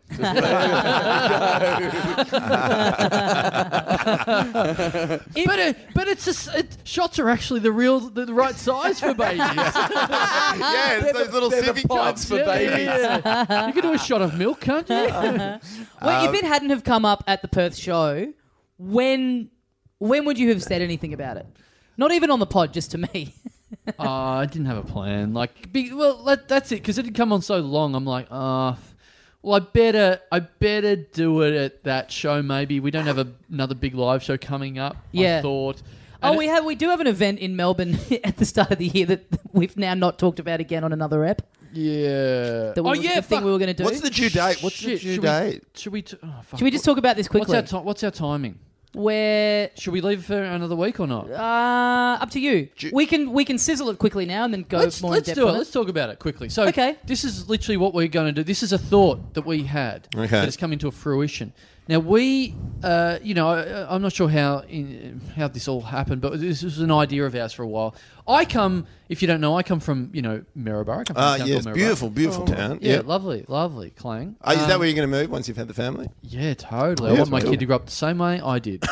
[SPEAKER 2] But it, but it's just, it, shots are actually the real the, the right size for babies.
[SPEAKER 3] yeah, it's those little
[SPEAKER 4] They're the
[SPEAKER 3] sippy
[SPEAKER 4] pods
[SPEAKER 3] cups.
[SPEAKER 4] for
[SPEAKER 2] Yeah,
[SPEAKER 4] babies.
[SPEAKER 2] yeah, yeah. you can do a shot of milk, can't you?
[SPEAKER 1] Well, if
[SPEAKER 2] Um,
[SPEAKER 1] it hadn't have come up at the Perth show, when when would you have said anything about it? Not even on the pod, just to me.
[SPEAKER 2] uh, I didn't have a plan. Like, be, well, that, that's it because it had come on so long. I'm like, ah, f- well, I better, I better do it at that show. Maybe we don't have a, another big live show coming up.
[SPEAKER 1] Yeah.
[SPEAKER 2] I thought.
[SPEAKER 1] oh,
[SPEAKER 2] And
[SPEAKER 1] we
[SPEAKER 2] it-
[SPEAKER 1] have we do have an event in Melbourne at the start of the year that we've now not talked about again on another ep.
[SPEAKER 2] yeah.
[SPEAKER 1] That we
[SPEAKER 2] oh
[SPEAKER 1] were-
[SPEAKER 2] yeah,
[SPEAKER 1] the thing
[SPEAKER 2] fuck.
[SPEAKER 1] we were going to do.
[SPEAKER 3] What's the due date? What's
[SPEAKER 2] Shit,
[SPEAKER 3] the due
[SPEAKER 2] should
[SPEAKER 3] date?
[SPEAKER 2] We, should we? T- oh, fuck.
[SPEAKER 1] Should we just talk about this
[SPEAKER 2] What's
[SPEAKER 1] quickly?
[SPEAKER 2] our, ti what's our timing?
[SPEAKER 1] Where
[SPEAKER 2] Should we leave for another week or not?
[SPEAKER 1] uh, up to you.
[SPEAKER 3] Ju-
[SPEAKER 1] we can we can sizzle it quickly now and then go
[SPEAKER 2] let's
[SPEAKER 1] more
[SPEAKER 2] let's
[SPEAKER 1] in depth.
[SPEAKER 2] do it.
[SPEAKER 1] on
[SPEAKER 2] Let's talk about it quickly. So,
[SPEAKER 1] Okay.
[SPEAKER 2] this is literally what we're going to do. This is a thought that we had
[SPEAKER 3] Okay.
[SPEAKER 2] that has come into fruition. Now, we, uh, you know, I, I'm not sure how in, how this all happened, but this was an idea of ours for a while. I come, if you don't know, I come from you know Maryborough. I come from a
[SPEAKER 3] Uh,
[SPEAKER 2] town
[SPEAKER 3] yes,
[SPEAKER 2] called Maryborough.
[SPEAKER 3] beautiful, beautiful town.
[SPEAKER 2] Yeah,
[SPEAKER 3] Yeah.
[SPEAKER 2] lovely, lovely, Clang.
[SPEAKER 3] Uh, is that
[SPEAKER 2] Um,
[SPEAKER 3] where you're going to move once you've had the family?
[SPEAKER 2] Yeah, totally.
[SPEAKER 3] Yeah,
[SPEAKER 2] I want my
[SPEAKER 3] cool.
[SPEAKER 2] kid to grow up the same way I did.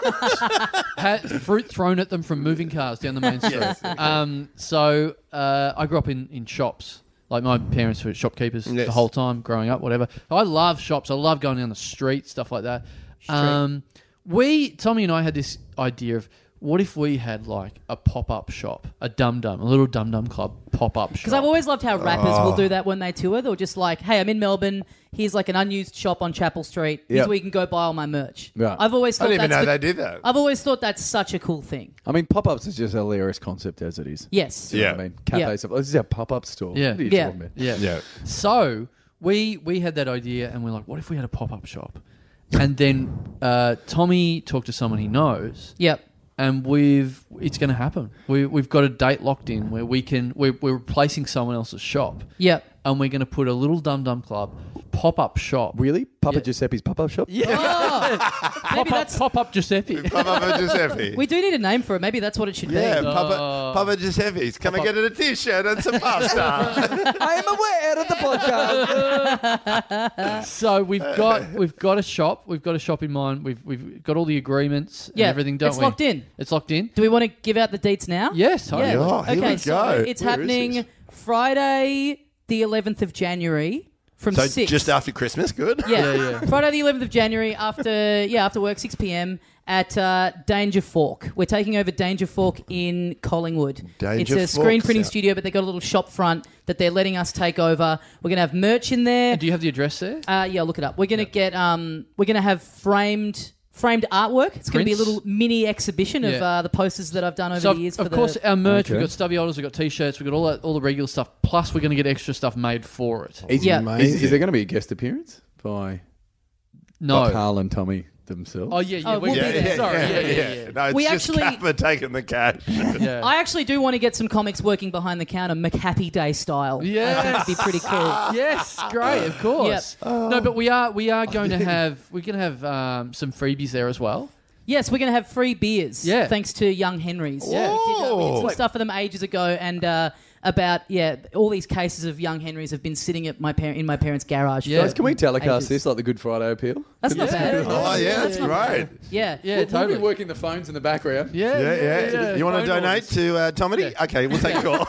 [SPEAKER 2] Fucking Had fruit thrown at them from moving cars down the main street. um, so uh, I grew up in, in shops. Like my parents were shopkeepers
[SPEAKER 3] Yes.
[SPEAKER 2] the whole time growing up, whatever. I love shops. I love going down the street, stuff like that. Um, we, Tommy and I, had this idea of what if we had like a pop up shop, a dum dum, a little dum dum club pop up shop.
[SPEAKER 1] Because I've always loved how rappers
[SPEAKER 3] Oh.
[SPEAKER 1] will do that when they tour. They'll just like, hey, I'm in Melbourne. Here's like an unused shop on Chapel Street. Here's
[SPEAKER 4] Yeah.
[SPEAKER 1] where you can go buy all my merch.
[SPEAKER 4] Right.
[SPEAKER 1] I've always
[SPEAKER 3] I
[SPEAKER 1] thought
[SPEAKER 3] didn't even know
[SPEAKER 1] that's
[SPEAKER 3] they
[SPEAKER 1] the-
[SPEAKER 3] did that.
[SPEAKER 1] I've always thought that's such a cool thing.
[SPEAKER 4] I mean, pop ups is just a hilarious concept as it is.
[SPEAKER 1] Yes.
[SPEAKER 4] Do you know what I
[SPEAKER 3] Yeah.
[SPEAKER 4] mean, cafes. This is our pop up store.
[SPEAKER 2] Yeah.
[SPEAKER 4] What are you
[SPEAKER 1] Yeah.
[SPEAKER 4] talking about?
[SPEAKER 2] yeah.
[SPEAKER 3] Yeah.
[SPEAKER 2] So we we had that idea, and we're like, what if we had a pop up shop? And then uh, Tommy talked to someone he knows,
[SPEAKER 1] Yep.
[SPEAKER 2] and we've it's going to happen. We we've got a date locked in where we can we're, we're replacing someone else's shop.
[SPEAKER 1] Yep.
[SPEAKER 2] And we're going to put a little Dum Dum Club pop up shop.
[SPEAKER 4] Really? Papa
[SPEAKER 2] Yeah.
[SPEAKER 4] Giuseppe's pop up shop?
[SPEAKER 1] Maybe
[SPEAKER 2] Pop up,
[SPEAKER 1] that's.
[SPEAKER 2] pop up Giuseppe.
[SPEAKER 3] Papa Giuseppe.
[SPEAKER 1] We do need a name for it. Maybe that's what it should
[SPEAKER 3] yeah,
[SPEAKER 1] be.
[SPEAKER 3] Papa, Papa Giuseppe's. Come and get it a t-shirt and some pasta.
[SPEAKER 4] I am aware of the podcast.
[SPEAKER 2] so we've got we've got a shop. We've got a shop in mind. We've we've got all the agreements and
[SPEAKER 1] Yeah,
[SPEAKER 2] everything, don't
[SPEAKER 1] it's
[SPEAKER 2] we?
[SPEAKER 1] locked in.
[SPEAKER 2] It's locked in.
[SPEAKER 1] Do we want to give out the dates now?
[SPEAKER 2] Yes, totally.
[SPEAKER 1] Yeah.
[SPEAKER 3] Oh, here
[SPEAKER 1] okay,
[SPEAKER 3] we
[SPEAKER 1] so
[SPEAKER 3] go.
[SPEAKER 1] it's
[SPEAKER 4] Where is
[SPEAKER 1] happening
[SPEAKER 4] this?
[SPEAKER 1] Friday, the 11th of January from
[SPEAKER 3] so
[SPEAKER 1] 6.
[SPEAKER 3] just after Christmas, good.
[SPEAKER 1] Yeah,
[SPEAKER 2] Yeah, yeah.
[SPEAKER 1] Friday the 11th of January after yeah after work 6 p.m. at uh, Danger Fork. We're taking over Danger Fork in Collingwood.
[SPEAKER 3] Danger
[SPEAKER 1] it's a
[SPEAKER 3] Fork
[SPEAKER 1] screen printing
[SPEAKER 3] sound.
[SPEAKER 1] studio, but they got a little shop front that they're letting us take over. We're gonna have merch in there.
[SPEAKER 2] Do you have the address there?
[SPEAKER 1] Uh, yeah, look it up. We're gonna get um we're gonna have framed. Framed artwork. It's going to be a
[SPEAKER 2] Prints?
[SPEAKER 1] little mini exhibition of
[SPEAKER 2] Yeah.
[SPEAKER 1] uh, the posters that I've done over
[SPEAKER 2] So
[SPEAKER 1] the years.
[SPEAKER 2] of
[SPEAKER 1] for
[SPEAKER 2] course,
[SPEAKER 1] the,
[SPEAKER 2] our merch. We've
[SPEAKER 4] Okay.
[SPEAKER 2] got stubby holders. We've got t-shirts. We've got all that, all the regular stuff. Plus, we're going to get extra stuff made for it.
[SPEAKER 4] Is,
[SPEAKER 1] Yeah.
[SPEAKER 4] is, is there going to be a guest appearance by Bob
[SPEAKER 2] No.
[SPEAKER 4] Carl and Tommy themselves?
[SPEAKER 2] Oh yeah, yeah.
[SPEAKER 1] Oh,
[SPEAKER 2] we-
[SPEAKER 1] we'll be
[SPEAKER 3] Yeah,
[SPEAKER 1] there.
[SPEAKER 3] yeah,
[SPEAKER 2] Sorry.
[SPEAKER 3] yeah,
[SPEAKER 2] Yeah, yeah, yeah.
[SPEAKER 3] No, it's
[SPEAKER 1] We
[SPEAKER 3] just
[SPEAKER 1] actually-
[SPEAKER 3] Kappa taking the cash.
[SPEAKER 2] yeah.
[SPEAKER 1] I actually do want to get some comics working behind the counter, McHappy Day style. I think
[SPEAKER 2] Yes.
[SPEAKER 1] that'd be pretty cool.
[SPEAKER 2] yes, great, of course. No, but we are we are going to have we're going to have um, some freebies there as well.
[SPEAKER 1] Yes, we're going to have free beers.
[SPEAKER 2] Yeah.
[SPEAKER 1] Thanks to Young Henry's.
[SPEAKER 2] Yeah.
[SPEAKER 1] We did, uh, we did some
[SPEAKER 3] Oh.
[SPEAKER 1] stuff for them ages ago, and uh, about yeah, all these cases of Young Henry's have been sitting at my par- in my parents' garage.
[SPEAKER 2] Yeah.
[SPEAKER 1] for-
[SPEAKER 4] Guys, can we telecast
[SPEAKER 1] Ages.
[SPEAKER 4] this like the Good Friday appeal?
[SPEAKER 1] That's not bad.
[SPEAKER 3] oh, yeah, that's great.
[SPEAKER 1] Yeah.
[SPEAKER 2] Yeah,
[SPEAKER 4] We'll- We'll
[SPEAKER 2] totally.
[SPEAKER 4] be working the phones in the background.
[SPEAKER 2] yeah,
[SPEAKER 3] Yeah, yeah. You want to
[SPEAKER 2] Phone
[SPEAKER 3] donate
[SPEAKER 2] orders.
[SPEAKER 3] to uh, Tomedy? Okay, we'll take a call.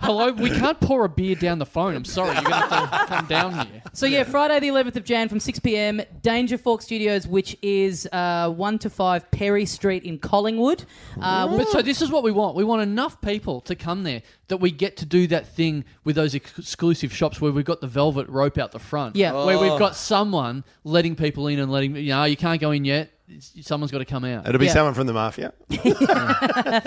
[SPEAKER 2] Hello, we can't pour a beer down the phone. I'm sorry, you're going to have to come down here.
[SPEAKER 1] So yeah, Friday the 11th of Jan from 6 p.m. Danger Fork Studios, which is uh, one to five Perry Street in Collingwood. Uh,
[SPEAKER 2] But so this is what we want. We want enough people to come there that we get to do that thing with those ex- exclusive shops where we've got the velvet rope out the front.
[SPEAKER 1] Yeah.
[SPEAKER 3] Oh.
[SPEAKER 2] Where we've got someone letting people in and letting you know you can't go in yet. it's- someone's got to come out
[SPEAKER 3] It'll be
[SPEAKER 1] Yeah.
[SPEAKER 3] someone from the mafia.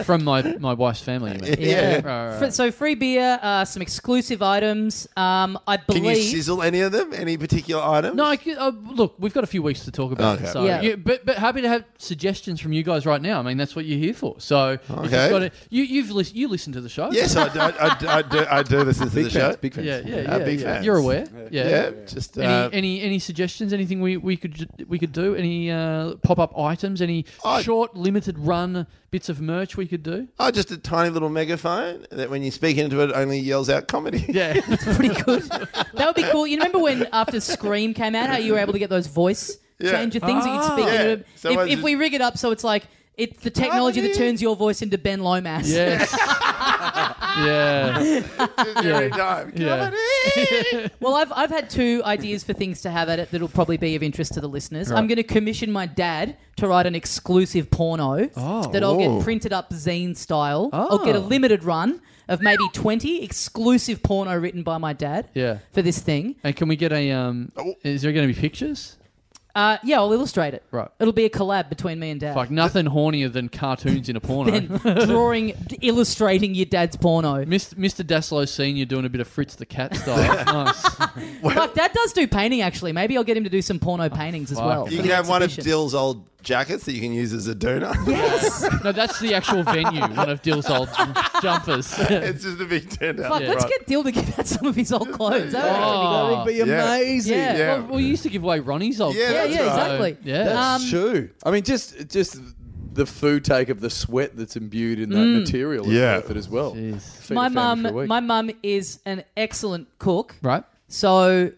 [SPEAKER 2] from my, my wife's family. You mean.
[SPEAKER 1] Yeah.
[SPEAKER 2] Right, right,
[SPEAKER 1] Fr-
[SPEAKER 2] right.
[SPEAKER 1] So free beer, uh, some exclusive items. Um, I
[SPEAKER 3] Can
[SPEAKER 1] believe.
[SPEAKER 3] you sizzle any of them? Any particular items?
[SPEAKER 2] No, I, c- uh, look, we've got a few weeks to talk about
[SPEAKER 3] Okay.
[SPEAKER 2] it. So,
[SPEAKER 1] Yeah.
[SPEAKER 2] you- but but happy to have suggestions from you guys right now. I mean, that's what you're here for. So, you've
[SPEAKER 3] Okay.
[SPEAKER 2] just got to, you you've lis- you listen to the show.
[SPEAKER 3] Yes, I do. I, do- I do. I do listen to
[SPEAKER 4] Big
[SPEAKER 3] the
[SPEAKER 4] fans,
[SPEAKER 3] show.
[SPEAKER 4] big fans.
[SPEAKER 2] Yeah, yeah, yeah.
[SPEAKER 3] Uh, big
[SPEAKER 2] yeah.
[SPEAKER 3] fans.
[SPEAKER 2] You're aware. Yeah.
[SPEAKER 3] yeah, just uh,
[SPEAKER 2] Any, any any suggestions? Anything we, we could ju- we could do? Any uh, pop up items? Any
[SPEAKER 3] I-
[SPEAKER 2] short limited run bits of merch we could do?
[SPEAKER 3] oh, just a tiny little megaphone that when you speak into it only yells out comedy.
[SPEAKER 2] Yeah,
[SPEAKER 1] pretty good. that would be cool. You remember when after Scream came out, how you were able to get those voice
[SPEAKER 3] Yeah.
[SPEAKER 1] changer things that you could
[SPEAKER 2] Ah.
[SPEAKER 1] speak
[SPEAKER 3] Yeah.
[SPEAKER 1] into?
[SPEAKER 3] So I
[SPEAKER 1] if, if
[SPEAKER 3] just-
[SPEAKER 1] we rig it up so it's like it's the technology that
[SPEAKER 3] Comedy.
[SPEAKER 1] turns your voice into Ben Lomas.
[SPEAKER 2] yes, yeah.
[SPEAKER 3] Every time.
[SPEAKER 2] Yeah.
[SPEAKER 3] Comedy.
[SPEAKER 1] Well, I've, I've had two ideas for things to have at it that'll probably be of interest to the listeners. I'm going to commission my dad to write an exclusive porno
[SPEAKER 2] Oh.
[SPEAKER 1] that I'll
[SPEAKER 3] Ooh.
[SPEAKER 1] get printed up zine style. I'll get a limited run of maybe 20 exclusive porno written by my dad
[SPEAKER 2] Yeah.
[SPEAKER 1] for this thing.
[SPEAKER 2] And can we get a um?
[SPEAKER 3] Oh.
[SPEAKER 2] Is there going to be pictures?
[SPEAKER 1] Uh, yeah, I'll illustrate it.
[SPEAKER 2] Right.
[SPEAKER 1] It'll be a collab between me and dad.
[SPEAKER 2] Like nothing hornier than cartoons in a porno.
[SPEAKER 1] Then drawing, illustrating your dad's porno.
[SPEAKER 2] Mr. Mr. Daslow Senior doing a bit of Fritz the Cat style. nice.
[SPEAKER 1] Fuck, dad does do painting actually. Maybe I'll get him to do some
[SPEAKER 4] Oh,
[SPEAKER 1] porno paintings as
[SPEAKER 2] fuck.
[SPEAKER 1] well.
[SPEAKER 3] You
[SPEAKER 1] for
[SPEAKER 3] can
[SPEAKER 1] the
[SPEAKER 3] have one of
[SPEAKER 1] exhibition.
[SPEAKER 3] Dill's old jackets that you can use as a doona.
[SPEAKER 1] Yes.
[SPEAKER 2] No, that's the actual venue. One of Dill's old jumpers.
[SPEAKER 3] it's just a big tent out
[SPEAKER 1] Fuck,
[SPEAKER 3] the
[SPEAKER 1] let's
[SPEAKER 3] front.
[SPEAKER 1] get Dill to give out some of his old clothes. That would actually be
[SPEAKER 2] Oh.
[SPEAKER 4] That would be
[SPEAKER 3] Yeah.
[SPEAKER 4] amazing.
[SPEAKER 1] Yeah.
[SPEAKER 3] Yeah.
[SPEAKER 2] Well, we used to give away Ronnie's old.
[SPEAKER 3] Yeah,
[SPEAKER 1] Yeah,
[SPEAKER 3] That's
[SPEAKER 1] yeah,
[SPEAKER 3] right.
[SPEAKER 1] exactly.
[SPEAKER 2] Yeah.
[SPEAKER 4] That's
[SPEAKER 1] Um,
[SPEAKER 4] true. I mean, just just the food take of the sweat that's imbued in that material is
[SPEAKER 3] Yeah.
[SPEAKER 4] worth it as well.
[SPEAKER 2] Jeez.
[SPEAKER 4] Feed a
[SPEAKER 1] Mm. my
[SPEAKER 4] family for a
[SPEAKER 1] mum,
[SPEAKER 4] week.
[SPEAKER 1] my mum is an excellent cook.
[SPEAKER 2] Right.
[SPEAKER 1] So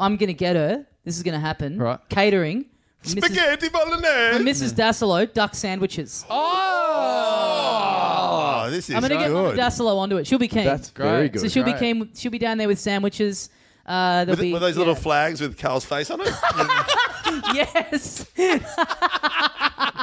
[SPEAKER 1] I'm gonna get her. This is gonna happen.
[SPEAKER 2] Right.
[SPEAKER 1] Catering. Mrs.
[SPEAKER 3] Spaghetti bolognese.
[SPEAKER 1] Mrs. Dasilo duck sandwiches.
[SPEAKER 3] Oh, this is
[SPEAKER 1] I'm gonna get Mama
[SPEAKER 3] good.
[SPEAKER 1] Dasilo onto it. She'll be keen.
[SPEAKER 4] that's very
[SPEAKER 2] Great.
[SPEAKER 4] good.
[SPEAKER 1] so she'll be
[SPEAKER 2] Great.
[SPEAKER 1] keen. She'll be down there with sandwiches. Uh, there'll
[SPEAKER 3] With,
[SPEAKER 1] be
[SPEAKER 3] with those
[SPEAKER 1] yeah.
[SPEAKER 3] little flags with Carl's face on it.
[SPEAKER 1] yes.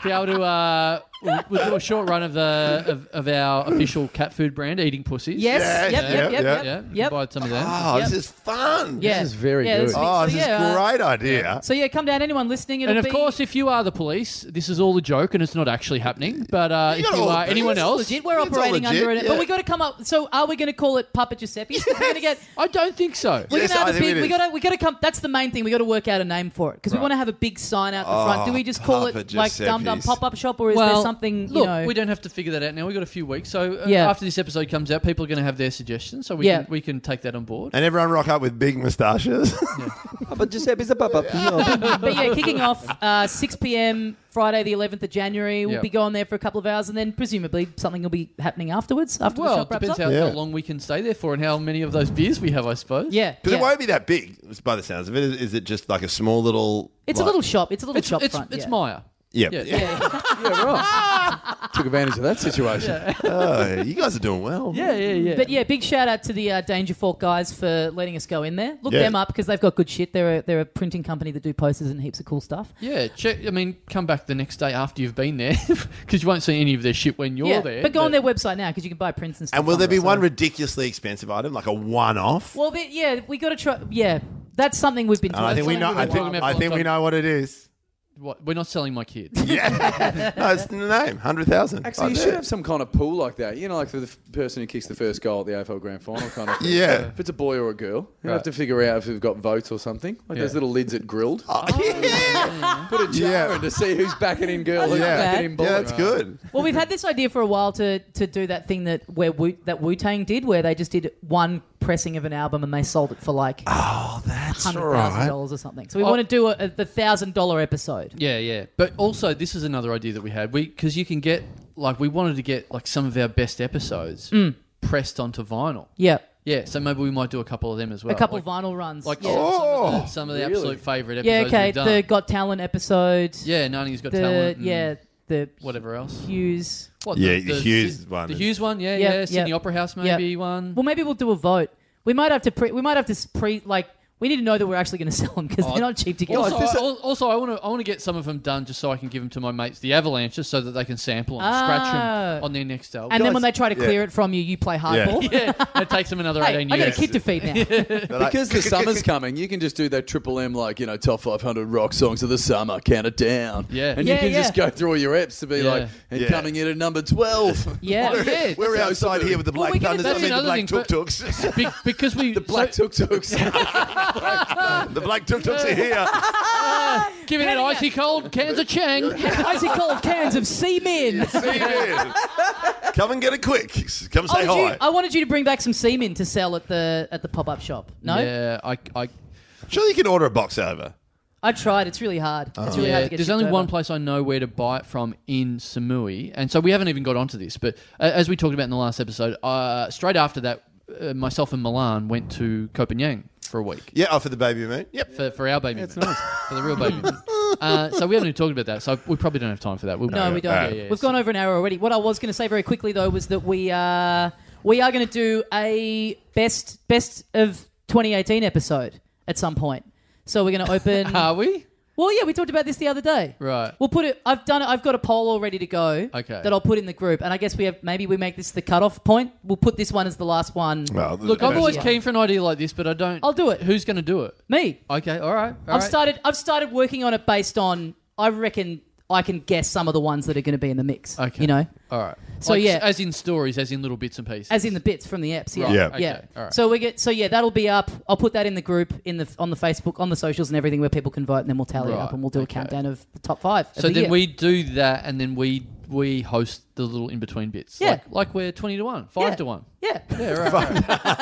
[SPEAKER 2] Be able to uh, we'll, we'll do a short run of the of, of our official cat food brand, Eating Pussies.
[SPEAKER 1] Yes.
[SPEAKER 3] Yes.
[SPEAKER 1] Yep. Yep. Yep.
[SPEAKER 3] Yep,
[SPEAKER 1] Yep.
[SPEAKER 3] yep.
[SPEAKER 2] Yeah. you can
[SPEAKER 1] Yep.
[SPEAKER 2] Buy some of that.
[SPEAKER 3] Oh, this
[SPEAKER 1] Yep.
[SPEAKER 3] is fun.
[SPEAKER 1] Yeah.
[SPEAKER 4] is very
[SPEAKER 1] yeah,
[SPEAKER 4] good.
[SPEAKER 1] that's-
[SPEAKER 3] Oh,
[SPEAKER 1] so
[SPEAKER 3] this
[SPEAKER 1] yeah,
[SPEAKER 3] is
[SPEAKER 1] uh,
[SPEAKER 3] a great idea.
[SPEAKER 1] So yeah, come down. Anyone listening? It'll
[SPEAKER 2] And of
[SPEAKER 1] be,
[SPEAKER 2] course, if you are the police, this is all a joke and it's not actually happening. But uh,
[SPEAKER 3] You
[SPEAKER 2] if
[SPEAKER 3] got
[SPEAKER 2] you
[SPEAKER 3] all
[SPEAKER 2] are
[SPEAKER 3] the
[SPEAKER 2] anyone
[SPEAKER 3] best.
[SPEAKER 2] else,
[SPEAKER 1] legit, we're
[SPEAKER 3] It's all
[SPEAKER 1] operating
[SPEAKER 3] legit,
[SPEAKER 1] under it, but
[SPEAKER 3] yeah.
[SPEAKER 1] we got to come up. So are we going to call it Puppet Giuseppe's? We're going to get.
[SPEAKER 2] I don't think so.
[SPEAKER 1] We're
[SPEAKER 3] Yes,
[SPEAKER 1] gonna
[SPEAKER 3] I
[SPEAKER 1] have a
[SPEAKER 3] think
[SPEAKER 1] big.
[SPEAKER 3] it
[SPEAKER 1] We
[SPEAKER 3] is.
[SPEAKER 1] gotta. We gotta come. That's the main thing. We gotta work out a name for it because we want to have a big sign out the front. Do we just call it
[SPEAKER 3] Papa
[SPEAKER 1] like Dum Dum
[SPEAKER 3] Giuseppe's.
[SPEAKER 1] Pop Up Shop, or is there something?
[SPEAKER 2] Look,
[SPEAKER 1] you know,
[SPEAKER 2] we don't have to figure that out now. We've got a few weeks, so uh,
[SPEAKER 1] Yeah.
[SPEAKER 2] after this episode comes out, people are going to have their suggestions, so we
[SPEAKER 1] Yeah.
[SPEAKER 2] can, we can take that on board.
[SPEAKER 3] And everyone rock up with big moustaches.
[SPEAKER 4] But Giuseppe's a pop up.
[SPEAKER 1] But yeah, kicking off uh, 6 p.m. Friday, the 11th of January. We'll
[SPEAKER 2] Yep.
[SPEAKER 1] be going there for a couple of hours, and then presumably something will be happening afterwards. After the
[SPEAKER 2] well, it
[SPEAKER 1] shop wraps
[SPEAKER 2] depends
[SPEAKER 1] up.
[SPEAKER 2] how,
[SPEAKER 3] Yeah.
[SPEAKER 2] how long we can stay there for and how many of those beers we have, I suppose.
[SPEAKER 1] yeah,
[SPEAKER 3] Because
[SPEAKER 1] yeah.
[SPEAKER 3] it won't be that big, by the sounds of it. Is, is it just like a small little?
[SPEAKER 1] It's a
[SPEAKER 3] like-
[SPEAKER 1] little shop. It's a little
[SPEAKER 2] It's,
[SPEAKER 1] shop
[SPEAKER 2] it's,
[SPEAKER 1] front.
[SPEAKER 2] it's
[SPEAKER 1] yeah.
[SPEAKER 2] Maya.
[SPEAKER 3] Yeah.
[SPEAKER 2] Yeah.
[SPEAKER 1] Yeah.
[SPEAKER 4] yeah, right. Took advantage of that situation.
[SPEAKER 3] Oh, you guys are doing well.
[SPEAKER 2] Yeah, yeah, yeah.
[SPEAKER 1] But yeah, big shout out to the uh, Danger Fork guys for letting us go in there. Look
[SPEAKER 3] Yeah.
[SPEAKER 1] them up because they've got good shit. They're a, they're a printing company that do posters and heaps of cool stuff.
[SPEAKER 2] Yeah, check. I mean, come back the next day after you've been there because you won't see any of their shit when you're
[SPEAKER 1] yeah,
[SPEAKER 2] there.
[SPEAKER 1] but go on their website now because you can buy prints and stuff.
[SPEAKER 3] And will
[SPEAKER 1] on
[SPEAKER 3] there
[SPEAKER 1] it,
[SPEAKER 3] be
[SPEAKER 1] so-
[SPEAKER 4] eh?
[SPEAKER 3] one ridiculously expensive item, like a one-off?
[SPEAKER 1] Well, the, yeah, we got to try. Yeah, that's something we've been.
[SPEAKER 3] and I
[SPEAKER 1] talking
[SPEAKER 3] think we know.
[SPEAKER 1] about
[SPEAKER 3] I
[SPEAKER 1] for a
[SPEAKER 3] think,
[SPEAKER 1] while.
[SPEAKER 3] I think we know what it is.
[SPEAKER 2] What, we're not selling my kids.
[SPEAKER 3] Yeah. no, it's the name. Hundred thousand. Oh,
[SPEAKER 4] Actually, you should have some kind of pool like that. You know, like for the f- person who kicks the first goal at the AFL Grand Final kind of thing.
[SPEAKER 3] Yeah.
[SPEAKER 4] If it's a boy or a girl, you
[SPEAKER 2] Right.
[SPEAKER 4] have to figure out if they've got votes or something. Like
[SPEAKER 2] Yeah.
[SPEAKER 4] those little lids at grilled.
[SPEAKER 3] Oh, yeah.
[SPEAKER 4] Put a jar
[SPEAKER 3] Yeah.
[SPEAKER 4] in to see who's backing in girl, who's
[SPEAKER 1] not bad.
[SPEAKER 4] backing in boy.
[SPEAKER 3] Yeah, that's good.
[SPEAKER 1] Well, we've had this idea for a while to to do that thing that where Wu, that Wu Tang did, where they just did one pressing of an album and they sold it for like
[SPEAKER 3] Oh, that's
[SPEAKER 1] hundred thousand dollars or something. So we want to do a, a, the thousand dollar episode.
[SPEAKER 2] Yeah, yeah. But also, this is another idea that we had. We because you can get like we wanted to get like some of our best episodes
[SPEAKER 1] Mm.
[SPEAKER 2] pressed onto vinyl.
[SPEAKER 1] Yeah,
[SPEAKER 2] Yeah, so maybe we might do a couple of them as well.
[SPEAKER 1] a couple
[SPEAKER 2] like,
[SPEAKER 1] vinyl runs.
[SPEAKER 2] like
[SPEAKER 1] yeah,
[SPEAKER 2] some, some of
[SPEAKER 3] Oh,
[SPEAKER 2] the, some of the
[SPEAKER 4] really?
[SPEAKER 2] absolute favorite
[SPEAKER 1] Yeah,
[SPEAKER 2] episodes.
[SPEAKER 1] okay.
[SPEAKER 2] We've done.
[SPEAKER 1] The Got Talent episode.
[SPEAKER 2] yeah, Nani's got
[SPEAKER 1] the
[SPEAKER 2] talent. and
[SPEAKER 1] yeah the
[SPEAKER 2] whatever else.
[SPEAKER 1] Hughes.
[SPEAKER 2] What,
[SPEAKER 3] Yeah, the Hughes one
[SPEAKER 2] The
[SPEAKER 3] is-
[SPEAKER 2] Hughes one, yeah,
[SPEAKER 1] Yeah,
[SPEAKER 2] yeah. Sydney
[SPEAKER 1] yeah.
[SPEAKER 2] Opera House
[SPEAKER 1] Yeah.
[SPEAKER 2] maybe one.
[SPEAKER 1] Well, maybe we'll do a vote. We might have to pre. We might have to s- pre like We need to know that we're actually going to sell them because they're not cheap to get.
[SPEAKER 2] Oh, Also,
[SPEAKER 4] this-
[SPEAKER 2] I, al- also, I want to I want to get some of them done just so I can give them to my mates, the Avalanches, so that they can sample them, scratch
[SPEAKER 1] Ah.
[SPEAKER 2] them on their next album.
[SPEAKER 1] and then when they try to
[SPEAKER 3] Yeah.
[SPEAKER 1] clear it from you, you play hardball.
[SPEAKER 2] yeah, it takes them another
[SPEAKER 1] Hey, I
[SPEAKER 2] eighteen
[SPEAKER 1] got a
[SPEAKER 2] years.
[SPEAKER 1] kid to feed now.
[SPEAKER 4] Because the summer's coming, you can just do that triple M, like, you know, top 500 rock songs of the summer, count it down.
[SPEAKER 2] Yeah.
[SPEAKER 4] And
[SPEAKER 1] Yeah,
[SPEAKER 4] you can just
[SPEAKER 1] yeah.
[SPEAKER 4] go through all your eps to be
[SPEAKER 2] Yeah.
[SPEAKER 4] like, and
[SPEAKER 3] Yeah.
[SPEAKER 4] coming in at number 12.
[SPEAKER 1] Yeah.
[SPEAKER 2] Oh, yeah.
[SPEAKER 3] We're
[SPEAKER 4] That's
[SPEAKER 3] outside
[SPEAKER 4] absolutely-
[SPEAKER 3] here with the Black
[SPEAKER 1] we can-
[SPEAKER 3] Thunders. I
[SPEAKER 1] that's
[SPEAKER 3] mean, the
[SPEAKER 2] another
[SPEAKER 3] Black
[SPEAKER 2] thing, but-
[SPEAKER 3] Tuk Tuks.
[SPEAKER 2] Be- because we
[SPEAKER 4] The black
[SPEAKER 2] so,
[SPEAKER 4] tuk tuks.
[SPEAKER 3] the Black Tuk Tuks are here.
[SPEAKER 2] giving it icy cold cans of Chang.
[SPEAKER 1] Icy cold cans of seamen.
[SPEAKER 3] See you then. Come and get it quick. Come
[SPEAKER 1] I wanted,
[SPEAKER 3] say hi.
[SPEAKER 1] Oh, you, I wanted you to bring back some seamen to sell at the at the pop up shop. No,
[SPEAKER 2] Yeah, I, I
[SPEAKER 3] Surely you can order a box over.
[SPEAKER 1] I tried. It's really hard.
[SPEAKER 3] Oh.
[SPEAKER 1] It's really hard
[SPEAKER 2] yeah,
[SPEAKER 1] to get.
[SPEAKER 2] there's
[SPEAKER 1] shipped
[SPEAKER 2] only
[SPEAKER 1] over.
[SPEAKER 2] one place I know where to buy it from in Samui, and so we haven't even got onto this. But uh, as we talked about in the last episode, uh, straight after that, uh, myself and Milan went to Copenhagen for a week
[SPEAKER 3] Yeah, oh, for the baby moon. Yep.
[SPEAKER 2] for, for our baby. moon. for the real baby. moon. uh, so we haven't even talked about that. So we probably don't have time for that. We'll
[SPEAKER 1] No, we don't.
[SPEAKER 2] Yeah, yeah, yeah.
[SPEAKER 1] We've gone over an hour already. What I was going to say very quickly though was that we uh, we are going to do a best best of 2018 episode at some point. So we're going to open.
[SPEAKER 2] Are we?
[SPEAKER 1] well, yeah, we talked about this the other day.
[SPEAKER 2] Um, Right.
[SPEAKER 1] We'll put it. I've done it. I've got a poll all ready to go.
[SPEAKER 2] Okay.
[SPEAKER 1] That I'll put in the group, and I guess we have maybe we make this the cutoff point. We'll put this one as the last one.
[SPEAKER 3] Well,
[SPEAKER 2] Look, I'm always
[SPEAKER 1] Yeah.
[SPEAKER 2] keen for an idea like this, but I don't.
[SPEAKER 1] I'll do it.
[SPEAKER 2] Who's going to do it?
[SPEAKER 1] Me.
[SPEAKER 2] Okay, all right. all
[SPEAKER 1] I've
[SPEAKER 2] right.
[SPEAKER 1] started. I've started working on it based on. I reckon I can guess some of the ones that are going to be in the mix.
[SPEAKER 2] Okay.
[SPEAKER 1] You know,
[SPEAKER 2] All right.
[SPEAKER 1] So,
[SPEAKER 2] Like,
[SPEAKER 1] yeah.
[SPEAKER 2] as in stories, as in little bits and pieces.
[SPEAKER 1] as in the bits from the apps. Yeah.
[SPEAKER 3] Right. Yeah.
[SPEAKER 1] yeah.
[SPEAKER 2] Okay. All right.
[SPEAKER 1] So we get. So yeah, that'll be up. I'll put that in the group in the on the Facebook on the socials and everything where people can vote, and then we'll tally it
[SPEAKER 2] Right.
[SPEAKER 1] up and we'll do a
[SPEAKER 2] Okay.
[SPEAKER 1] countdown of the top five. of
[SPEAKER 2] So
[SPEAKER 1] the
[SPEAKER 2] then
[SPEAKER 1] year.
[SPEAKER 2] we do that, and then we we host the little in between bits.
[SPEAKER 1] Yeah.
[SPEAKER 2] Like, like we're twenty to one, five
[SPEAKER 1] Yeah.
[SPEAKER 2] to one.
[SPEAKER 1] Yeah.
[SPEAKER 2] Yeah, right. right. right.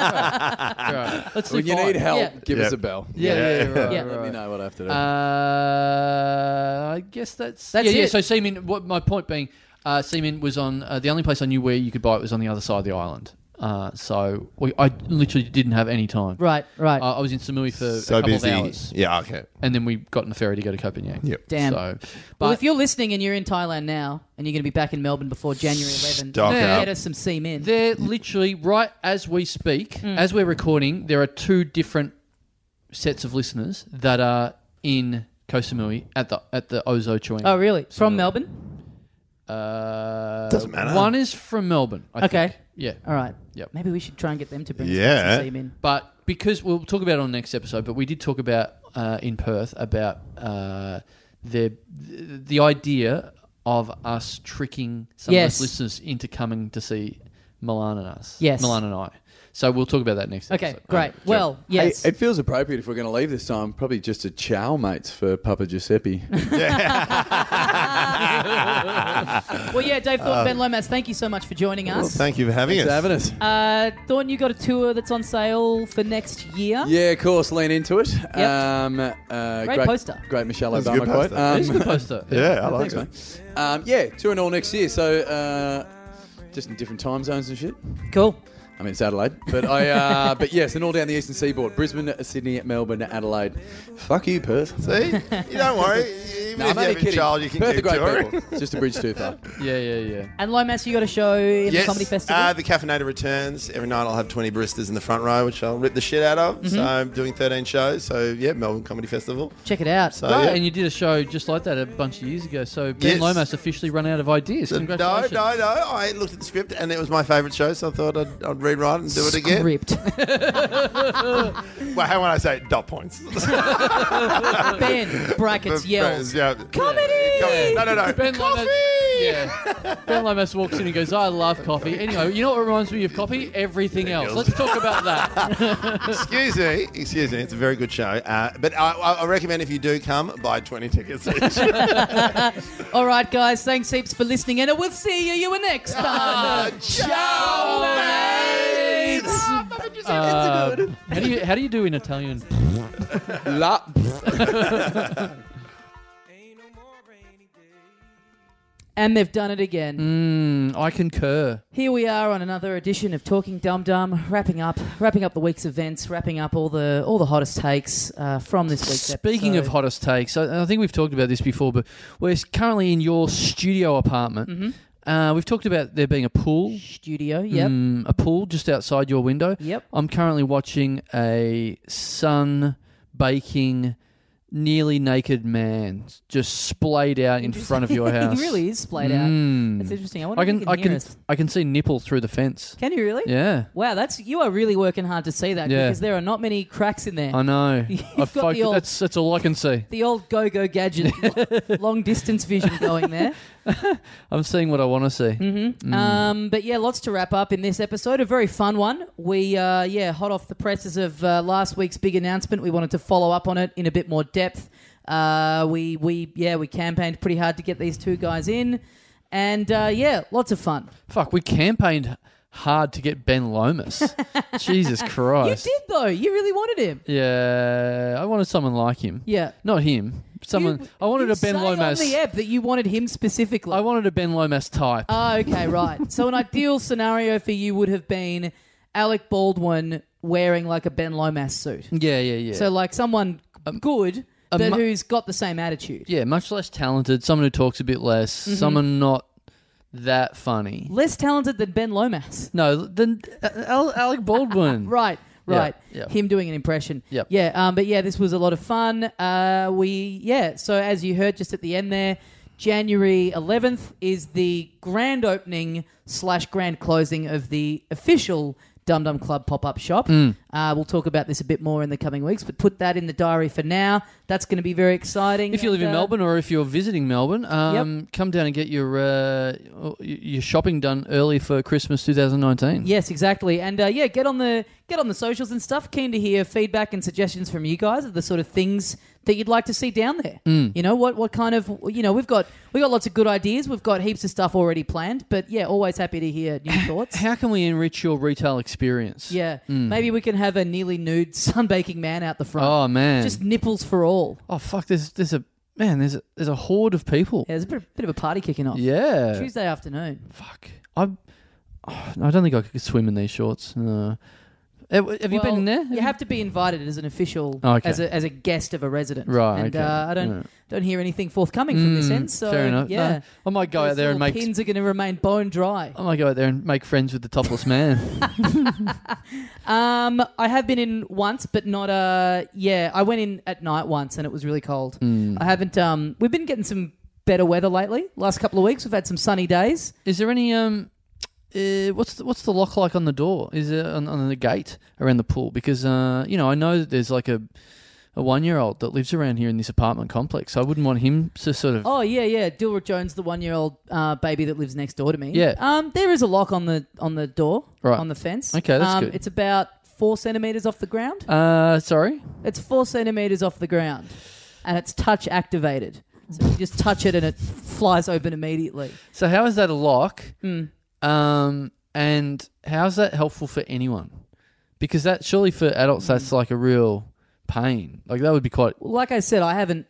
[SPEAKER 2] right. Let's do
[SPEAKER 4] When you
[SPEAKER 2] five.
[SPEAKER 4] need help,
[SPEAKER 1] Yeah.
[SPEAKER 4] give
[SPEAKER 3] Yeah.
[SPEAKER 4] us a bell.
[SPEAKER 2] Yeah, yeah, yeah. Right,
[SPEAKER 1] Yeah.
[SPEAKER 2] right,
[SPEAKER 4] Let me
[SPEAKER 2] right.
[SPEAKER 4] know what I have to do.
[SPEAKER 2] Uh, I guess that's
[SPEAKER 1] That's
[SPEAKER 2] yeah, yeah.
[SPEAKER 1] it.
[SPEAKER 2] So Seaman, what my point being, uh, Seaman was on uh, the only place I knew where you could buy it was on the other side of the island. Uh, so we, I literally didn't have any time. Uh,
[SPEAKER 1] Right. Right.
[SPEAKER 2] I I was in Samui for a
[SPEAKER 3] so
[SPEAKER 2] couple
[SPEAKER 3] busy.
[SPEAKER 2] of hours,
[SPEAKER 3] Yeah, okay.
[SPEAKER 2] and then we got on the ferry to go to Copenhagen.
[SPEAKER 3] Yep.
[SPEAKER 1] Damn.
[SPEAKER 2] So, but
[SPEAKER 1] well, if you're listening and you're in Thailand now and you're going to be back in Melbourne before January 11th,
[SPEAKER 3] Stock
[SPEAKER 1] get
[SPEAKER 3] up.
[SPEAKER 1] us some seamen.
[SPEAKER 2] They're literally right as we speak,
[SPEAKER 1] Hmm.
[SPEAKER 2] as we're recording. There are two different sets of listeners that are in Koh Samui at the at the Ozo Chewing.
[SPEAKER 1] Oh, really? From Melbourne?
[SPEAKER 2] Uh,
[SPEAKER 3] Doesn't matter.
[SPEAKER 2] One is from Melbourne. I
[SPEAKER 1] Okay.
[SPEAKER 2] think. Yeah.
[SPEAKER 1] All right.
[SPEAKER 2] Yep.
[SPEAKER 1] Maybe we should try and get them to bring
[SPEAKER 3] Yeah.
[SPEAKER 1] some seamen.
[SPEAKER 2] But because we'll talk about it on the next episode, but we did talk about uh, in Perth about uh, the the idea of us tricking some
[SPEAKER 1] Yes.
[SPEAKER 2] of those listeners into coming to see Milan and us.
[SPEAKER 1] Yes.
[SPEAKER 2] Milan and I. So we'll talk about that next
[SPEAKER 1] Okay,
[SPEAKER 2] episode.
[SPEAKER 1] great. Well,
[SPEAKER 4] Hey,
[SPEAKER 1] yes.
[SPEAKER 4] it feels appropriate if we're going to leave this time, probably just a chow, mates, for Papa Giuseppe.
[SPEAKER 1] Ah. well, yeah, Dave Thornton, Ben Lomas, thank you so much for joining
[SPEAKER 3] Uh, Well,
[SPEAKER 1] us.
[SPEAKER 3] thank you for having
[SPEAKER 4] Thanks for
[SPEAKER 3] us.
[SPEAKER 4] having us.
[SPEAKER 1] Uh, Thornton, you got a tour that's on sale for next year.
[SPEAKER 4] Yeah, of course. Lean into it.
[SPEAKER 1] Yep.
[SPEAKER 4] Um, uh,
[SPEAKER 1] Great poster.
[SPEAKER 4] Great Michelle
[SPEAKER 3] That's a
[SPEAKER 4] Obama
[SPEAKER 3] good
[SPEAKER 4] quote.
[SPEAKER 3] poster.
[SPEAKER 2] It's a good
[SPEAKER 4] Um,
[SPEAKER 2] poster.
[SPEAKER 3] Yeah, I like
[SPEAKER 4] thanks,
[SPEAKER 3] it.
[SPEAKER 4] mate. Um, yeah, two and all next year. So uh, just in different time zones and shit.
[SPEAKER 1] Cool.
[SPEAKER 4] I mean, it's Adelaide, but I. Uh, but yes, and all down the eastern seaboard: Brisbane, Sydney, Melbourne, Adelaide. Fuck you, Perth.
[SPEAKER 3] See? You don't worry. Even
[SPEAKER 4] No, I'm only
[SPEAKER 3] if you have a
[SPEAKER 4] kidding.
[SPEAKER 3] child, you can
[SPEAKER 4] Perth are
[SPEAKER 3] keep
[SPEAKER 4] great
[SPEAKER 3] touring.
[SPEAKER 4] people. It's just a bridge too far.
[SPEAKER 2] Yeah, yeah, yeah.
[SPEAKER 1] And Lomas, you got a show in the
[SPEAKER 3] Yes,
[SPEAKER 1] Comedy Festival.
[SPEAKER 3] Uh, the Caffeinator returns. Every night I'll have 20 baristas in the front row, which I'll rip the shit out of. So I'm doing 13 shows. So, yeah, Melbourne Comedy Festival.
[SPEAKER 1] Check it out.
[SPEAKER 3] So,
[SPEAKER 2] Right,
[SPEAKER 3] Oh, yeah.
[SPEAKER 2] and you did a show just like that a bunch of years ago. So Ben
[SPEAKER 3] Yes.
[SPEAKER 2] Lomas officially run out of ideas.
[SPEAKER 3] So, no, no,
[SPEAKER 2] Congratulations.
[SPEAKER 3] no. I looked at the script and it was my favourite show, so I thought I'd, I'd rewrite it and do it again.
[SPEAKER 1] Script.
[SPEAKER 3] Well, how when I say it? dot points?
[SPEAKER 1] ben, brackets, yells.
[SPEAKER 3] Yeah.
[SPEAKER 1] Comedy!
[SPEAKER 3] Comedy. No, no, no.
[SPEAKER 2] Ben
[SPEAKER 3] Coffee!
[SPEAKER 2] Lomas, yeah. ben Lomas walks in and goes, "I love coffee." Anyway, you know what reminds me of coffee? Everything else. Let's talk about that.
[SPEAKER 3] Excuse me, excuse me. It's a very good show, uh, but I, I I recommend if you do come, buy twenty tickets. each.
[SPEAKER 1] All right, guys. Thanks heaps for listening, and we'll see you, you next time.
[SPEAKER 3] Ah, Ciao, mates.
[SPEAKER 2] Um, how do you how do you do in Italian?
[SPEAKER 4] La.
[SPEAKER 5] Ain't no more rainy days.
[SPEAKER 1] and they've done it again.
[SPEAKER 2] Mm, I concur.
[SPEAKER 1] Here we are on another edition of Talking Dum Dum, wrapping up, wrapping up the week's events, wrapping up all the all the hottest takes uh, from this week's.
[SPEAKER 2] Speaking
[SPEAKER 1] episode.
[SPEAKER 3] uh,
[SPEAKER 2] of hottest takes, I, I think we've talked about this before, but we're currently in your studio apartment.
[SPEAKER 3] Mm.
[SPEAKER 2] Uh, we've talked about there being a pool.
[SPEAKER 1] Mm-hmm. studio, yep,
[SPEAKER 2] Mm, a pool just outside your window.
[SPEAKER 1] Yep.
[SPEAKER 2] I'm currently watching a sun baking nearly naked man just splayed out in front of your house. Mm.
[SPEAKER 1] he really is splayed out. That's interesting. I wonder
[SPEAKER 2] I
[SPEAKER 1] if you
[SPEAKER 2] can,
[SPEAKER 1] can
[SPEAKER 2] I
[SPEAKER 1] hear
[SPEAKER 2] can,
[SPEAKER 1] us.
[SPEAKER 2] I can see nipple through the fence.
[SPEAKER 1] Can you really?
[SPEAKER 2] Yeah,
[SPEAKER 1] Wow, that's you are really working hard to see that
[SPEAKER 2] Yeah.
[SPEAKER 1] because there are not many cracks in there.
[SPEAKER 2] I know.
[SPEAKER 1] You've
[SPEAKER 2] I
[SPEAKER 1] got the
[SPEAKER 2] focus,
[SPEAKER 1] old-
[SPEAKER 2] that's that's all I can see.
[SPEAKER 1] The old go-go gadget, long distance vision going there.
[SPEAKER 2] I'm seeing what I want to see.
[SPEAKER 1] Um, but yeah, lots to wrap up in this episode. A very fun one. We, uh, yeah, hot off the presses of uh, last week's big announcement. We wanted to follow up on it in a bit more depth. Uh, we, we, yeah, we campaigned pretty hard to get these two guys in, and uh, yeah, lots of fun.
[SPEAKER 2] Fuck, we campaigned hard to get Ben Lomas. Jesus
[SPEAKER 1] You
[SPEAKER 2] Christ.
[SPEAKER 1] did though. You really wanted him.
[SPEAKER 2] Yeah, I wanted someone like him.
[SPEAKER 1] Yeah.
[SPEAKER 2] Not him. Someone.
[SPEAKER 1] You-
[SPEAKER 2] I wanted
[SPEAKER 1] you
[SPEAKER 2] a Ben
[SPEAKER 1] say
[SPEAKER 2] Lomas.
[SPEAKER 1] on the app that you wanted him specifically.
[SPEAKER 2] I wanted a Ben Lomas type.
[SPEAKER 1] Oh, okay, right. so an ideal scenario for you would have been Alec Baldwin wearing like a Ben Lomas suit.
[SPEAKER 2] yeah, yeah, yeah. Um,
[SPEAKER 1] So like someone good,
[SPEAKER 2] a
[SPEAKER 1] but
[SPEAKER 2] mu-
[SPEAKER 1] who's got the same attitude.
[SPEAKER 2] yeah, much less talented. Someone who talks a bit less.
[SPEAKER 1] Mm-hmm.
[SPEAKER 2] Someone not that funny.
[SPEAKER 1] Less talented than Ben Lomas.
[SPEAKER 2] No, then uh, Al- Alec Baldwin.
[SPEAKER 1] Right,
[SPEAKER 2] Yeah,
[SPEAKER 1] right.
[SPEAKER 2] yeah.
[SPEAKER 1] Him doing an impression.
[SPEAKER 2] Yep.
[SPEAKER 1] Yeah, um, but yeah, this was a lot of fun. Uh, we yeah. So as you heard just at the end there, January 11th is the grand opening slash grand closing of the official. Dum Dum Club pop up shop.
[SPEAKER 2] Mm.
[SPEAKER 1] Uh, we'll talk about this a bit more in the coming weeks, but put that in the diary for now. That's going to be very exciting.
[SPEAKER 2] If you live in
[SPEAKER 1] And, uh,
[SPEAKER 2] Melbourne or if you're visiting Melbourne, um, come down and get your uh, y- your shopping done early for Christmas 2019.
[SPEAKER 1] Yes, exactly. And uh, yeah, get on the get on the socials and stuff. Keen to hear feedback and suggestions from you guys of the sort of things that you'd like to see down there.
[SPEAKER 2] Mm.
[SPEAKER 1] You know what what kind of you know we've got we have got lots of good ideas. We've got heaps of stuff already planned. But yeah, always happy to hear new thoughts.
[SPEAKER 2] How can we enrich your retail experience?
[SPEAKER 1] yeah,
[SPEAKER 2] Mm.
[SPEAKER 1] maybe we can have a nearly nude sunbaking man out the front.
[SPEAKER 2] Oh man.
[SPEAKER 1] Just nipples for all.
[SPEAKER 2] oh fuck. There's there's a man. There's a, there's a horde of people.
[SPEAKER 1] Yeah, there's a bit, bit of a party kicking off.
[SPEAKER 2] Yeah.
[SPEAKER 1] Tuesday afternoon.
[SPEAKER 2] Fuck. I. Oh, I don't think I could swim in these shorts. No. Have, have you been
[SPEAKER 1] Well,
[SPEAKER 2] in there?
[SPEAKER 1] You have to be invited as an official,
[SPEAKER 2] Oh, okay.
[SPEAKER 1] as, a, as a guest of a resident.
[SPEAKER 2] Right,
[SPEAKER 1] And
[SPEAKER 2] okay.
[SPEAKER 1] uh, I don't
[SPEAKER 2] Right.
[SPEAKER 1] don't hear anything forthcoming from this
[SPEAKER 2] Mm,
[SPEAKER 1] end. So
[SPEAKER 2] fair enough.
[SPEAKER 1] Yeah.
[SPEAKER 2] No, I might go out
[SPEAKER 1] Those
[SPEAKER 2] there and
[SPEAKER 1] little
[SPEAKER 2] make.
[SPEAKER 1] pins are going to remain bone dry.
[SPEAKER 2] I might go out there and make friends with the topless man.
[SPEAKER 1] Um, I have been in once, but not uh yeah. I went in at night once, and it was really cold.
[SPEAKER 2] Hmm.
[SPEAKER 1] I haven't. Um, we've been getting some better weather lately. Last couple of weeks, we've had some sunny days.
[SPEAKER 2] Is there any um? Uh, what's the, what's the lock like on the door? Is it on, on the gate around the pool? Because uh, you know, I know that there's like a a one year old that lives around here in this apartment complex. So I wouldn't want him to sort of.
[SPEAKER 1] Oh yeah, yeah. Dilrick Jones, the one-year-old uh, baby that lives next door to me.
[SPEAKER 2] Yeah.
[SPEAKER 1] Um, there is a lock on the on the door,
[SPEAKER 2] Right.
[SPEAKER 1] on the fence.
[SPEAKER 2] Okay, that's
[SPEAKER 1] um,
[SPEAKER 2] good.
[SPEAKER 1] It's about four centimeters off the ground.
[SPEAKER 2] Uh, sorry.
[SPEAKER 1] It's four centimeters off the ground, and it's touch activated. So you just touch it, and it flies open immediately.
[SPEAKER 2] So how is that a lock?
[SPEAKER 1] Hmm.
[SPEAKER 2] Um, and how is that helpful for anyone? Because that surely for adults that's
[SPEAKER 1] Hmm.
[SPEAKER 2] like a real pain. Like that would be quite.
[SPEAKER 1] like I said, I haven't,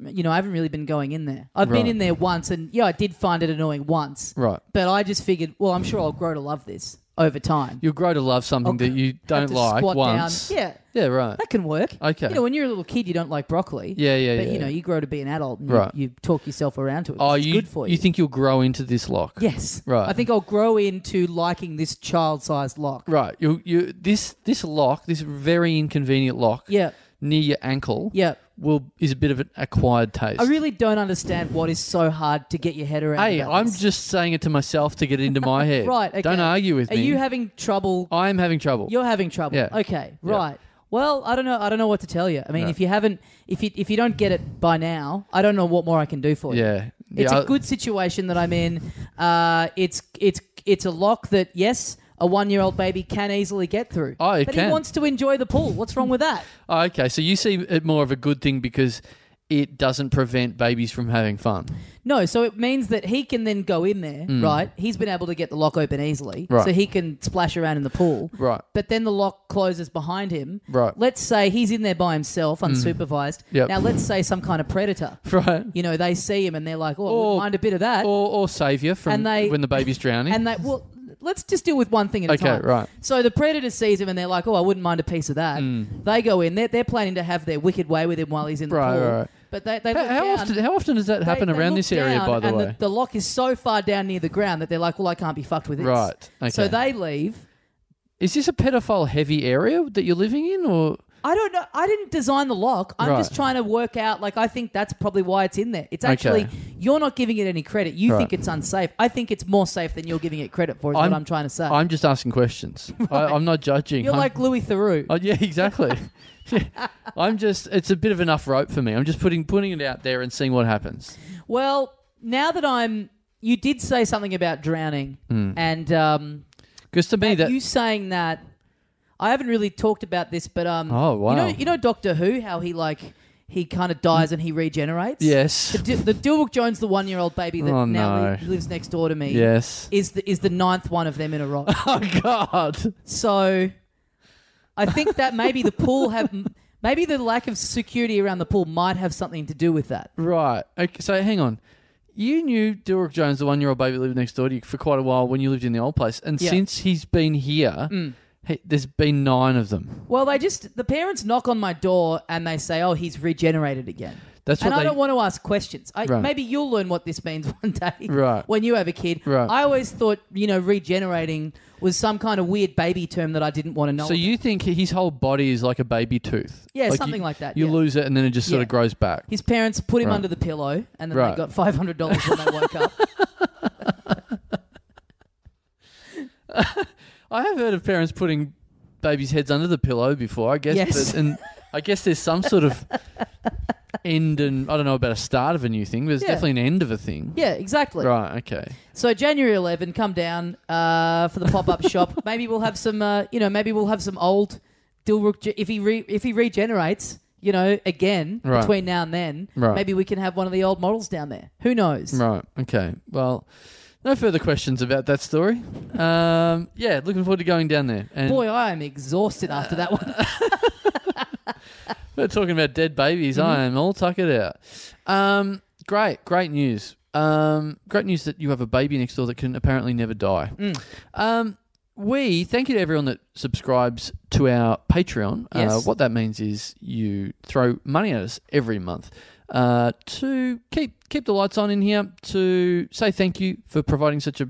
[SPEAKER 1] you know, I haven't really been going in there. I've been
[SPEAKER 2] Right.
[SPEAKER 1] in there once, and yeah, I did find it annoying once.
[SPEAKER 2] Right.
[SPEAKER 1] But I just figured, well, I'm sure I'll grow to love this over time.
[SPEAKER 2] You'll grow to love something that you
[SPEAKER 1] Have
[SPEAKER 2] don't
[SPEAKER 1] to
[SPEAKER 2] like
[SPEAKER 1] squat down.
[SPEAKER 2] once.
[SPEAKER 1] Yeah,
[SPEAKER 2] Yeah. Right.
[SPEAKER 1] that can work.
[SPEAKER 2] Okay.
[SPEAKER 1] You know, when you're a little kid, you don't like broccoli.
[SPEAKER 2] Yeah, yeah,
[SPEAKER 1] But
[SPEAKER 2] yeah,
[SPEAKER 1] you know,
[SPEAKER 2] yeah.
[SPEAKER 1] you grow to be an adult, and
[SPEAKER 2] Right.
[SPEAKER 1] you, you talk yourself around to it.
[SPEAKER 2] oh,
[SPEAKER 1] it's
[SPEAKER 2] you
[SPEAKER 1] good for you.
[SPEAKER 2] you think you'll grow into this lock?
[SPEAKER 1] Yes.
[SPEAKER 2] Right.
[SPEAKER 1] I think I'll grow into liking this child-sized lock.
[SPEAKER 2] Right. You you this this lock, this very inconvenient lock
[SPEAKER 1] Yeah.
[SPEAKER 2] near your ankle
[SPEAKER 1] Yeah.
[SPEAKER 2] will is a bit of an acquired taste.
[SPEAKER 1] I really don't understand what is so hard to get your head around.
[SPEAKER 2] Hey,
[SPEAKER 1] about
[SPEAKER 2] I'm
[SPEAKER 1] this.
[SPEAKER 2] just saying it to myself to get it into my head.
[SPEAKER 1] right. Okay.
[SPEAKER 2] Don't argue with
[SPEAKER 1] Are
[SPEAKER 2] me.
[SPEAKER 1] you having trouble
[SPEAKER 2] I'm having trouble.
[SPEAKER 1] You're having trouble.
[SPEAKER 2] Yeah.
[SPEAKER 1] Okay.
[SPEAKER 2] Yeah.
[SPEAKER 1] Right. Well, I don't know. I don't know what to tell you. I mean,
[SPEAKER 2] Yeah.
[SPEAKER 1] if you haven't, if you if you don't get it by now, I don't know what more I can do for you.
[SPEAKER 2] yeah.
[SPEAKER 1] It's
[SPEAKER 2] yeah, I-
[SPEAKER 1] a good situation that I'm in. Uh, it's it's it's a lock that yes, a one year old baby can easily get through.
[SPEAKER 2] Oh, it
[SPEAKER 1] but he
[SPEAKER 2] can.
[SPEAKER 1] wants to enjoy the pool. What's wrong with that?
[SPEAKER 2] Oh, okay, so you see it more of a good thing because it doesn't prevent babies from having fun.
[SPEAKER 1] No, so it means that he can then go in there, right? He's been able to get the lock open easily,
[SPEAKER 2] Mm. Right.
[SPEAKER 1] so he can splash around in the pool,
[SPEAKER 2] Right.
[SPEAKER 1] But then the lock closes behind him,
[SPEAKER 2] Right. Mm.
[SPEAKER 1] Let's say he's in there by himself, unsupervised.
[SPEAKER 2] Yep.
[SPEAKER 1] Now, let's say some kind of predator,
[SPEAKER 2] Right.
[SPEAKER 1] you know, they see him and they're like, "Oh, I
[SPEAKER 2] Or-
[SPEAKER 1] wouldn't mind a bit of that,"
[SPEAKER 2] Or or save you from
[SPEAKER 1] And they-
[SPEAKER 2] when the baby's drowning.
[SPEAKER 1] and they well. Let's just deal with one thing at
[SPEAKER 2] Okay,
[SPEAKER 1] a time.
[SPEAKER 2] right.
[SPEAKER 1] So the predator sees him and they're like, "Oh, I wouldn't mind a piece of that." They go in. They're, they're planning to have their wicked way with him while he's in the
[SPEAKER 2] Mm. Right,
[SPEAKER 1] pool.
[SPEAKER 2] right.
[SPEAKER 1] But they, they
[SPEAKER 2] how,
[SPEAKER 1] look
[SPEAKER 2] how
[SPEAKER 1] down.
[SPEAKER 2] often how often does that happen
[SPEAKER 1] They- they
[SPEAKER 2] around
[SPEAKER 1] look
[SPEAKER 2] this area
[SPEAKER 1] down
[SPEAKER 2] by the
[SPEAKER 1] and
[SPEAKER 2] way?
[SPEAKER 1] The, lock is so far down near the ground that they're like, well, I can't be fucked with this.
[SPEAKER 2] Right,
[SPEAKER 1] So
[SPEAKER 2] okay.
[SPEAKER 1] they leave.
[SPEAKER 2] Is this a pedophile heavy area that you're living in or
[SPEAKER 1] I don't know. I didn't design the lock. I'm
[SPEAKER 2] Right.
[SPEAKER 1] just trying to work out. Like, I think that's probably why it's in there. It's actually
[SPEAKER 2] Okay.
[SPEAKER 1] you're not giving it any credit. You
[SPEAKER 2] Right.
[SPEAKER 1] think it's unsafe. I think it's more safe than you're giving it credit for. Is what I'm trying to say.
[SPEAKER 2] I'm just asking questions. I, I'm not judging.
[SPEAKER 1] you're
[SPEAKER 2] I'm-
[SPEAKER 1] like Louis Theroux.
[SPEAKER 2] Oh, yeah, exactly. Yeah. I'm just. It's a bit of enough rope for me. I'm just putting putting it out there and seeing what happens.
[SPEAKER 1] well, now that I'm, you did say something about drowning, and um,
[SPEAKER 2] Because to me, Hmm. that
[SPEAKER 1] you saying that, I haven't really talked about this, but um,
[SPEAKER 2] Oh,
[SPEAKER 1] you know,
[SPEAKER 2] wow.
[SPEAKER 1] you know Doctor Who, how he like he kind of dies and he regenerates.
[SPEAKER 2] yes,
[SPEAKER 1] The, D- the Dilbrook Jones, the one-year-old baby that
[SPEAKER 2] Oh,
[SPEAKER 1] now
[SPEAKER 2] no.
[SPEAKER 1] li- lives next door to me,
[SPEAKER 2] yes.
[SPEAKER 1] is the, is the ninth one of them in a row.
[SPEAKER 2] Oh God.
[SPEAKER 1] so, I think that maybe the pool have maybe the lack of security around the pool might have something to do with that.
[SPEAKER 2] Right. Okay, so hang on. You knew Dilrook Jones, the one year old baby that lived next door to you, for quite a while when you lived in the old place. And
[SPEAKER 1] Yeah. Mm.
[SPEAKER 2] since he's been here, he- there's been nine of them.
[SPEAKER 1] Well, they just the parents knock on my door and they say, "Oh, he's regenerated again."
[SPEAKER 2] That's
[SPEAKER 1] and
[SPEAKER 2] what
[SPEAKER 1] I
[SPEAKER 2] they-
[SPEAKER 1] don't want to ask questions. I,
[SPEAKER 2] Right.
[SPEAKER 1] Maybe you'll learn what this means one day,
[SPEAKER 2] Right.
[SPEAKER 1] When you have a kid,
[SPEAKER 2] Right.
[SPEAKER 1] I always thought you know regenerating was some kind of weird baby term that I didn't want to know.
[SPEAKER 2] So you think his whole body is like a baby tooth?
[SPEAKER 1] Yeah,
[SPEAKER 2] you-
[SPEAKER 1] something like that,
[SPEAKER 2] You
[SPEAKER 1] yeah.
[SPEAKER 2] lose it and then it just sort
[SPEAKER 1] Yeah.
[SPEAKER 2] of grows back.
[SPEAKER 1] His parents put him
[SPEAKER 2] Right.
[SPEAKER 1] under the pillow, and then
[SPEAKER 2] Right.
[SPEAKER 1] they got five hundred dollars when they woke up.
[SPEAKER 2] I have heard of parents putting babies' heads under the pillow before. I guess,
[SPEAKER 1] Yes.
[SPEAKER 2] but, and I guess there's some sort of end and I don't know about a start of a new thing. But there's
[SPEAKER 1] Yeah.
[SPEAKER 2] definitely an end of a thing.
[SPEAKER 1] Yeah, exactly.
[SPEAKER 2] Right. Okay.
[SPEAKER 1] So January 11, come down uh, for the pop up shop. Maybe we'll have some, uh, you know, maybe we'll have some old Dilrook ge- if he re- if he regenerates, you know, again
[SPEAKER 2] Right.
[SPEAKER 1] between now and then.
[SPEAKER 2] Right.
[SPEAKER 1] Maybe we can have one of the old models down there. Who knows?
[SPEAKER 2] Right. Okay. Well, no further questions about that story. Um, yeah, looking forward to going down there. And
[SPEAKER 1] Boy, I am exhausted after that one.
[SPEAKER 2] we're talking about dead babies.
[SPEAKER 1] Mm-hmm.
[SPEAKER 2] I am all tuckered out. Um, great, great news. Um, great news that you have a baby next door that can apparently never die.
[SPEAKER 1] Mm.
[SPEAKER 2] Um, we thank you to everyone that subscribes to our Patreon. Uh,
[SPEAKER 1] Yes.
[SPEAKER 2] what that means is you throw money at us every month uh, to keep keep the lights on in here. To say thank you for providing such a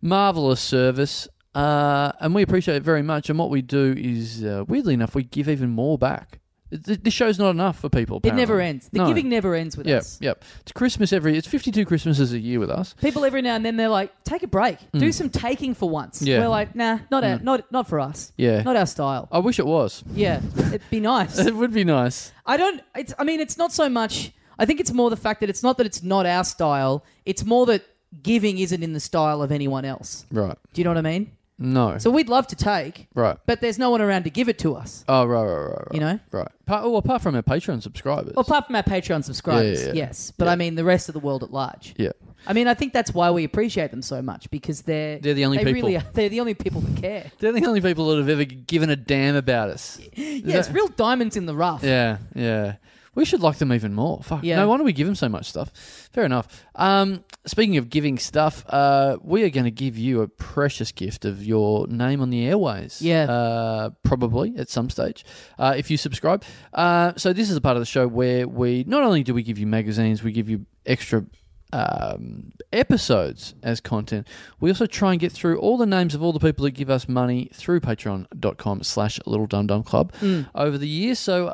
[SPEAKER 2] marvelous service. Uh, and we appreciate it very much. And what we do is, uh, weirdly enough, we give even more back. Th- th- This show's not enough for
[SPEAKER 1] it
[SPEAKER 2] people. Apparently.
[SPEAKER 1] never ends. The
[SPEAKER 2] No.
[SPEAKER 1] giving never ends with
[SPEAKER 2] Yep,
[SPEAKER 1] us.
[SPEAKER 2] yep. It's Christmas every. It's fifty-two Christmases a year with us.
[SPEAKER 1] People every now and then they're like, take a break, do some taking for once.
[SPEAKER 2] Mm. Yeah. Mm.
[SPEAKER 1] We're like, nah, not our, not not for us.
[SPEAKER 2] Yeah.
[SPEAKER 1] Not our style.
[SPEAKER 2] I wish it was.
[SPEAKER 1] Yeah, it'd be nice.
[SPEAKER 2] It would be nice.
[SPEAKER 1] I don't. It's. I mean, it's not so much. I think it's more the fact that it's not that it's not our style. It's more that giving isn't in the style of anyone else.
[SPEAKER 2] Right.
[SPEAKER 1] Do you know what I mean?
[SPEAKER 2] No.
[SPEAKER 1] So we'd love to take,
[SPEAKER 2] right.
[SPEAKER 1] but there's no one around to give it to us.
[SPEAKER 2] Oh, right, right, right, right.
[SPEAKER 1] You know?
[SPEAKER 2] Right. Apart, well, apart from our Patreon subscribers.
[SPEAKER 1] Well, apart from our Patreon subscribers,
[SPEAKER 2] Yeah, yeah, yeah.
[SPEAKER 1] yes. But I mean, the rest of the world at large.
[SPEAKER 2] yeah.
[SPEAKER 1] I mean, I think that's why we appreciate them so much because they're
[SPEAKER 2] They're the only
[SPEAKER 1] they
[SPEAKER 2] people.
[SPEAKER 1] Really are, they're the only people that care.
[SPEAKER 2] They're the only people that have ever given a damn about us.
[SPEAKER 1] Yeah, it's real diamonds in the rough.
[SPEAKER 2] Yeah, yeah. We should like them even more. Fuck.
[SPEAKER 1] Yeah.
[SPEAKER 2] No wonder we give them so much stuff. Fair enough. Um, speaking of giving stuff, uh, we are going to give you a precious gift of your name on the airways.
[SPEAKER 1] Yeah.
[SPEAKER 2] Uh, probably at some stage uh, if you subscribe. Uh, so this is a part of the show where we not only do we give you magazines, we give you extra. Um, episodes as content. We also try and get through all the names of all the people that give us money through patreon.com slash little dum dum club over the years. So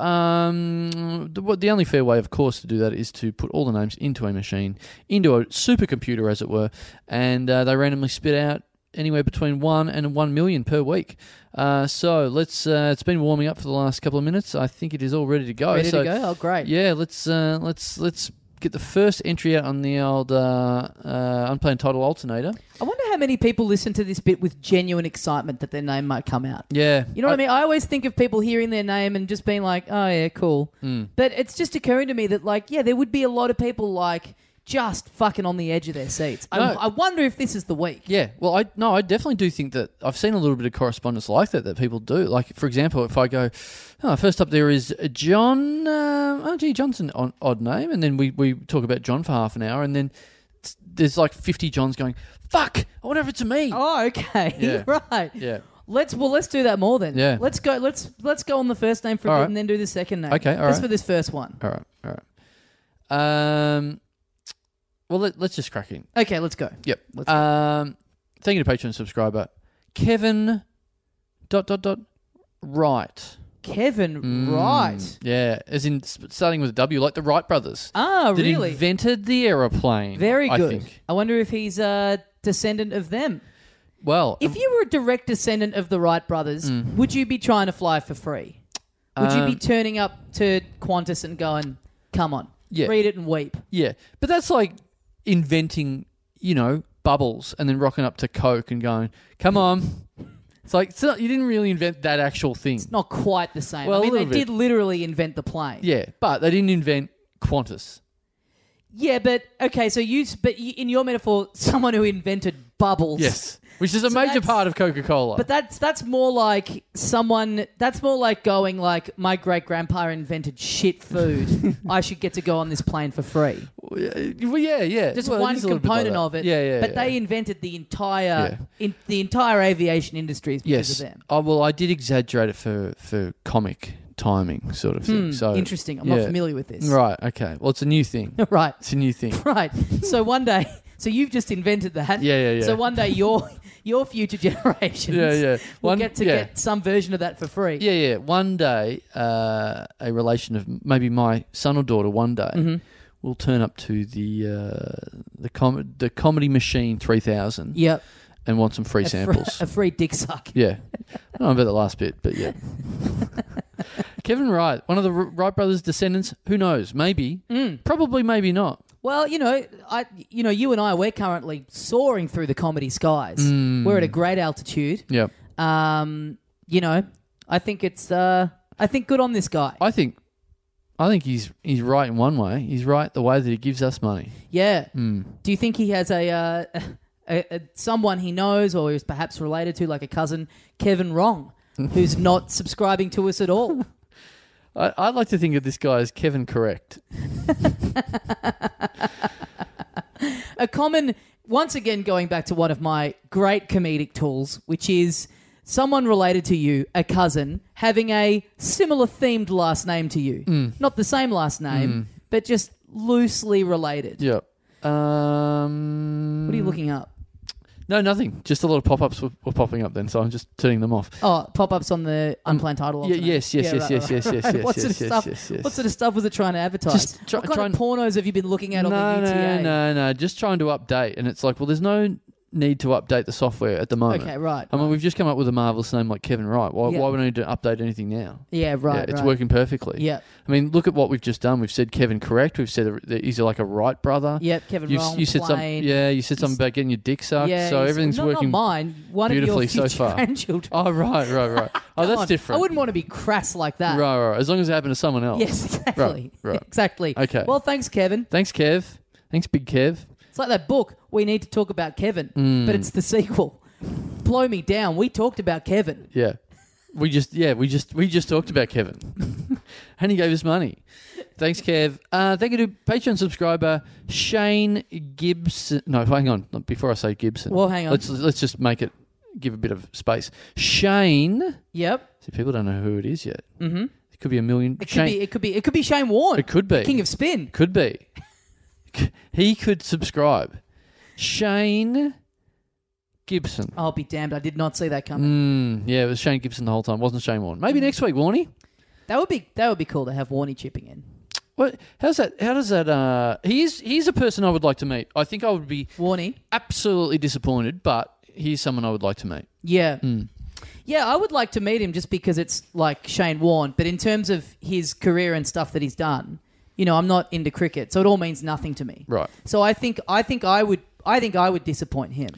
[SPEAKER 2] um, the, what- the only fair way, of course, to do that is to put all the names into a machine, into a supercomputer, as it were, and uh, they randomly spit out anywhere between one and one million per week. Uh, so let's. Uh, it's been warming up for the last couple of minutes. I think it is all ready to go.
[SPEAKER 1] Ready
[SPEAKER 2] So,
[SPEAKER 1] to go? Oh, great.
[SPEAKER 2] Yeah, let's uh, let's let's get the first entry out on the old uh, uh, unplanned title alternator.
[SPEAKER 1] I wonder how many people listen to this bit with genuine excitement that their name might come out.
[SPEAKER 2] Yeah,
[SPEAKER 1] You know what I mean? I always think of people hearing their name and just being like, oh, yeah, cool.
[SPEAKER 2] Hmm.
[SPEAKER 1] But it's just occurring to me that, like, yeah, there would be a lot of people, like, just fucking on the edge of their seats. I,
[SPEAKER 2] No.
[SPEAKER 1] I wonder if this is the week.
[SPEAKER 2] Yeah, well, I no, I definitely do think that I've seen a little bit of correspondence like that that people do. Like, for example, if I go, oh, first up there is John, um, oh, gee, Johnson, on, odd name, and then we, we talk about John for half an hour, and then s- there's like 50 Johns going, fuck, I wonder if it's a me.
[SPEAKER 1] Oh, okay.
[SPEAKER 2] Yeah.
[SPEAKER 1] right.
[SPEAKER 2] Yeah.
[SPEAKER 1] Let's well, let's do that more then.
[SPEAKER 2] Yeah.
[SPEAKER 1] Let's go. Let's let's go on the first name for a
[SPEAKER 2] All
[SPEAKER 1] bit
[SPEAKER 2] right.
[SPEAKER 1] and then do the second name.
[SPEAKER 2] Okay, all
[SPEAKER 1] Just
[SPEAKER 2] right.
[SPEAKER 1] for this first one.
[SPEAKER 2] All right, all right. Um, well, let, let's just crack in.
[SPEAKER 1] Okay, let's go.
[SPEAKER 2] Yep.
[SPEAKER 1] Let's go.
[SPEAKER 2] Um, thank you to Patreon subscriber Kevin. Dot dot dot. Right.
[SPEAKER 1] Kevin
[SPEAKER 2] Hmm.
[SPEAKER 1] Wright.
[SPEAKER 2] Yeah, as in s- starting with a W, like the Wright brothers.
[SPEAKER 1] Ah,
[SPEAKER 2] that
[SPEAKER 1] really?
[SPEAKER 2] invented the aeroplane.
[SPEAKER 1] Very
[SPEAKER 2] I
[SPEAKER 1] good.
[SPEAKER 2] think.
[SPEAKER 1] I wonder if he's a descendant of them.
[SPEAKER 2] Well, um,
[SPEAKER 1] If you were a direct descendant of the Wright brothers,
[SPEAKER 2] Mm.
[SPEAKER 1] would you be trying to fly for free? Would you
[SPEAKER 2] Uh,
[SPEAKER 1] be turning up to Qantas and going, come on,
[SPEAKER 2] Yeah.
[SPEAKER 1] read it and weep?
[SPEAKER 2] yeah, but that's like inventing, you know, bubbles and then rocking up to Coke and going, "Come on." It's like it's not, you didn't really invent that actual thing.
[SPEAKER 1] Not quite the same.
[SPEAKER 2] Well,
[SPEAKER 1] I
[SPEAKER 2] a
[SPEAKER 1] mean, they
[SPEAKER 2] little bit.
[SPEAKER 1] did literally invent the plane.
[SPEAKER 2] Yeah, but they didn't invent Qantas.
[SPEAKER 1] Yeah, but okay. So you, but you, in your metaphor, someone who invented bubbles.
[SPEAKER 2] Yes, which is a major
[SPEAKER 1] that's-
[SPEAKER 2] part of Coca Cola.
[SPEAKER 1] But that's that's more like someone. That's more like going like my great grandpa invented shit food. I should get to go on this plane for free.
[SPEAKER 2] well, yeah, yeah.
[SPEAKER 1] Just
[SPEAKER 2] Well, it
[SPEAKER 1] one
[SPEAKER 2] is a little bit like
[SPEAKER 1] component
[SPEAKER 2] that.
[SPEAKER 1] of it.
[SPEAKER 2] Yeah, yeah.
[SPEAKER 1] But
[SPEAKER 2] yeah.
[SPEAKER 1] they invented the
[SPEAKER 2] Yeah.
[SPEAKER 1] entire in, the entire aviation industry is because
[SPEAKER 2] yes.
[SPEAKER 1] of them.
[SPEAKER 2] Oh well, I did exaggerate it for for comic timing sort of thing. So
[SPEAKER 1] Hmm, Interesting. I'm
[SPEAKER 2] yeah.
[SPEAKER 1] not familiar with this.
[SPEAKER 2] Right. Okay. Well, it's a new thing.
[SPEAKER 1] right.
[SPEAKER 2] It's a new thing.
[SPEAKER 1] Right. So one day, so you've just invented that.
[SPEAKER 2] Yeah, yeah, yeah.
[SPEAKER 1] So one day, your your future generations
[SPEAKER 2] Yeah, yeah.
[SPEAKER 1] will
[SPEAKER 2] One-
[SPEAKER 1] get to
[SPEAKER 2] yeah.
[SPEAKER 1] get some version of that for free.
[SPEAKER 2] Yeah, yeah. One day, uh, a relation of maybe my son or daughter, one day,
[SPEAKER 1] Mm-hmm.
[SPEAKER 2] will turn up to the uh, the com- the comedy machine three thousand
[SPEAKER 1] Yep.
[SPEAKER 2] and want some free
[SPEAKER 1] A, fr-
[SPEAKER 2] samples.
[SPEAKER 1] a free dick suck.
[SPEAKER 2] yeah, I don't know about the last bit, but yeah. Kevin Wright, one of the R- Wright brothers' descendants. Who knows? Maybe,
[SPEAKER 1] Mm.
[SPEAKER 2] probably, maybe not.
[SPEAKER 1] Well, you know, I, you know, you and I, we're currently soaring through the comedy skies.
[SPEAKER 2] Hmm.
[SPEAKER 1] We're at a great altitude.
[SPEAKER 2] Yeah,
[SPEAKER 1] Um, you know, I think it's, uh, I think good on this guy.
[SPEAKER 2] I think, I think he's he's right in one way. He's right the way that he gives us money.
[SPEAKER 1] Yeah. Do you think he has a, uh, a, a someone he knows or is perhaps related to, like a cousin, Kevin Wrong, who's not subscribing to us at all?
[SPEAKER 2] I, I'd like to think of this guy as Kevin Correct.
[SPEAKER 1] a common once again going back to one of my great comedic tools which is someone related to you a cousin having a similar themed last name to you not the same last name but just loosely related
[SPEAKER 2] Yeah. Um,
[SPEAKER 1] what are you looking up
[SPEAKER 2] No, nothing. Just a lot of pop-ups were, were popping up then, so I'm just turning them off.
[SPEAKER 1] oh pop-ups on the unplanned title
[SPEAKER 2] Um, yeah,
[SPEAKER 1] alternate.
[SPEAKER 2] yes, yes, yes, yes, yes, yes, yes,
[SPEAKER 1] what sort of
[SPEAKER 2] yes, yes,
[SPEAKER 1] stuff
[SPEAKER 2] yes, yes.
[SPEAKER 1] what sort of stuff was it trying to advertise
[SPEAKER 2] Just try-
[SPEAKER 1] what kind
[SPEAKER 2] try
[SPEAKER 1] of
[SPEAKER 2] and-
[SPEAKER 1] pornos have you been looking at
[SPEAKER 2] no,
[SPEAKER 1] on the UTA
[SPEAKER 2] no, no, no. Just trying to update, and it's like, well, there's no need to update the software at the moment.
[SPEAKER 1] okay right
[SPEAKER 2] I mean, we've just come up with a marvelous name like Kevin Wright. Why,
[SPEAKER 1] Yeah.
[SPEAKER 2] why would I need to update anything now?
[SPEAKER 1] yeah right
[SPEAKER 2] yeah, it's
[SPEAKER 1] right.
[SPEAKER 2] working perfectly.
[SPEAKER 1] yeah
[SPEAKER 2] I mean, look at what we've just done. We've said Kevin correct. We've said that he's like a Wright brother.
[SPEAKER 1] yep Kevin
[SPEAKER 2] You,
[SPEAKER 1] Wrong
[SPEAKER 2] you said something.
[SPEAKER 1] Plain.
[SPEAKER 2] Yeah, you said something about getting your dick sucked. so
[SPEAKER 1] you-
[SPEAKER 2] everything's
[SPEAKER 1] not,
[SPEAKER 2] working.
[SPEAKER 1] Not mine. One
[SPEAKER 2] beautifully
[SPEAKER 1] of your
[SPEAKER 2] so
[SPEAKER 1] future
[SPEAKER 2] far.
[SPEAKER 1] grandchildren.
[SPEAKER 2] Oh right, right, right. oh, that's
[SPEAKER 1] On.
[SPEAKER 2] different.
[SPEAKER 1] I wouldn't want to be crass like that.
[SPEAKER 2] Right, right, right. As long as it happened to someone else.
[SPEAKER 1] Yes, exactly.
[SPEAKER 2] Right, right.
[SPEAKER 1] Exactly.
[SPEAKER 2] Okay.
[SPEAKER 1] Well, thanks, Kevin.
[SPEAKER 2] Thanks, Kev. Thanks, Big Kev.
[SPEAKER 1] It's like that book we need to talk about Kevin,
[SPEAKER 2] Hmm.
[SPEAKER 1] but it's the sequel. Blow me down. We talked about Kevin.
[SPEAKER 2] Yeah. We just yeah, we just we just talked about Kevin. and he gave us money. Thanks, Kev. Uh, thank you to Patreon subscriber Shane Gibson. No, hang on. Look, Before I say Gibson,
[SPEAKER 1] Well, hang on.
[SPEAKER 2] Let's let's just make it give a bit of space. Shane.
[SPEAKER 1] Yep.
[SPEAKER 2] See, people don't know who it is yet. Mm-hmm. It could be a million.
[SPEAKER 1] It could
[SPEAKER 2] Shane,
[SPEAKER 1] be. It could be. It could be Shane Warne.
[SPEAKER 2] It could be.
[SPEAKER 1] King of Spin.
[SPEAKER 2] Could be. he could subscribe. Shane Gibson.
[SPEAKER 1] I'll be damned. I did not see that coming.
[SPEAKER 2] Mm, yeah, it was Shane Gibson the whole time. Wasn't Shane Warne. Maybe next week, Warney.
[SPEAKER 1] That would be. That would be cool to have Warney chipping in.
[SPEAKER 2] What? How's that? How does that? Uh, he's he's a person I would like to meet. I think I would be
[SPEAKER 1] Warney.
[SPEAKER 2] absolutely disappointed, but he's someone I would like to meet.
[SPEAKER 1] Yeah.
[SPEAKER 2] Mm.
[SPEAKER 1] Yeah, I would like to meet him just because it's like Shane Warne, but in terms of his career and stuff that he's done, you know, I'm not into cricket, so it all means nothing to me.
[SPEAKER 2] Right.
[SPEAKER 1] So I think I think I would I think I would disappoint him.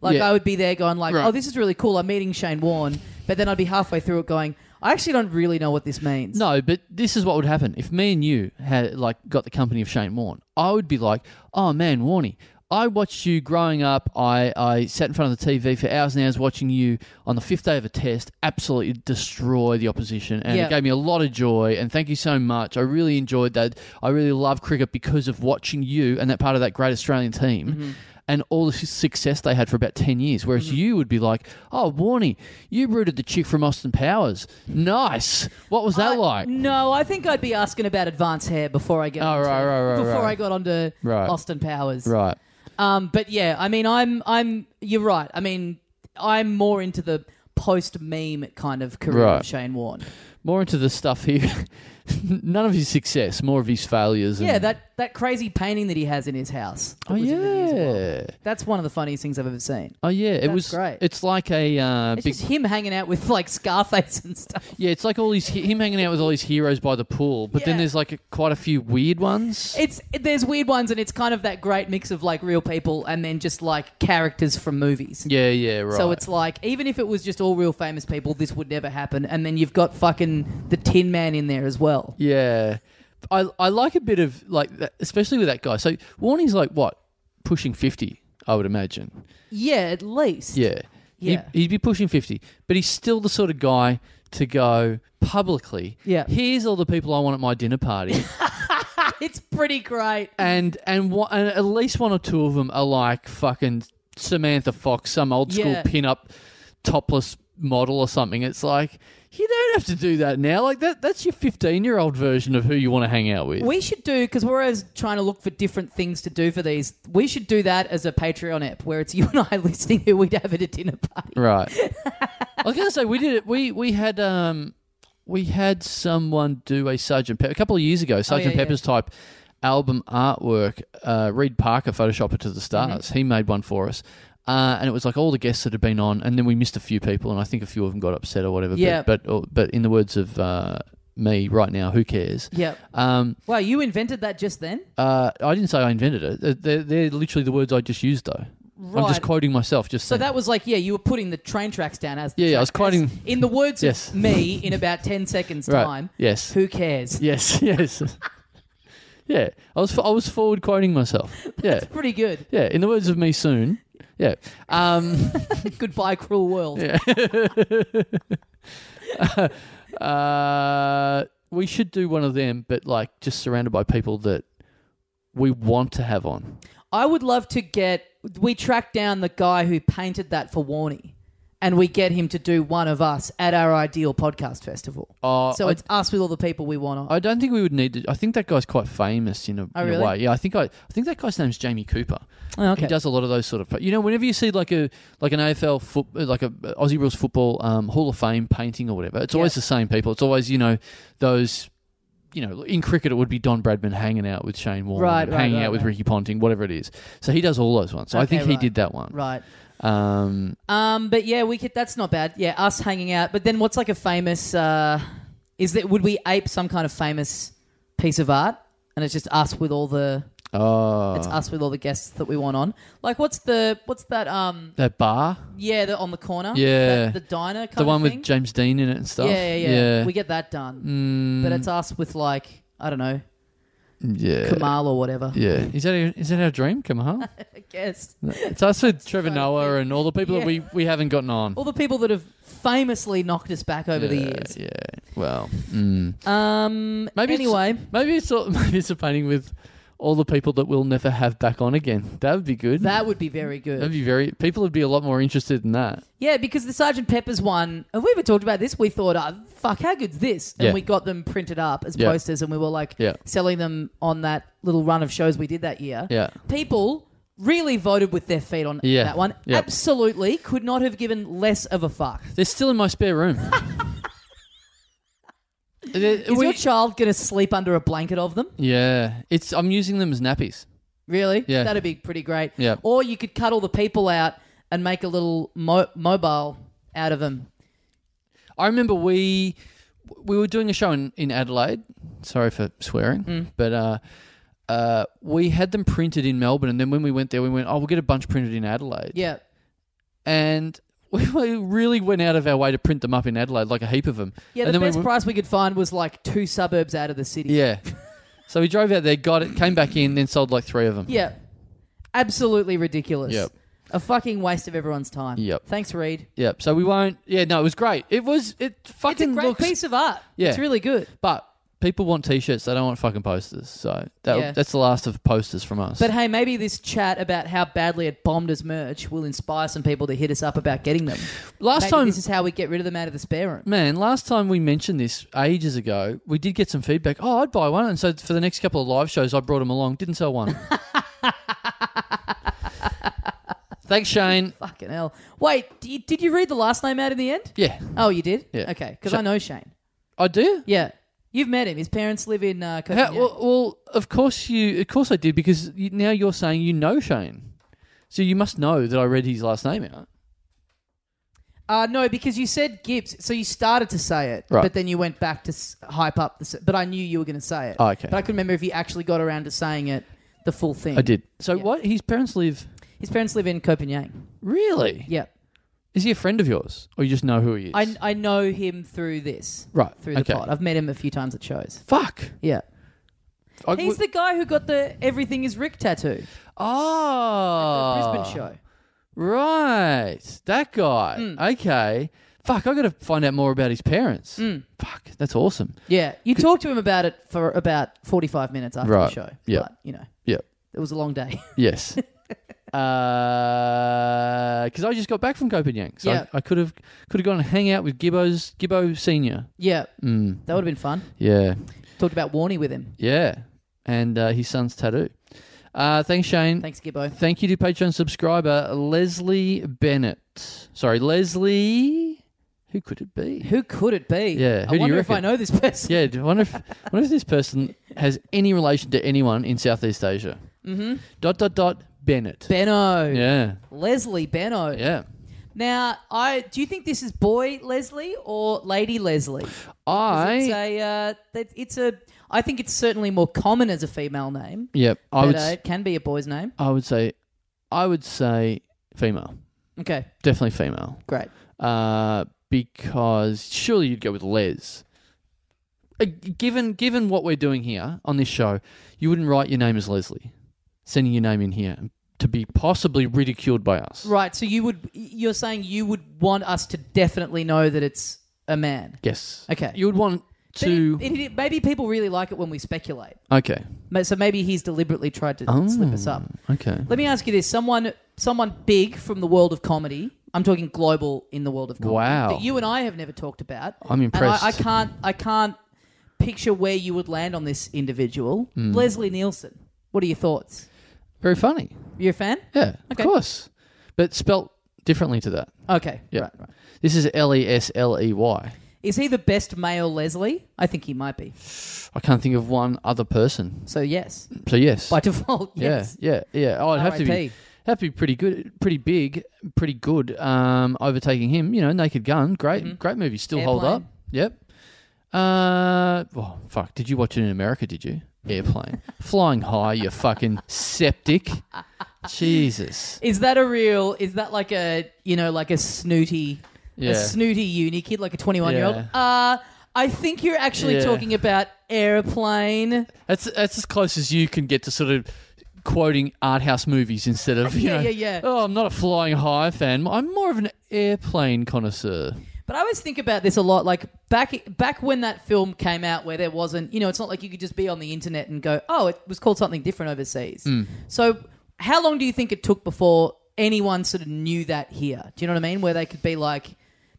[SPEAKER 1] Like
[SPEAKER 2] Yeah.
[SPEAKER 1] I would be there going like,
[SPEAKER 2] Right.
[SPEAKER 1] "Oh, this is really cool. I'm meeting Shane Warne," but then I'd be halfway through it going, "I actually don't really know what this means."
[SPEAKER 2] No, but this is what would happen if me and you had like got the company of Shane Warne. I would be like, "Oh man, Warney, I watched you growing up. I I sat in front of the TV for hours and hours watching you on the fifth day of a test absolutely destroy the opposition, and
[SPEAKER 1] Yeah.
[SPEAKER 2] it gave me a lot of joy. And thank you so much. I really enjoyed that. I really love cricket because of watching you and that part of that great Australian team." And all the su- success they had for about 10 years. Whereas you would be like, oh, Warney, you rooted the chick from Austin Powers. Nice. What was was that
[SPEAKER 1] I-
[SPEAKER 2] like?
[SPEAKER 1] No, I think I'd be asking about advanced hair before I get
[SPEAKER 2] Oh,
[SPEAKER 1] onto-
[SPEAKER 2] right, right, right,
[SPEAKER 1] before
[SPEAKER 2] right.
[SPEAKER 1] I got onto
[SPEAKER 2] Right.
[SPEAKER 1] Austin Powers.
[SPEAKER 2] Right.
[SPEAKER 1] Um, but yeah, I mean, I'm, I'm. You're right. I mean, I'm more into the post meme kind of career
[SPEAKER 2] Right.
[SPEAKER 1] of Shane Warne.
[SPEAKER 2] more into the stuff he. none of his success, more of his failures.
[SPEAKER 1] Yeah,
[SPEAKER 2] and-
[SPEAKER 1] that, that crazy painting that he has in his house. that
[SPEAKER 2] Oh
[SPEAKER 1] was in the news a while
[SPEAKER 2] yeah.
[SPEAKER 1] back. That's one of the funniest things I've ever seen.
[SPEAKER 2] Oh yeah, it
[SPEAKER 1] That's
[SPEAKER 2] was
[SPEAKER 1] great.
[SPEAKER 2] It's like a uh,
[SPEAKER 1] It's
[SPEAKER 2] big,
[SPEAKER 1] just him hanging out with like Scarface and stuff.
[SPEAKER 2] yeah. It's like all these him hanging out with all these heroes by the pool, but then
[SPEAKER 1] Yeah.
[SPEAKER 2] there's like a, quite a few weird ones.
[SPEAKER 1] It's there's weird ones and it's kind of that great mix of like real people and then just like characters from movies.
[SPEAKER 2] yeah, yeah, right.
[SPEAKER 1] So it's like even if it was just all real famous people, this would never happen. And then you've got fucking the Tin Man in there as well.
[SPEAKER 2] Yeah, I I like a bit of like, that, especially with that guy. So Warney's like what pushing fifty, I would imagine.
[SPEAKER 1] Yeah, at least.
[SPEAKER 2] Yeah,
[SPEAKER 1] Yeah.
[SPEAKER 2] He, he'd be pushing fifty, but he's still the sort of guy to go publicly.
[SPEAKER 1] Yeah.
[SPEAKER 2] here's all the people I want at my dinner party,
[SPEAKER 1] It's pretty great.
[SPEAKER 2] and and, one, and at least one or two of them are like fucking Samantha Fox, some old school
[SPEAKER 1] Yeah.
[SPEAKER 2] pin-up topless model or something. It's like. You don't have to do that now. Like that—that's your fifteen-year-old version of who you want to hang out with.
[SPEAKER 1] We should do because we're always trying to look for different things to do for these. We should do that as a Patreon app where it's you and I listing who we'd have at a dinner party.
[SPEAKER 2] Right. I was gonna say we did it. We we had um we had someone do a Sergeant Pepper a couple of years ago. Sergeant
[SPEAKER 1] Oh, yeah.
[SPEAKER 2] Pepper's type album artwork. Uh, Reed Parker photoshopped it to the stars. He made one for us. Uh, and it was like all the guests that had been on, and then we missed a few people, and I think a few of them got upset or whatever.
[SPEAKER 1] Yeah.
[SPEAKER 2] But but, or, but in the words of uh, me right now, who cares?
[SPEAKER 1] Yep.
[SPEAKER 2] Um,
[SPEAKER 1] Wow, you invented that just then?
[SPEAKER 2] uh, I didn't say I invented it. They're- They're, they're literally the words I just used, though. I'm
[SPEAKER 1] Right.
[SPEAKER 2] just quoting myself. Just
[SPEAKER 1] So
[SPEAKER 2] saying.
[SPEAKER 1] that was like, yeah, you were putting the train tracks down as the
[SPEAKER 2] Yeah, yeah, I was
[SPEAKER 1] track-
[SPEAKER 2] quoting-
[SPEAKER 1] as- in the words
[SPEAKER 2] Yes.
[SPEAKER 1] of me in about ten seconds
[SPEAKER 2] Right.
[SPEAKER 1] time.
[SPEAKER 2] Yes.
[SPEAKER 1] Who cares?
[SPEAKER 2] Yes, yes. yeah, I was I was forward quoting myself. Yeah,
[SPEAKER 1] Pretty good.
[SPEAKER 2] yeah. In the words of me soon. Yeah. Um,
[SPEAKER 1] Goodbye, cruel world.
[SPEAKER 2] uh, we should do one of them, but like just surrounded by people that we want to have on.
[SPEAKER 1] I would love to get. We track down the guy who painted that for Warney, and we get him to do one of us at our ideal podcast festival.
[SPEAKER 2] Uh,
[SPEAKER 1] so
[SPEAKER 2] I,
[SPEAKER 1] it's us with all the people we want on.
[SPEAKER 2] I don't think we would need to. I think that guy's quite famous in a, in a
[SPEAKER 1] Oh, really?
[SPEAKER 2] way. Yeah, I think I, I think that guy's name's Jamie Cooper.
[SPEAKER 1] Oh, okay.
[SPEAKER 2] He does a lot of those sort of. You know, whenever you see like a like an AFL foot, like a Aussie rules football um, Hall of Fame painting or whatever, it's always
[SPEAKER 1] Yeah.
[SPEAKER 2] the same people. It's always you know those. You know, in cricket, it would be Don Bradman hanging out with Shane Warne,
[SPEAKER 1] Right, right,
[SPEAKER 2] hanging
[SPEAKER 1] right,
[SPEAKER 2] out with
[SPEAKER 1] right.
[SPEAKER 2] Ricky Ponting, whatever it is. So he does all those ones. So I
[SPEAKER 1] Okay,
[SPEAKER 2] think he
[SPEAKER 1] right.
[SPEAKER 2] did that one.
[SPEAKER 1] right.
[SPEAKER 2] Um,
[SPEAKER 1] Um, but yeah, we could. That's not bad. Yeah, us hanging out. But then, what's like a famous? Uh, is that would we ape some kind of famous piece of art? And it's just us with all the
[SPEAKER 2] oh,
[SPEAKER 1] it's us with all the guests that we want on. Like, what's the what's that? Um,
[SPEAKER 2] that bar,
[SPEAKER 1] yeah, the on the corner.
[SPEAKER 2] Yeah.
[SPEAKER 1] That- the diner. Kind
[SPEAKER 2] the
[SPEAKER 1] of
[SPEAKER 2] one
[SPEAKER 1] thing?
[SPEAKER 2] with James Dean in it and stuff. Mm,
[SPEAKER 1] Yeah, yeah, yeah, We get that done. But it's us with like I don't know
[SPEAKER 2] yeah.
[SPEAKER 1] Kamal or whatever.
[SPEAKER 2] Yeah, is that is that our dream, Kamal?
[SPEAKER 1] I guess
[SPEAKER 2] It's us with Trevor Noah and all the people that
[SPEAKER 1] Yeah.
[SPEAKER 2] we, we haven't gotten on.
[SPEAKER 1] all the people that have famously knocked us back over the
[SPEAKER 2] Yeah,
[SPEAKER 1] years.
[SPEAKER 2] Yeah. Well,
[SPEAKER 1] Um.
[SPEAKER 2] maybe
[SPEAKER 1] anyway,
[SPEAKER 2] It's, maybe it's all, maybe it's a painting with all the people that we'll never have back on again. That would be good.
[SPEAKER 1] that would be very good.
[SPEAKER 2] That'd be very. People would be a lot more interested in that.
[SPEAKER 1] Yeah, because the Sergeant Pepper's one, have we ever talked about this? We thought, oh, fuck, how good's this? And
[SPEAKER 2] Yeah.
[SPEAKER 1] we got them printed up as
[SPEAKER 2] Yeah.
[SPEAKER 1] posters and we were like
[SPEAKER 2] Yeah.
[SPEAKER 1] selling them on that little run of shows we did that year.
[SPEAKER 2] Yeah.
[SPEAKER 1] People really voted with their feet on
[SPEAKER 2] Yeah.
[SPEAKER 1] that one.
[SPEAKER 2] Yeah.
[SPEAKER 1] Absolutely could not have given less of a fuck.
[SPEAKER 2] They're still in my spare room. They're-
[SPEAKER 1] Is
[SPEAKER 2] we-
[SPEAKER 1] your child going to sleep under a blanket of them?
[SPEAKER 2] yeah, it's. I'm using them as nappies.
[SPEAKER 1] Really?
[SPEAKER 2] Yeah.
[SPEAKER 1] That'd be pretty great.
[SPEAKER 2] Yeah.
[SPEAKER 1] Or you could cut all the people out and make a little mo- mobile out of them.
[SPEAKER 2] I remember we we were doing a show in, in Adelaide. Sorry for swearing, but uh, uh, we had them printed in Melbourne, and then when we went there, we went, "Oh, we'll get a bunch printed in Adelaide."
[SPEAKER 1] Yeah.
[SPEAKER 2] and we we really went out of our way to print them up in Adelaide, like a heap of them.
[SPEAKER 1] Yeah,
[SPEAKER 2] and
[SPEAKER 1] the
[SPEAKER 2] then we
[SPEAKER 1] best
[SPEAKER 2] went-
[SPEAKER 1] price we could find was like two suburbs out of the city.
[SPEAKER 2] Yeah. so we drove out there, got it, came back in, then sold like three of them.
[SPEAKER 1] Yeah. Absolutely ridiculous.
[SPEAKER 2] Yep.
[SPEAKER 1] A fucking waste of everyone's time.
[SPEAKER 2] Yep.
[SPEAKER 1] Thanks, Reed.
[SPEAKER 2] Yeah. So we won't. Yeah. No, it was great. It was. It
[SPEAKER 1] It's a
[SPEAKER 2] fucking
[SPEAKER 1] great
[SPEAKER 2] looks.
[SPEAKER 1] piece of art.
[SPEAKER 2] Yeah.
[SPEAKER 1] It's really good.
[SPEAKER 2] But people want t-shirts. They don't want fucking posters. So that,
[SPEAKER 1] Yeah.
[SPEAKER 2] that's the last of posters from us.
[SPEAKER 1] But hey, maybe this chat about how badly it bombed as merch will inspire some people to hit us up about getting them.
[SPEAKER 2] last
[SPEAKER 1] Maybe
[SPEAKER 2] time.
[SPEAKER 1] this is how we get rid of them out of the spare room.
[SPEAKER 2] Man, last time we mentioned this ages ago, we did get some feedback. Oh, I'd buy one. And so for the next couple of live shows, I brought them along. Didn't sell one. Thanks, Shane.
[SPEAKER 1] Fucking hell. Wait, did you, did you read the last name out in the end?
[SPEAKER 2] Yeah.
[SPEAKER 1] Oh, you did?
[SPEAKER 2] Yeah.
[SPEAKER 1] Okay, because
[SPEAKER 2] Sha-
[SPEAKER 1] I know Shane.
[SPEAKER 2] I do.
[SPEAKER 1] Yeah. You've met him. His parents live in uh,
[SPEAKER 2] How,
[SPEAKER 1] Copenhagen.
[SPEAKER 2] well, well, of course you, of course I did because you, now you're saying you know Shane, so you must know that I read his last name out.
[SPEAKER 1] uh, no, because you said Gibbs, so you started to say it,
[SPEAKER 2] Right.
[SPEAKER 1] but then you went back to s- hype up the. s- But I knew you were going to say it.
[SPEAKER 2] Oh, okay.
[SPEAKER 1] But I couldn't remember if you actually got around to saying it, the full thing.
[SPEAKER 2] I did. So
[SPEAKER 1] Yeah.
[SPEAKER 2] what? His parents live.
[SPEAKER 1] His parents live in Copenhagen.
[SPEAKER 2] Really?
[SPEAKER 1] Yeah.
[SPEAKER 2] Is he a friend of yours, or you just know who he is?
[SPEAKER 1] I, I know him through this.
[SPEAKER 2] Right,
[SPEAKER 1] Through the
[SPEAKER 2] okay.
[SPEAKER 1] pod. I've met him a few times at shows.
[SPEAKER 2] Fuck.
[SPEAKER 1] Yeah.
[SPEAKER 2] I,
[SPEAKER 1] He's the guy who got the Everything is Rick tattoo.
[SPEAKER 2] oh
[SPEAKER 1] the Brisbane show.
[SPEAKER 2] Right, that guy.
[SPEAKER 1] Mm.
[SPEAKER 2] Okay. Fuck, I got to find out more about his parents.
[SPEAKER 1] Mm.
[SPEAKER 2] Fuck, that's awesome.
[SPEAKER 1] Yeah. You talked to him about it for about 45 minutes after
[SPEAKER 2] Right,
[SPEAKER 1] the show.
[SPEAKER 2] yeah.
[SPEAKER 1] But, you know,
[SPEAKER 2] Yeah.
[SPEAKER 1] it was a long day.
[SPEAKER 2] Yes. Because I just got back from Copenhagen, so
[SPEAKER 1] Yeah.
[SPEAKER 2] I, I could have could have gone and hang out with Gibbo's Gibbo Senior.
[SPEAKER 1] yeah.
[SPEAKER 2] Mm.
[SPEAKER 1] That would have been fun.
[SPEAKER 2] Yeah,
[SPEAKER 1] Talked about Warney with him.
[SPEAKER 2] yeah, and uh, his son's tattoo. Uh, thanks, Shane.
[SPEAKER 1] Thanks, Gibbo.
[SPEAKER 2] Thank you to Patreon subscriber Leslie Bennett. Sorry, Leslie. Who could it be?
[SPEAKER 1] Who could it be?
[SPEAKER 2] Yeah,
[SPEAKER 1] I
[SPEAKER 2] who do you
[SPEAKER 1] wonder if I
[SPEAKER 2] reckon?
[SPEAKER 1] know this person.
[SPEAKER 2] Yeah, do- I wonder if I wonder if this person has any relation to anyone in Southeast Asia. Mm-hmm. Dot dot dot Bennett.
[SPEAKER 1] Benno.
[SPEAKER 2] yeah,
[SPEAKER 1] Leslie Benno.
[SPEAKER 2] yeah.
[SPEAKER 1] Now, I do you think this is boy Leslie or lady Leslie? It's
[SPEAKER 2] I
[SPEAKER 1] a, uh, that- it's a. I think it's certainly more common as a female name,
[SPEAKER 2] yep. I
[SPEAKER 1] but
[SPEAKER 2] would
[SPEAKER 1] uh,
[SPEAKER 2] s-
[SPEAKER 1] it can be a boy's name.
[SPEAKER 2] I would say I would say female.
[SPEAKER 1] Okay,
[SPEAKER 2] Definitely female.
[SPEAKER 1] great.
[SPEAKER 2] Uh, because surely you'd go with Les. Uh, given given what we're doing here on this show, you wouldn't write your name as Leslie, sending your name in here to be possibly ridiculed by us.
[SPEAKER 1] Right. So you would you're saying you would want us to definitely know that it's a man.
[SPEAKER 2] Yes.
[SPEAKER 1] Okay.
[SPEAKER 2] You would want
[SPEAKER 1] But it-
[SPEAKER 2] to.
[SPEAKER 1] it- it- maybe people really like it when we speculate.
[SPEAKER 2] Okay.
[SPEAKER 1] Ma- So maybe he's deliberately tried to
[SPEAKER 2] Oh.
[SPEAKER 1] slip us up.
[SPEAKER 2] Okay.
[SPEAKER 1] Let me ask you this: someone, someone big from the world of comedy. I'm talking global in the world of comedy.
[SPEAKER 2] Wow.
[SPEAKER 1] That you and I have never talked about.
[SPEAKER 2] I'm impressed.
[SPEAKER 1] And I, I can't. I can't picture where you would land on this individual.
[SPEAKER 2] Hmm.
[SPEAKER 1] Leslie Nielsen. What are your thoughts?
[SPEAKER 2] Very funny.
[SPEAKER 1] You're a fan?
[SPEAKER 2] Yeah,
[SPEAKER 1] Okay.
[SPEAKER 2] of course. But spelt differently to that.
[SPEAKER 1] Okay.
[SPEAKER 2] Yeah.
[SPEAKER 1] Right, right.
[SPEAKER 2] This is L E S L E Y.
[SPEAKER 1] Is he the best male Leslie? I think he might be.
[SPEAKER 2] I can't think of one other person.
[SPEAKER 1] So yes,
[SPEAKER 2] So yes.
[SPEAKER 1] by default, yes.
[SPEAKER 2] Yeah, yeah, yeah. Oh, it'd have to be
[SPEAKER 1] R.I.P..
[SPEAKER 2] have to be pretty good, pretty big, pretty good. Um, overtaking him, you know, Naked Gun, great, great movie, still hold up.
[SPEAKER 1] Mm-hmm. Airplane.
[SPEAKER 2] Yep. Uh, well, fuck. Did you watch it in America? Did you? Airplane, flying high, you fucking septic. Jesus.
[SPEAKER 1] Is that a real? Is that like a you know like a snooty,
[SPEAKER 2] Yeah.
[SPEAKER 1] a snooty uni kid like a twenty one year old?
[SPEAKER 2] Yeah.
[SPEAKER 1] Uh I think you're actually
[SPEAKER 2] Yeah.
[SPEAKER 1] talking about airplane.
[SPEAKER 2] That's that's as close as you can get to sort of quoting art house movies instead of you
[SPEAKER 1] Yeah,
[SPEAKER 2] know,
[SPEAKER 1] yeah, yeah.
[SPEAKER 2] Oh, I'm not a flying high fan. I'm more of an airplane connoisseur.
[SPEAKER 1] But I always think about this a lot. Like back back when that film came out, where there wasn't, you know, it's not like you could just be on the internet and go, "Oh, it was called something different overseas."
[SPEAKER 2] Mm.
[SPEAKER 1] So, how long do you think it took before anyone sort of knew that here? Do you know what I mean? Where they could be like,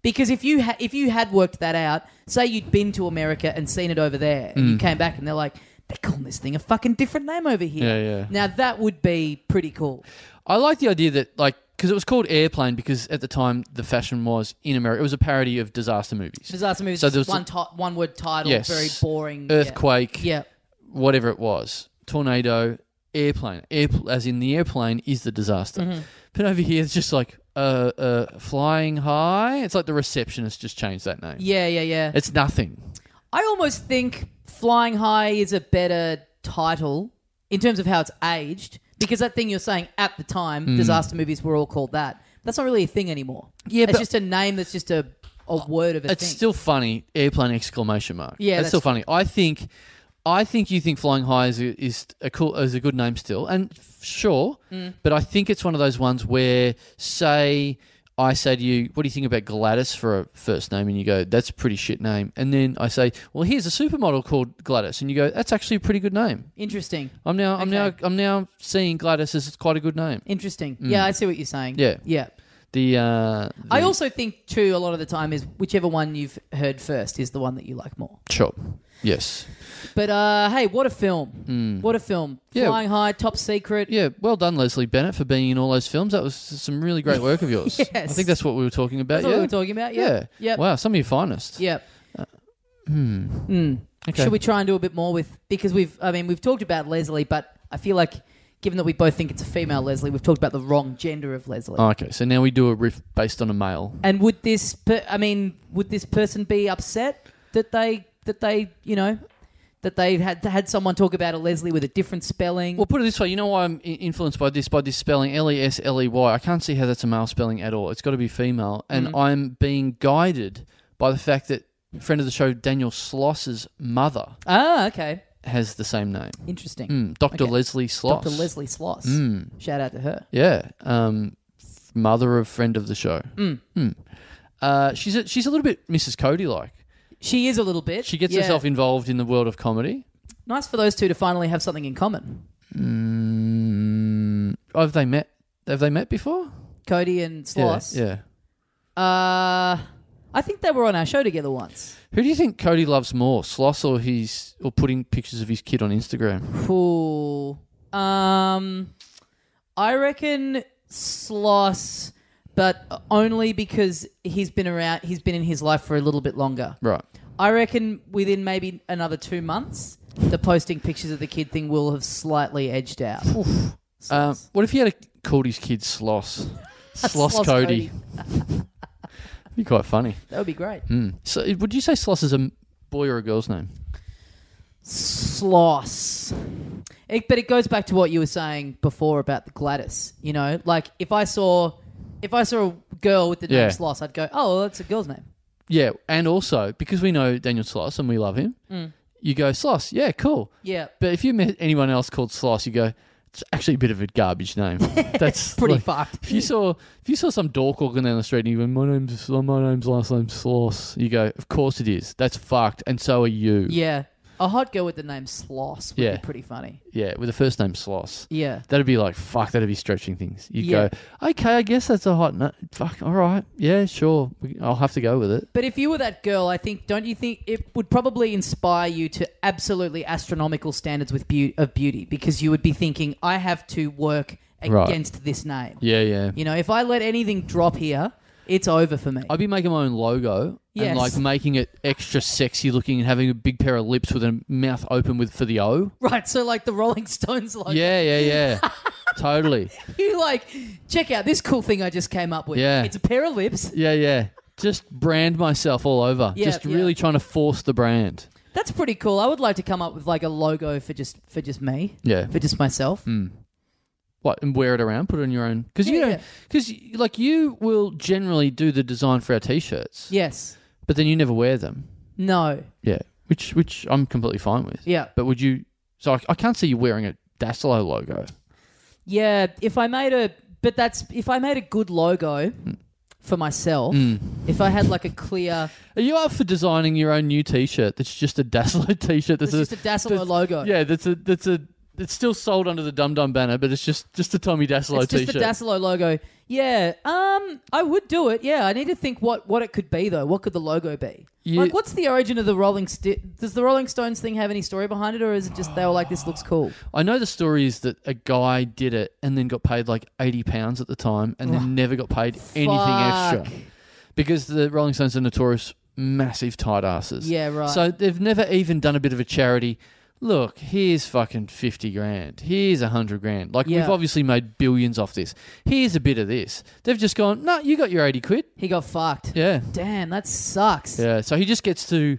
[SPEAKER 1] because if you ha- if you had worked that out, say you'd been to America and seen it over there, and
[SPEAKER 2] Mm.
[SPEAKER 1] you came back and they're like. They're calling this thing a fucking different name over here.
[SPEAKER 2] Yeah, yeah.
[SPEAKER 1] Now that would be pretty cool.
[SPEAKER 2] I like the idea that like because it was called Airplane because at the time the fashion was in America. It was a parody of disaster movies.
[SPEAKER 1] Disaster movies,
[SPEAKER 2] So there was
[SPEAKER 1] one ti- one word title,
[SPEAKER 2] Yes.
[SPEAKER 1] very boring. yeah.
[SPEAKER 2] earthquake,
[SPEAKER 1] Yeah.
[SPEAKER 2] whatever it was, tornado, airplane, air, as in the airplane is the disaster.
[SPEAKER 1] Mm-hmm.
[SPEAKER 2] But over here it's just like uh, uh, flying high. It's like the receptionist just changed that name.
[SPEAKER 1] Yeah, yeah, yeah.
[SPEAKER 2] It's nothing.
[SPEAKER 1] I almost think Flying High is a better title in terms of how it's aged because that thing you're saying at the time,
[SPEAKER 2] Hmm.
[SPEAKER 1] disaster movies were all called that. That's not really a thing anymore.
[SPEAKER 2] Yeah,
[SPEAKER 1] it's
[SPEAKER 2] but-
[SPEAKER 1] just a name that's just a, a word of a
[SPEAKER 2] It's
[SPEAKER 1] thing.
[SPEAKER 2] still funny. Airplane exclamation mark.
[SPEAKER 1] Yeah,
[SPEAKER 2] it's
[SPEAKER 1] that's
[SPEAKER 2] still funny. I think, I think you think flying high is a, is a cool is a good name still, and f- sure,
[SPEAKER 1] Mm.
[SPEAKER 2] but I think it's one of those ones where say. I say to you, what do you think about Gladys for a first name? And you go, that's a pretty shit name. And then I say, well, here's a supermodel called Gladys, and you go, that's actually a pretty good name.
[SPEAKER 1] interesting.
[SPEAKER 2] I'm now, I'm now,
[SPEAKER 1] Okay.
[SPEAKER 2] I'm now seeing Gladys as quite a good name.
[SPEAKER 1] Interesting. Yeah, I see what you're saying.
[SPEAKER 2] Hmm. Yeah.
[SPEAKER 1] Yeah.
[SPEAKER 2] The, uh,
[SPEAKER 1] I also think too a lot of the time is whichever one you've heard first is the one that you like more.
[SPEAKER 2] sure, yes,
[SPEAKER 1] But uh, hey, what a film! What a film!
[SPEAKER 2] Hmm. Yeah.
[SPEAKER 1] Flying High, Top Secret.
[SPEAKER 2] Yeah, well done, Leslie Bennett, for being in all those films. That was some really great work of yours.
[SPEAKER 1] Yes.
[SPEAKER 2] I think that's what we were talking about.
[SPEAKER 1] That's what
[SPEAKER 2] yeah.
[SPEAKER 1] we were talking about. Yeah.
[SPEAKER 2] Yeah.
[SPEAKER 1] Yep.
[SPEAKER 2] Wow, some of your finest.
[SPEAKER 1] Yep.
[SPEAKER 2] Hmm. Okay.
[SPEAKER 1] Uh, Hmm. Should we try and do a bit more with because we've I mean we've talked about Leslie, but I feel like given that we both think it's a female Leslie, we've talked about the wrong gender of Leslie.
[SPEAKER 2] Oh, okay, so now we do a riff based on a male.
[SPEAKER 1] and would this per, I mean would this person be upset that they that they you know that they had had someone talk about a Leslie with a different spelling?
[SPEAKER 2] Well, put it this way: you know why I'm i- influenced by this by this spelling L E S L E Y. I can't see how that's a male spelling at all. It's got to be female, and I'm being guided by the fact that friend of the show Daniel Sloss's mother
[SPEAKER 1] ah, okay,
[SPEAKER 2] has the same name,
[SPEAKER 1] interesting.
[SPEAKER 2] Mm, Dr.
[SPEAKER 1] Okay.
[SPEAKER 2] Leslie Sloss.
[SPEAKER 1] Dr. Leslie Sloss.
[SPEAKER 2] Hmm.
[SPEAKER 1] Shout out to her.
[SPEAKER 2] Yeah, um, f- mother of friend of the show. Mm. Uh, she's a, she's a little bit Mrs. Cody like.
[SPEAKER 1] She is a little bit.
[SPEAKER 2] She gets
[SPEAKER 1] yeah.
[SPEAKER 2] herself involved in the world of comedy.
[SPEAKER 1] Nice for those two to finally have something in common.
[SPEAKER 2] Mm, have they met? Have they met before?
[SPEAKER 1] Cody and Sloss.
[SPEAKER 2] Yeah, yeah.
[SPEAKER 1] Uh, I think they were on our show together once.
[SPEAKER 2] Who do you think Cody loves more, Sloss or his, or putting pictures of his kid on Instagram?
[SPEAKER 1] Cool. Um, I reckon Sloss, but only because he's been around. He's been in his life for a little bit longer.
[SPEAKER 2] Right.
[SPEAKER 1] I reckon within maybe another two months, the posting pictures of the kid thing will have slightly edged out.
[SPEAKER 2] Um, what if he had a, called his kid Sloss? Sloss,
[SPEAKER 1] Sloss
[SPEAKER 2] Cody.
[SPEAKER 1] Cody.
[SPEAKER 2] be quite funny.
[SPEAKER 1] That would be great.
[SPEAKER 2] So, would you say Sloss is a m- boy or a girl's name?
[SPEAKER 1] Sloss. It, but it goes back to what you were saying before about the Gladys. You know, like if I saw, if I saw a girl with the
[SPEAKER 2] Yeah.
[SPEAKER 1] name Sloss, I'd go, oh, well, that's a girl's name.
[SPEAKER 2] Yeah, and also because we know Daniel Sloss and we love him,
[SPEAKER 1] Mm.
[SPEAKER 2] you go Sloss. Yeah, cool.
[SPEAKER 1] Yeah,
[SPEAKER 2] But if you met anyone else called Sloss, you go, it's actually a bit of a garbage name. That's
[SPEAKER 1] pretty
[SPEAKER 2] like-
[SPEAKER 1] fucked.
[SPEAKER 2] If you saw if you saw some dork walking down the street and you went, my name's my name's last name's Sloss, you go, of course it is. That's fucked, and so are you.
[SPEAKER 1] Yeah, a hot girl with the name Sloss would
[SPEAKER 2] Yeah.
[SPEAKER 1] be pretty funny.
[SPEAKER 2] Yeah, with the first name Sloss.
[SPEAKER 1] Yeah,
[SPEAKER 2] That'd be like fuck. That'd be stretching things. You
[SPEAKER 1] Yeah.
[SPEAKER 2] go, okay, I guess that's a hot nut. Fuck, all right, yeah, sure. We- I'll have to go with it.
[SPEAKER 1] but if you were that girl, I think don't you think it would probably inspire you to absolutely astronomical standards with beau of beauty because you would be thinking, I have to work
[SPEAKER 2] Right.
[SPEAKER 1] against this name.
[SPEAKER 2] Yeah, yeah.
[SPEAKER 1] You know, if I let anything drop here, it's over for me.
[SPEAKER 2] I'd be making my own logo
[SPEAKER 1] Yes.
[SPEAKER 2] and like making it extra sexy looking and having a big pair of lips with a mouth open with for the O.
[SPEAKER 1] Right, so like the Rolling Stones logo.
[SPEAKER 2] Yeah, yeah, yeah. totally.
[SPEAKER 1] You like, check out this cool thing I just came up with.
[SPEAKER 2] Yeah.
[SPEAKER 1] It's a pair of lips.
[SPEAKER 2] Yeah, yeah. Just brand myself all over.
[SPEAKER 1] Yeah,
[SPEAKER 2] just
[SPEAKER 1] yeah.
[SPEAKER 2] really trying to force the brand.
[SPEAKER 1] That's pretty cool. I would like to come up with like a logo for just for just me.
[SPEAKER 2] Yeah.
[SPEAKER 1] For just myself.
[SPEAKER 2] Hmm. What and wear it around, put it on your own because you
[SPEAKER 1] Yeah,
[SPEAKER 2] know
[SPEAKER 1] yeah.
[SPEAKER 2] because like you will generally do the design for our t-shirts,
[SPEAKER 1] Yes.
[SPEAKER 2] but then you never wear them.
[SPEAKER 1] No.
[SPEAKER 2] Yeah, which which I'm completely fine with.
[SPEAKER 1] Yeah.
[SPEAKER 2] But would you? So I, I can't see you wearing a Dassault logo.
[SPEAKER 1] Yeah, if I made a but that's if I made a good logo
[SPEAKER 2] Hmm.
[SPEAKER 1] for myself, if I had like a clear
[SPEAKER 2] Are you up for designing your own new T-shirt? That's just a Dazzler T-shirt. That's
[SPEAKER 1] it's just a Dassilo
[SPEAKER 2] that's-
[SPEAKER 1] logo.
[SPEAKER 2] Yeah, that's a that's a it's still sold under the Dum Dum banner, but it's just just a Tommy Dassolo
[SPEAKER 1] It's just
[SPEAKER 2] T-shirt.
[SPEAKER 1] the Dassilo logo. Yeah. Um, I would do it. Yeah. I need to think what what it could be though. What could the logo be?
[SPEAKER 2] You-
[SPEAKER 1] Like, what's the origin of the Rolling? St- Does the Rolling Stones thing have any story behind it, or is it just they were like, "This looks cool"?
[SPEAKER 2] I know the story is that a guy did it and then got paid like eighty pounds at the time, and then never got paid anything
[SPEAKER 1] Oh, Fuck.
[SPEAKER 2] extra because the Rolling Stones are notorious massive tight asses.
[SPEAKER 1] Yeah, right.
[SPEAKER 2] So they've never even done a bit of a charity. Look, here's fucking fifty grand. Here's a hundred grand. Like
[SPEAKER 1] Yeah.
[SPEAKER 2] we've obviously made billions off this. Here's a bit of this. They've just gone. No, you got your eighty quid.
[SPEAKER 1] He got fucked.
[SPEAKER 2] Yeah.
[SPEAKER 1] Damn, that sucks.
[SPEAKER 2] Yeah, so he just gets to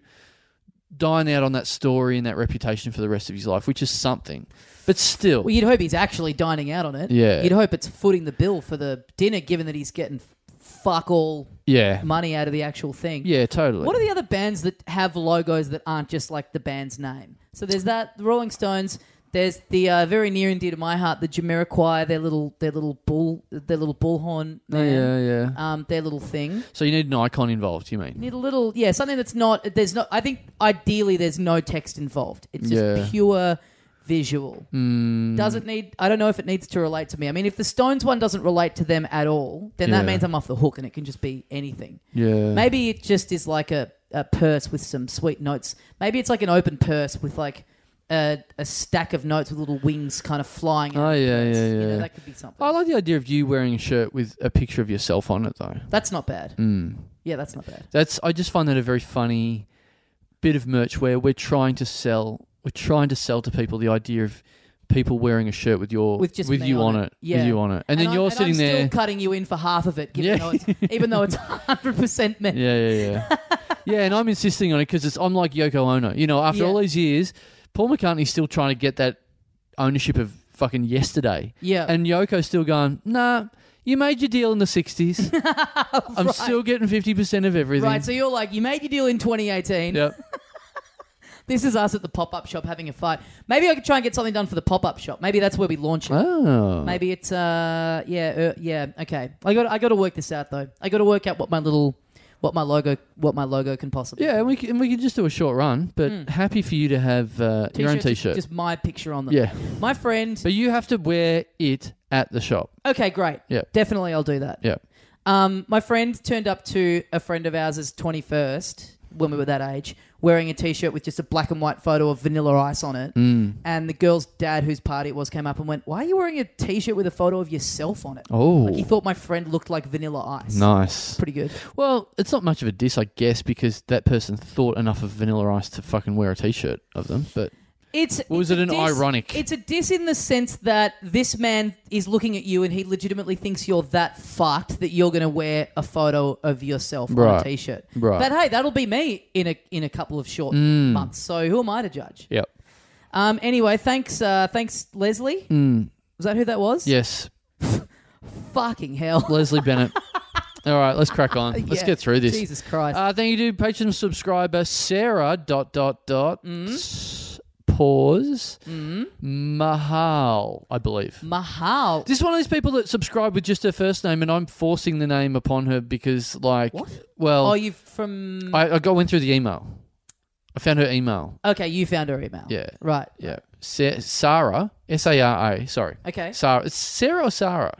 [SPEAKER 2] dine out on that story and that reputation for the rest of his life, which is something. But still,
[SPEAKER 1] Well, you'd hope he's actually dining out on it.
[SPEAKER 2] Yeah.
[SPEAKER 1] You'd hope it's footing the bill for the dinner, given that he's getting f- fuck all
[SPEAKER 2] yeah,
[SPEAKER 1] money out of the actual thing.
[SPEAKER 2] yeah, totally.
[SPEAKER 1] What are the other bands that have logos that aren't just like the band's name? So there's that the Rolling Stones. There's the uh, very near and dear to my heart, the Jamiroquai. Their little their little bull their little bullhorn.
[SPEAKER 2] Oh,
[SPEAKER 1] man,
[SPEAKER 2] yeah, yeah.
[SPEAKER 1] Um, their little thing.
[SPEAKER 2] so you need an icon involved. You mean?
[SPEAKER 1] Need a little yeah something that's not there's not. I think ideally there's no text involved. It's just
[SPEAKER 2] Yeah. Mm.
[SPEAKER 1] pure visual. Does it need? I don't know if it needs to relate to me. I mean, if the Stones one doesn't relate to them at all, then
[SPEAKER 2] Yeah.
[SPEAKER 1] that means I'm off the hook, and it can just be anything.
[SPEAKER 2] Yeah.
[SPEAKER 1] Maybe it just is like a, a purse with some sweet notes. Maybe it's like an open purse with like a, a stack of notes with little wings kind of flying. out
[SPEAKER 2] Oh,
[SPEAKER 1] of the
[SPEAKER 2] yeah,
[SPEAKER 1] purse.
[SPEAKER 2] yeah,
[SPEAKER 1] You know,
[SPEAKER 2] yeah.
[SPEAKER 1] that could be something.
[SPEAKER 2] I like the idea of you wearing a shirt with a picture of yourself on it, though. Hmm.
[SPEAKER 1] that's not bad. Yeah, that's not bad.
[SPEAKER 2] That's I just find that a very funny. bit of merch where we're trying to sell. We're trying to sell to people the idea of people wearing a shirt with your
[SPEAKER 1] With just me
[SPEAKER 2] you
[SPEAKER 1] on
[SPEAKER 2] on
[SPEAKER 1] it.
[SPEAKER 2] it,
[SPEAKER 1] Yeah.
[SPEAKER 2] with you on it, and, then
[SPEAKER 1] I'm-
[SPEAKER 2] you're
[SPEAKER 1] and
[SPEAKER 2] sitting
[SPEAKER 1] I'm
[SPEAKER 2] there.
[SPEAKER 1] still cutting you in for half of it, given
[SPEAKER 2] Yeah.
[SPEAKER 1] though it's, even though it's hundred percent meant.
[SPEAKER 2] Yeah, yeah, yeah. yeah, and I'm insisting on it because it's I'm like Yoko Ono. You know, after
[SPEAKER 1] Yeah.
[SPEAKER 2] all these years, Paul McCartney's still trying to get that ownership of fucking yesterday.
[SPEAKER 1] Yeah.
[SPEAKER 2] And Yoko's still going, nah, you made your deal in the 60s. I'm still getting 50% of everything.
[SPEAKER 1] Right, so you're like, you made your deal in 2018.
[SPEAKER 2] Yep.
[SPEAKER 1] This is us at the pop up shop having a fight. Maybe I could try and get something done for the pop up shop. Maybe that's where we launch it.
[SPEAKER 2] Oh.
[SPEAKER 1] Maybe it's uh yeah uh, yeah okay. I got I got to work this out though. I got to work out what my little what my logo what my logo can possibly.
[SPEAKER 2] Yeah, and we, can, and we can just do a short run, but happy for you to have uh, your own
[SPEAKER 1] Hmm. T-shirts,
[SPEAKER 2] t shirt.
[SPEAKER 1] Just my picture on them.
[SPEAKER 2] Yeah.
[SPEAKER 1] My friend.
[SPEAKER 2] But you have to wear it at the shop.
[SPEAKER 1] Okay, great.
[SPEAKER 2] Yeah.
[SPEAKER 1] Definitely I'll do that.
[SPEAKER 2] Yeah.
[SPEAKER 1] Um, my friend turned up to a friend of ours's 21st when we were that age, wearing a T-shirt with just a black and white photo of Vanilla Ice on it.
[SPEAKER 2] Mm.
[SPEAKER 1] And the girl's dad, whose party it was, came up and went, "Why are you wearing a T-shirt with a photo of yourself on it?"
[SPEAKER 2] Oh.
[SPEAKER 1] like he thought my friend looked like Vanilla Ice.
[SPEAKER 2] Nice.
[SPEAKER 1] pretty good.
[SPEAKER 2] Well, it's not much of a diss, I guess, because that person thought enough of Vanilla Ice to fucking wear a T-shirt of them. But
[SPEAKER 1] It's
[SPEAKER 2] Was
[SPEAKER 1] it's
[SPEAKER 2] it
[SPEAKER 1] a
[SPEAKER 2] an
[SPEAKER 1] diss-
[SPEAKER 2] ironic-
[SPEAKER 1] It's a diss in the sense that this man is looking at you and he legitimately thinks you're that fucked that you're going to wear a photo of yourself on a
[SPEAKER 2] Right.
[SPEAKER 1] t-shirt.
[SPEAKER 2] Right.
[SPEAKER 1] But hey, that'll be me in a in a couple of short
[SPEAKER 2] Mm.
[SPEAKER 1] months. So who am I to judge?
[SPEAKER 2] yep,
[SPEAKER 1] Um. Anyway, thanks. Uh, thanks, Leslie.
[SPEAKER 2] Mm.
[SPEAKER 1] Was that who that was?
[SPEAKER 2] yes,
[SPEAKER 1] Fucking hell.
[SPEAKER 2] Leslie Bennett. All right, let's crack on. Let's
[SPEAKER 1] Yeah.
[SPEAKER 2] get through this.
[SPEAKER 1] Jesus Christ.
[SPEAKER 2] Uh, thank you to Patreon subscriber Sarah dot dot dot
[SPEAKER 1] Mm.
[SPEAKER 2] pause Mahal, I believe.
[SPEAKER 1] Mahal.
[SPEAKER 2] This is one of these people that subscribe with just her first name, and I'm forcing the name upon her because, like, well,
[SPEAKER 1] oh, you from?
[SPEAKER 2] I, I got went through the email. I found her email.
[SPEAKER 1] okay, you found her email.
[SPEAKER 2] Yeah.
[SPEAKER 1] Right.
[SPEAKER 2] Yeah. Sa- Sarah, S A R A, sorry.
[SPEAKER 1] Okay.
[SPEAKER 2] Sarah, it's Sarah or Sarah?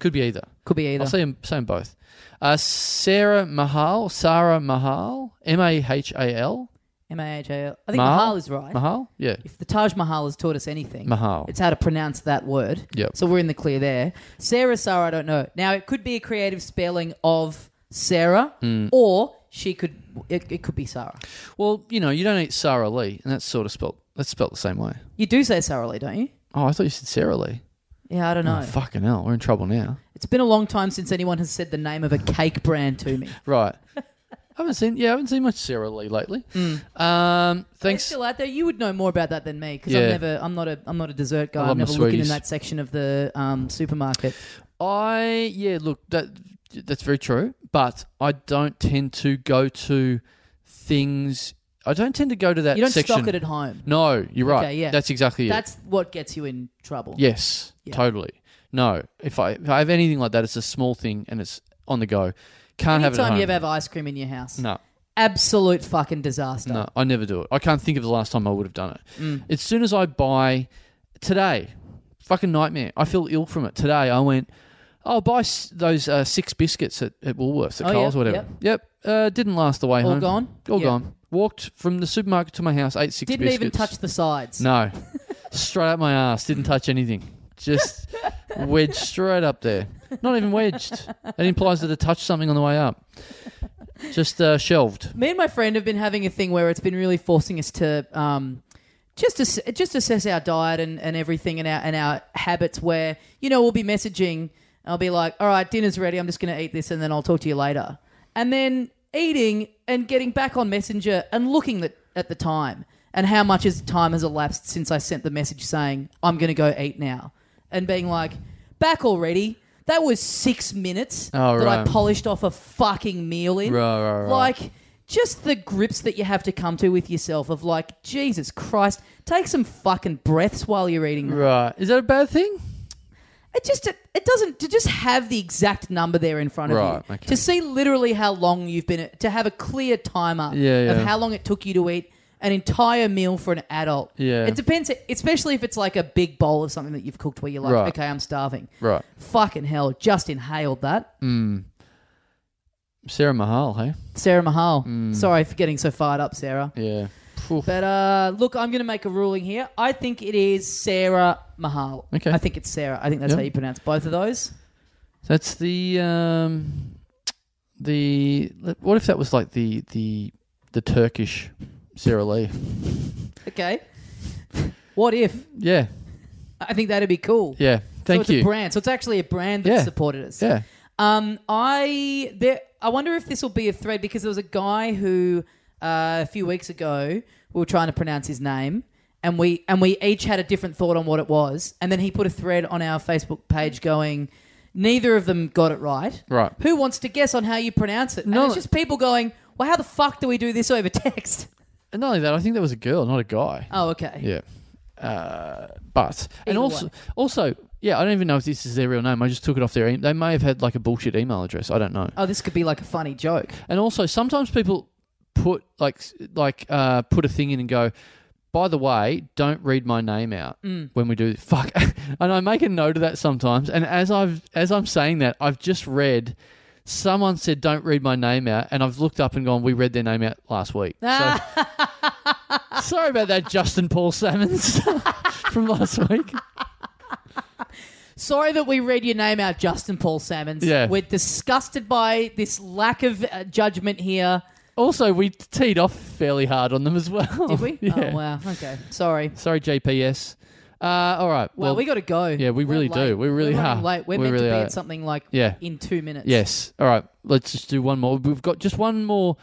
[SPEAKER 2] Could be either.
[SPEAKER 1] Could be either.
[SPEAKER 2] I'll say them, say 'em both. Uh, Sarah Mahal, Sarah Mahal, M A H A L.
[SPEAKER 1] M A H A L. I think
[SPEAKER 2] Mahal?
[SPEAKER 1] Mahal is right.
[SPEAKER 2] Mahal? Yeah.
[SPEAKER 1] If the Taj Mahal has taught us anything,
[SPEAKER 2] Mahal.
[SPEAKER 1] it's how to pronounce that word.
[SPEAKER 2] Yep.
[SPEAKER 1] So we're in the clear there. Sarah, Sarah, I don't know. Now it could be a creative spelling of Sarah,
[SPEAKER 2] Hmm.
[SPEAKER 1] or she could. It, it could be Sarah.
[SPEAKER 2] Well, you know, you don't eat Sarah Lee, and that's sort of spelled, that's spelled the same way.
[SPEAKER 1] You do say Sarah Lee, don't you?
[SPEAKER 2] Oh, I thought you said Sarah Lee.
[SPEAKER 1] Yeah, I don't know.
[SPEAKER 2] Oh, fucking hell. We're in trouble now.
[SPEAKER 1] It's been a long time since anyone has said the name of a cake brand to me.
[SPEAKER 2] Right. I haven't seen, yeah, I haven't seen much Sarah Lee lately. Um,
[SPEAKER 1] They're
[SPEAKER 2] thanks.
[SPEAKER 1] still out there. You would know more about that than me because I'm
[SPEAKER 2] Yeah.
[SPEAKER 1] never. I'm not a. I'm not a dessert guy.
[SPEAKER 2] love
[SPEAKER 1] I'm
[SPEAKER 2] my
[SPEAKER 1] never looking in
[SPEAKER 2] sweeties.
[SPEAKER 1] that section of the um, supermarket.
[SPEAKER 2] I yeah, look that that's very true, but I don't tend to go to things. I don't tend to go to that.
[SPEAKER 1] You don't
[SPEAKER 2] Uh, section.
[SPEAKER 1] stock it at home.
[SPEAKER 2] No, you're right.
[SPEAKER 1] Okay, yeah.
[SPEAKER 2] that's exactly it.
[SPEAKER 1] That's what gets you in trouble.
[SPEAKER 2] Yes, totally. No, if I if I have anything like that, it's a small thing and it's on the go. Can't have it. At
[SPEAKER 1] Anytime
[SPEAKER 2] home.
[SPEAKER 1] you ever have ice cream in your house,
[SPEAKER 2] No,
[SPEAKER 1] absolute fucking disaster.
[SPEAKER 2] no, I never do it. I can't think of the last time I would have done it.
[SPEAKER 1] Mm.
[SPEAKER 2] As soon as I buy today, fucking nightmare. I feel ill from it. Today I went. I'll buy s- those uh, six biscuits at, at Woolworths, at
[SPEAKER 1] Oh, yeah,
[SPEAKER 2] Coles, whatever.
[SPEAKER 1] yep.
[SPEAKER 2] Yep. Uh, didn't last the way
[SPEAKER 1] All
[SPEAKER 2] home.
[SPEAKER 1] gone?
[SPEAKER 2] All
[SPEAKER 1] Yeah.
[SPEAKER 2] gone. Walked from the supermarket to my house, ate six
[SPEAKER 1] Didn't
[SPEAKER 2] biscuits.
[SPEAKER 1] even touch the sides.
[SPEAKER 2] No. straight up my ass. Didn't touch anything. Just wedged straight up there. Not even wedged. That implies that I touched something on the way up. Just uh, shelved.
[SPEAKER 1] Me and my friend have been having a thing where it's been really forcing us to um, just ass- just assess our diet and, and everything and our and our habits. Where you know we'll be messaging. I'll be like, "All right, dinner's ready. I'm just going to eat this, and then I'll talk to you later." And then eating and getting back on Messenger and looking at, at the time and how much is time has elapsed since I sent the message saying I'm going to go eat now, and being like, "Back already." That was six minutes
[SPEAKER 2] Oh,
[SPEAKER 1] that I
[SPEAKER 2] right.
[SPEAKER 1] polished off a fucking meal in.
[SPEAKER 2] Right, right, right.
[SPEAKER 1] Like just the grips that you have to come to with yourself of like, Jesus Christ, take some fucking breaths while you're eating. that.
[SPEAKER 2] Right. Is that a bad thing?
[SPEAKER 1] It just it, it doesn't to just have the exact number there in front of
[SPEAKER 2] Right,
[SPEAKER 1] you.
[SPEAKER 2] okay.
[SPEAKER 1] To see literally how long you've been to have a clear timer
[SPEAKER 2] Yeah,
[SPEAKER 1] of
[SPEAKER 2] yeah.
[SPEAKER 1] how long it took you to eat an entire meal for an adult.
[SPEAKER 2] Yeah.
[SPEAKER 1] It depends especially if it's like a big bowl of something that you've cooked where you're like,
[SPEAKER 2] Right.
[SPEAKER 1] okay, I'm starving.
[SPEAKER 2] Right.
[SPEAKER 1] Fucking hell, just inhaled that.
[SPEAKER 2] Mm. Sarah Mahal, hey?
[SPEAKER 1] Sarah Mahal.
[SPEAKER 2] Mm.
[SPEAKER 1] Sorry for getting so fired up, Sarah.
[SPEAKER 2] Yeah.
[SPEAKER 1] But uh, look, I'm going to make a ruling here. I think it is Sarah Mahal.
[SPEAKER 2] Okay.
[SPEAKER 1] I think it's Sarah. I think that's
[SPEAKER 2] Yeah.
[SPEAKER 1] how you pronounce both of those.
[SPEAKER 2] That's the um, the. What if that was like the the the Turkish Sarah Lee.
[SPEAKER 1] Okay. What if?
[SPEAKER 2] Yeah,
[SPEAKER 1] I think that'd be cool.
[SPEAKER 2] yeah.
[SPEAKER 1] So
[SPEAKER 2] Thank
[SPEAKER 1] it's A
[SPEAKER 2] you.
[SPEAKER 1] brand. So it's actually a brand that
[SPEAKER 2] Yeah.
[SPEAKER 1] supported us.
[SPEAKER 2] Yeah.
[SPEAKER 1] Um, I there, I wonder if this will be a thread because there was a guy who uh, a few weeks ago we were trying to pronounce his name, and we and we each had a different thought on what it was, and then he put a thread on our Facebook page going. Neither of them got it right.
[SPEAKER 2] Right.
[SPEAKER 1] Who wants to guess on how you pronounce it? No.
[SPEAKER 2] No.
[SPEAKER 1] And it's just people going, well, how the fuck do we do this over text?
[SPEAKER 2] And not only that, I think that was a girl, not a guy.
[SPEAKER 1] Oh, okay.
[SPEAKER 2] Yeah. Uh, but and
[SPEAKER 1] Either
[SPEAKER 2] also
[SPEAKER 1] way.
[SPEAKER 2] also yeah, I don't even know if this is their real name. I just took it off their. E- they may have had like a bullshit email address. I don't know.
[SPEAKER 1] Oh, this could be like a funny joke.
[SPEAKER 2] And also sometimes people put like like uh, put a thing in and go. By the way, don't read my name out
[SPEAKER 1] Mm.
[SPEAKER 2] when we do fuck. and I make a note of that sometimes. And as I've as I'm saying that, I've just read someone said don't read my name out, and I've looked up and gone, we read their name out last week. So, sorry about that, Justin Paul Salmons from last week.
[SPEAKER 1] Sorry that we read your name out, Justin Paul Salmons.
[SPEAKER 2] Yeah.
[SPEAKER 1] We're disgusted by this lack of uh, judgment here.
[SPEAKER 2] Also, we teed off fairly hard on them as well.
[SPEAKER 1] Did we?
[SPEAKER 2] yeah.
[SPEAKER 1] Oh, wow. Okay. Sorry.
[SPEAKER 2] Sorry, JPS. Uh, all right.
[SPEAKER 1] Well, we got to go. Yeah,
[SPEAKER 2] we really do. We really
[SPEAKER 1] We're running
[SPEAKER 2] are.
[SPEAKER 1] late. We're
[SPEAKER 2] We
[SPEAKER 1] meant
[SPEAKER 2] really
[SPEAKER 1] to be
[SPEAKER 2] are.
[SPEAKER 1] at something like
[SPEAKER 2] Yeah.
[SPEAKER 1] in two minutes.
[SPEAKER 2] Yes. All right. Let's just do one more. We've got just one more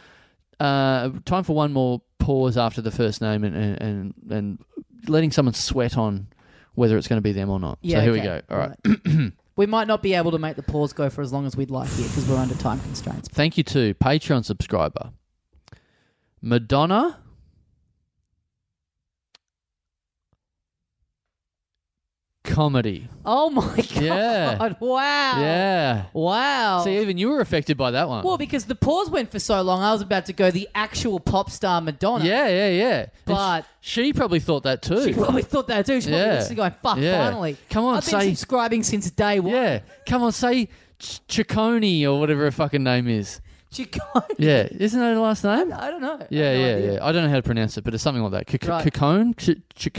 [SPEAKER 2] uh, time for one more pause after the first name and and and, and letting someone sweat on whether it's going to be them or not.
[SPEAKER 1] Yeah,
[SPEAKER 2] so here we
[SPEAKER 1] okay.
[SPEAKER 2] go. All right.
[SPEAKER 1] Right. we might not be able to make the pause go for as long as we'd like here because we're under time constraints.
[SPEAKER 2] Thank you to Patreon subscriber Madonna. Comedy.
[SPEAKER 1] Oh my god!
[SPEAKER 2] Yeah.
[SPEAKER 1] Wow.
[SPEAKER 2] Yeah.
[SPEAKER 1] Wow.
[SPEAKER 2] See, even you were affected by that one.
[SPEAKER 1] Oh. well, because the pause went for so long, I was about to go the actual pop star Madonna.
[SPEAKER 2] yeah, yeah, yeah. And
[SPEAKER 1] But-
[SPEAKER 2] sh- she probably thought that too.
[SPEAKER 1] She probably thought that too. She probably
[SPEAKER 2] Yeah.
[SPEAKER 1] listening going, fuck,
[SPEAKER 2] Yeah.
[SPEAKER 1] finally.
[SPEAKER 2] Come on,
[SPEAKER 1] I've been
[SPEAKER 2] say-
[SPEAKER 1] subscribing since day one.
[SPEAKER 2] yeah. Come on, say Ch- Ciccone or whatever her fucking name is.
[SPEAKER 1] She can't-
[SPEAKER 2] Yeah. Isn't that her last name?
[SPEAKER 1] I don't know. I have
[SPEAKER 2] Yeah,
[SPEAKER 1] no
[SPEAKER 2] yeah,
[SPEAKER 1] idea.
[SPEAKER 2] yeah. I don't know how to pronounce it, but it's something like that. C-
[SPEAKER 1] Right.
[SPEAKER 2] Cacone? C- c-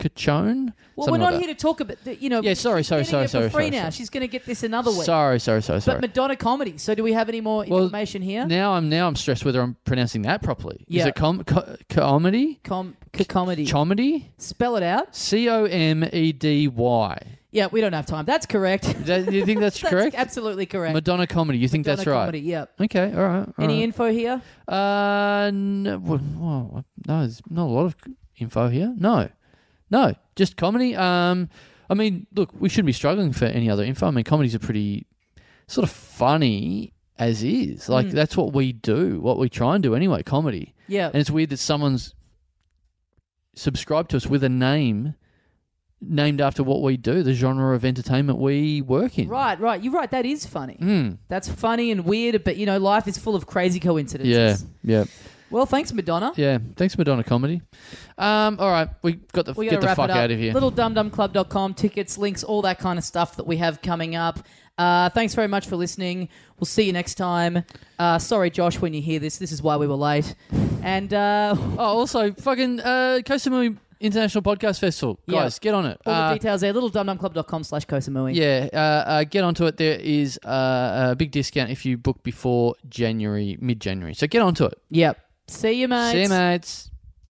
[SPEAKER 2] Cacone?
[SPEAKER 1] Well,
[SPEAKER 2] Something
[SPEAKER 1] we're not
[SPEAKER 2] like
[SPEAKER 1] here to talk about, the, you know.
[SPEAKER 2] Yeah, sorry, sorry,
[SPEAKER 1] she's getting
[SPEAKER 2] sorry,
[SPEAKER 1] it
[SPEAKER 2] sorry,
[SPEAKER 1] for free
[SPEAKER 2] sorry,
[SPEAKER 1] now.
[SPEAKER 2] sorry.
[SPEAKER 1] She's going to get this another
[SPEAKER 2] that.
[SPEAKER 1] week.
[SPEAKER 2] Sorry, sorry, sorry, sorry.
[SPEAKER 1] But Madonna comedy. So do we have any more
[SPEAKER 2] Well,
[SPEAKER 1] information here?
[SPEAKER 2] now I'm now I'm stressed whether I'm pronouncing that properly.
[SPEAKER 1] Yeah.
[SPEAKER 2] Is it com- co- comedy?
[SPEAKER 1] Com- c- comedy.
[SPEAKER 2] Chomedy?
[SPEAKER 1] Spell it out.
[SPEAKER 2] C O M E D Y.
[SPEAKER 1] Yeah, we don't have time. That's correct.
[SPEAKER 2] That- You think that's,
[SPEAKER 1] That's
[SPEAKER 2] correct?
[SPEAKER 1] absolutely correct.
[SPEAKER 2] Madonna comedy. You think
[SPEAKER 1] Madonna
[SPEAKER 2] that's right?
[SPEAKER 1] Comedy. Yeah.
[SPEAKER 2] Okay, all right. all
[SPEAKER 1] Any
[SPEAKER 2] right.
[SPEAKER 1] info here?
[SPEAKER 2] Uh, no, well, well, no, there's not a lot of info here. No, no, just comedy. Um, I mean, look, we shouldn't be struggling for any other info. I mean, comedies are pretty sort of funny as is. Like that's what we do, what we try and do anyway. Comedy,
[SPEAKER 1] Yeah.
[SPEAKER 2] and it's weird that someone's subscribed to us with a name named after what we do, the genre of entertainment we work in.
[SPEAKER 1] Right, right. You're right. That is funny.
[SPEAKER 2] Mm.
[SPEAKER 1] That's funny and weird, but you know, life is full of crazy coincidences.
[SPEAKER 2] Yeah. Yeah.
[SPEAKER 1] Well, thanks, Madonna.
[SPEAKER 2] Yeah, thanks Madonna comedy. Um, all right, we got the
[SPEAKER 1] We
[SPEAKER 2] get
[SPEAKER 1] gotta
[SPEAKER 2] the
[SPEAKER 1] wrap
[SPEAKER 2] fuck
[SPEAKER 1] it up.
[SPEAKER 2] out of here.
[SPEAKER 1] LittleDumDumClub.com, tickets, links, all that kind of stuff that we have coming up. Uh, thanks very much for listening. We'll see you next time. Uh, sorry, Josh, when you hear this, this is why we were late. And uh,
[SPEAKER 2] oh, also fucking uh, Kosamui International Podcast Festival,
[SPEAKER 1] Yeah.
[SPEAKER 2] guys, get on it.
[SPEAKER 1] all
[SPEAKER 2] Uh,
[SPEAKER 1] the details there, littledumdumclub.com slash Kosamui.
[SPEAKER 2] yeah, uh, uh, get onto it. There is uh, a big discount if you book before January, mid January. So get onto it.
[SPEAKER 1] Yep. See you, mate.
[SPEAKER 2] See you, mates.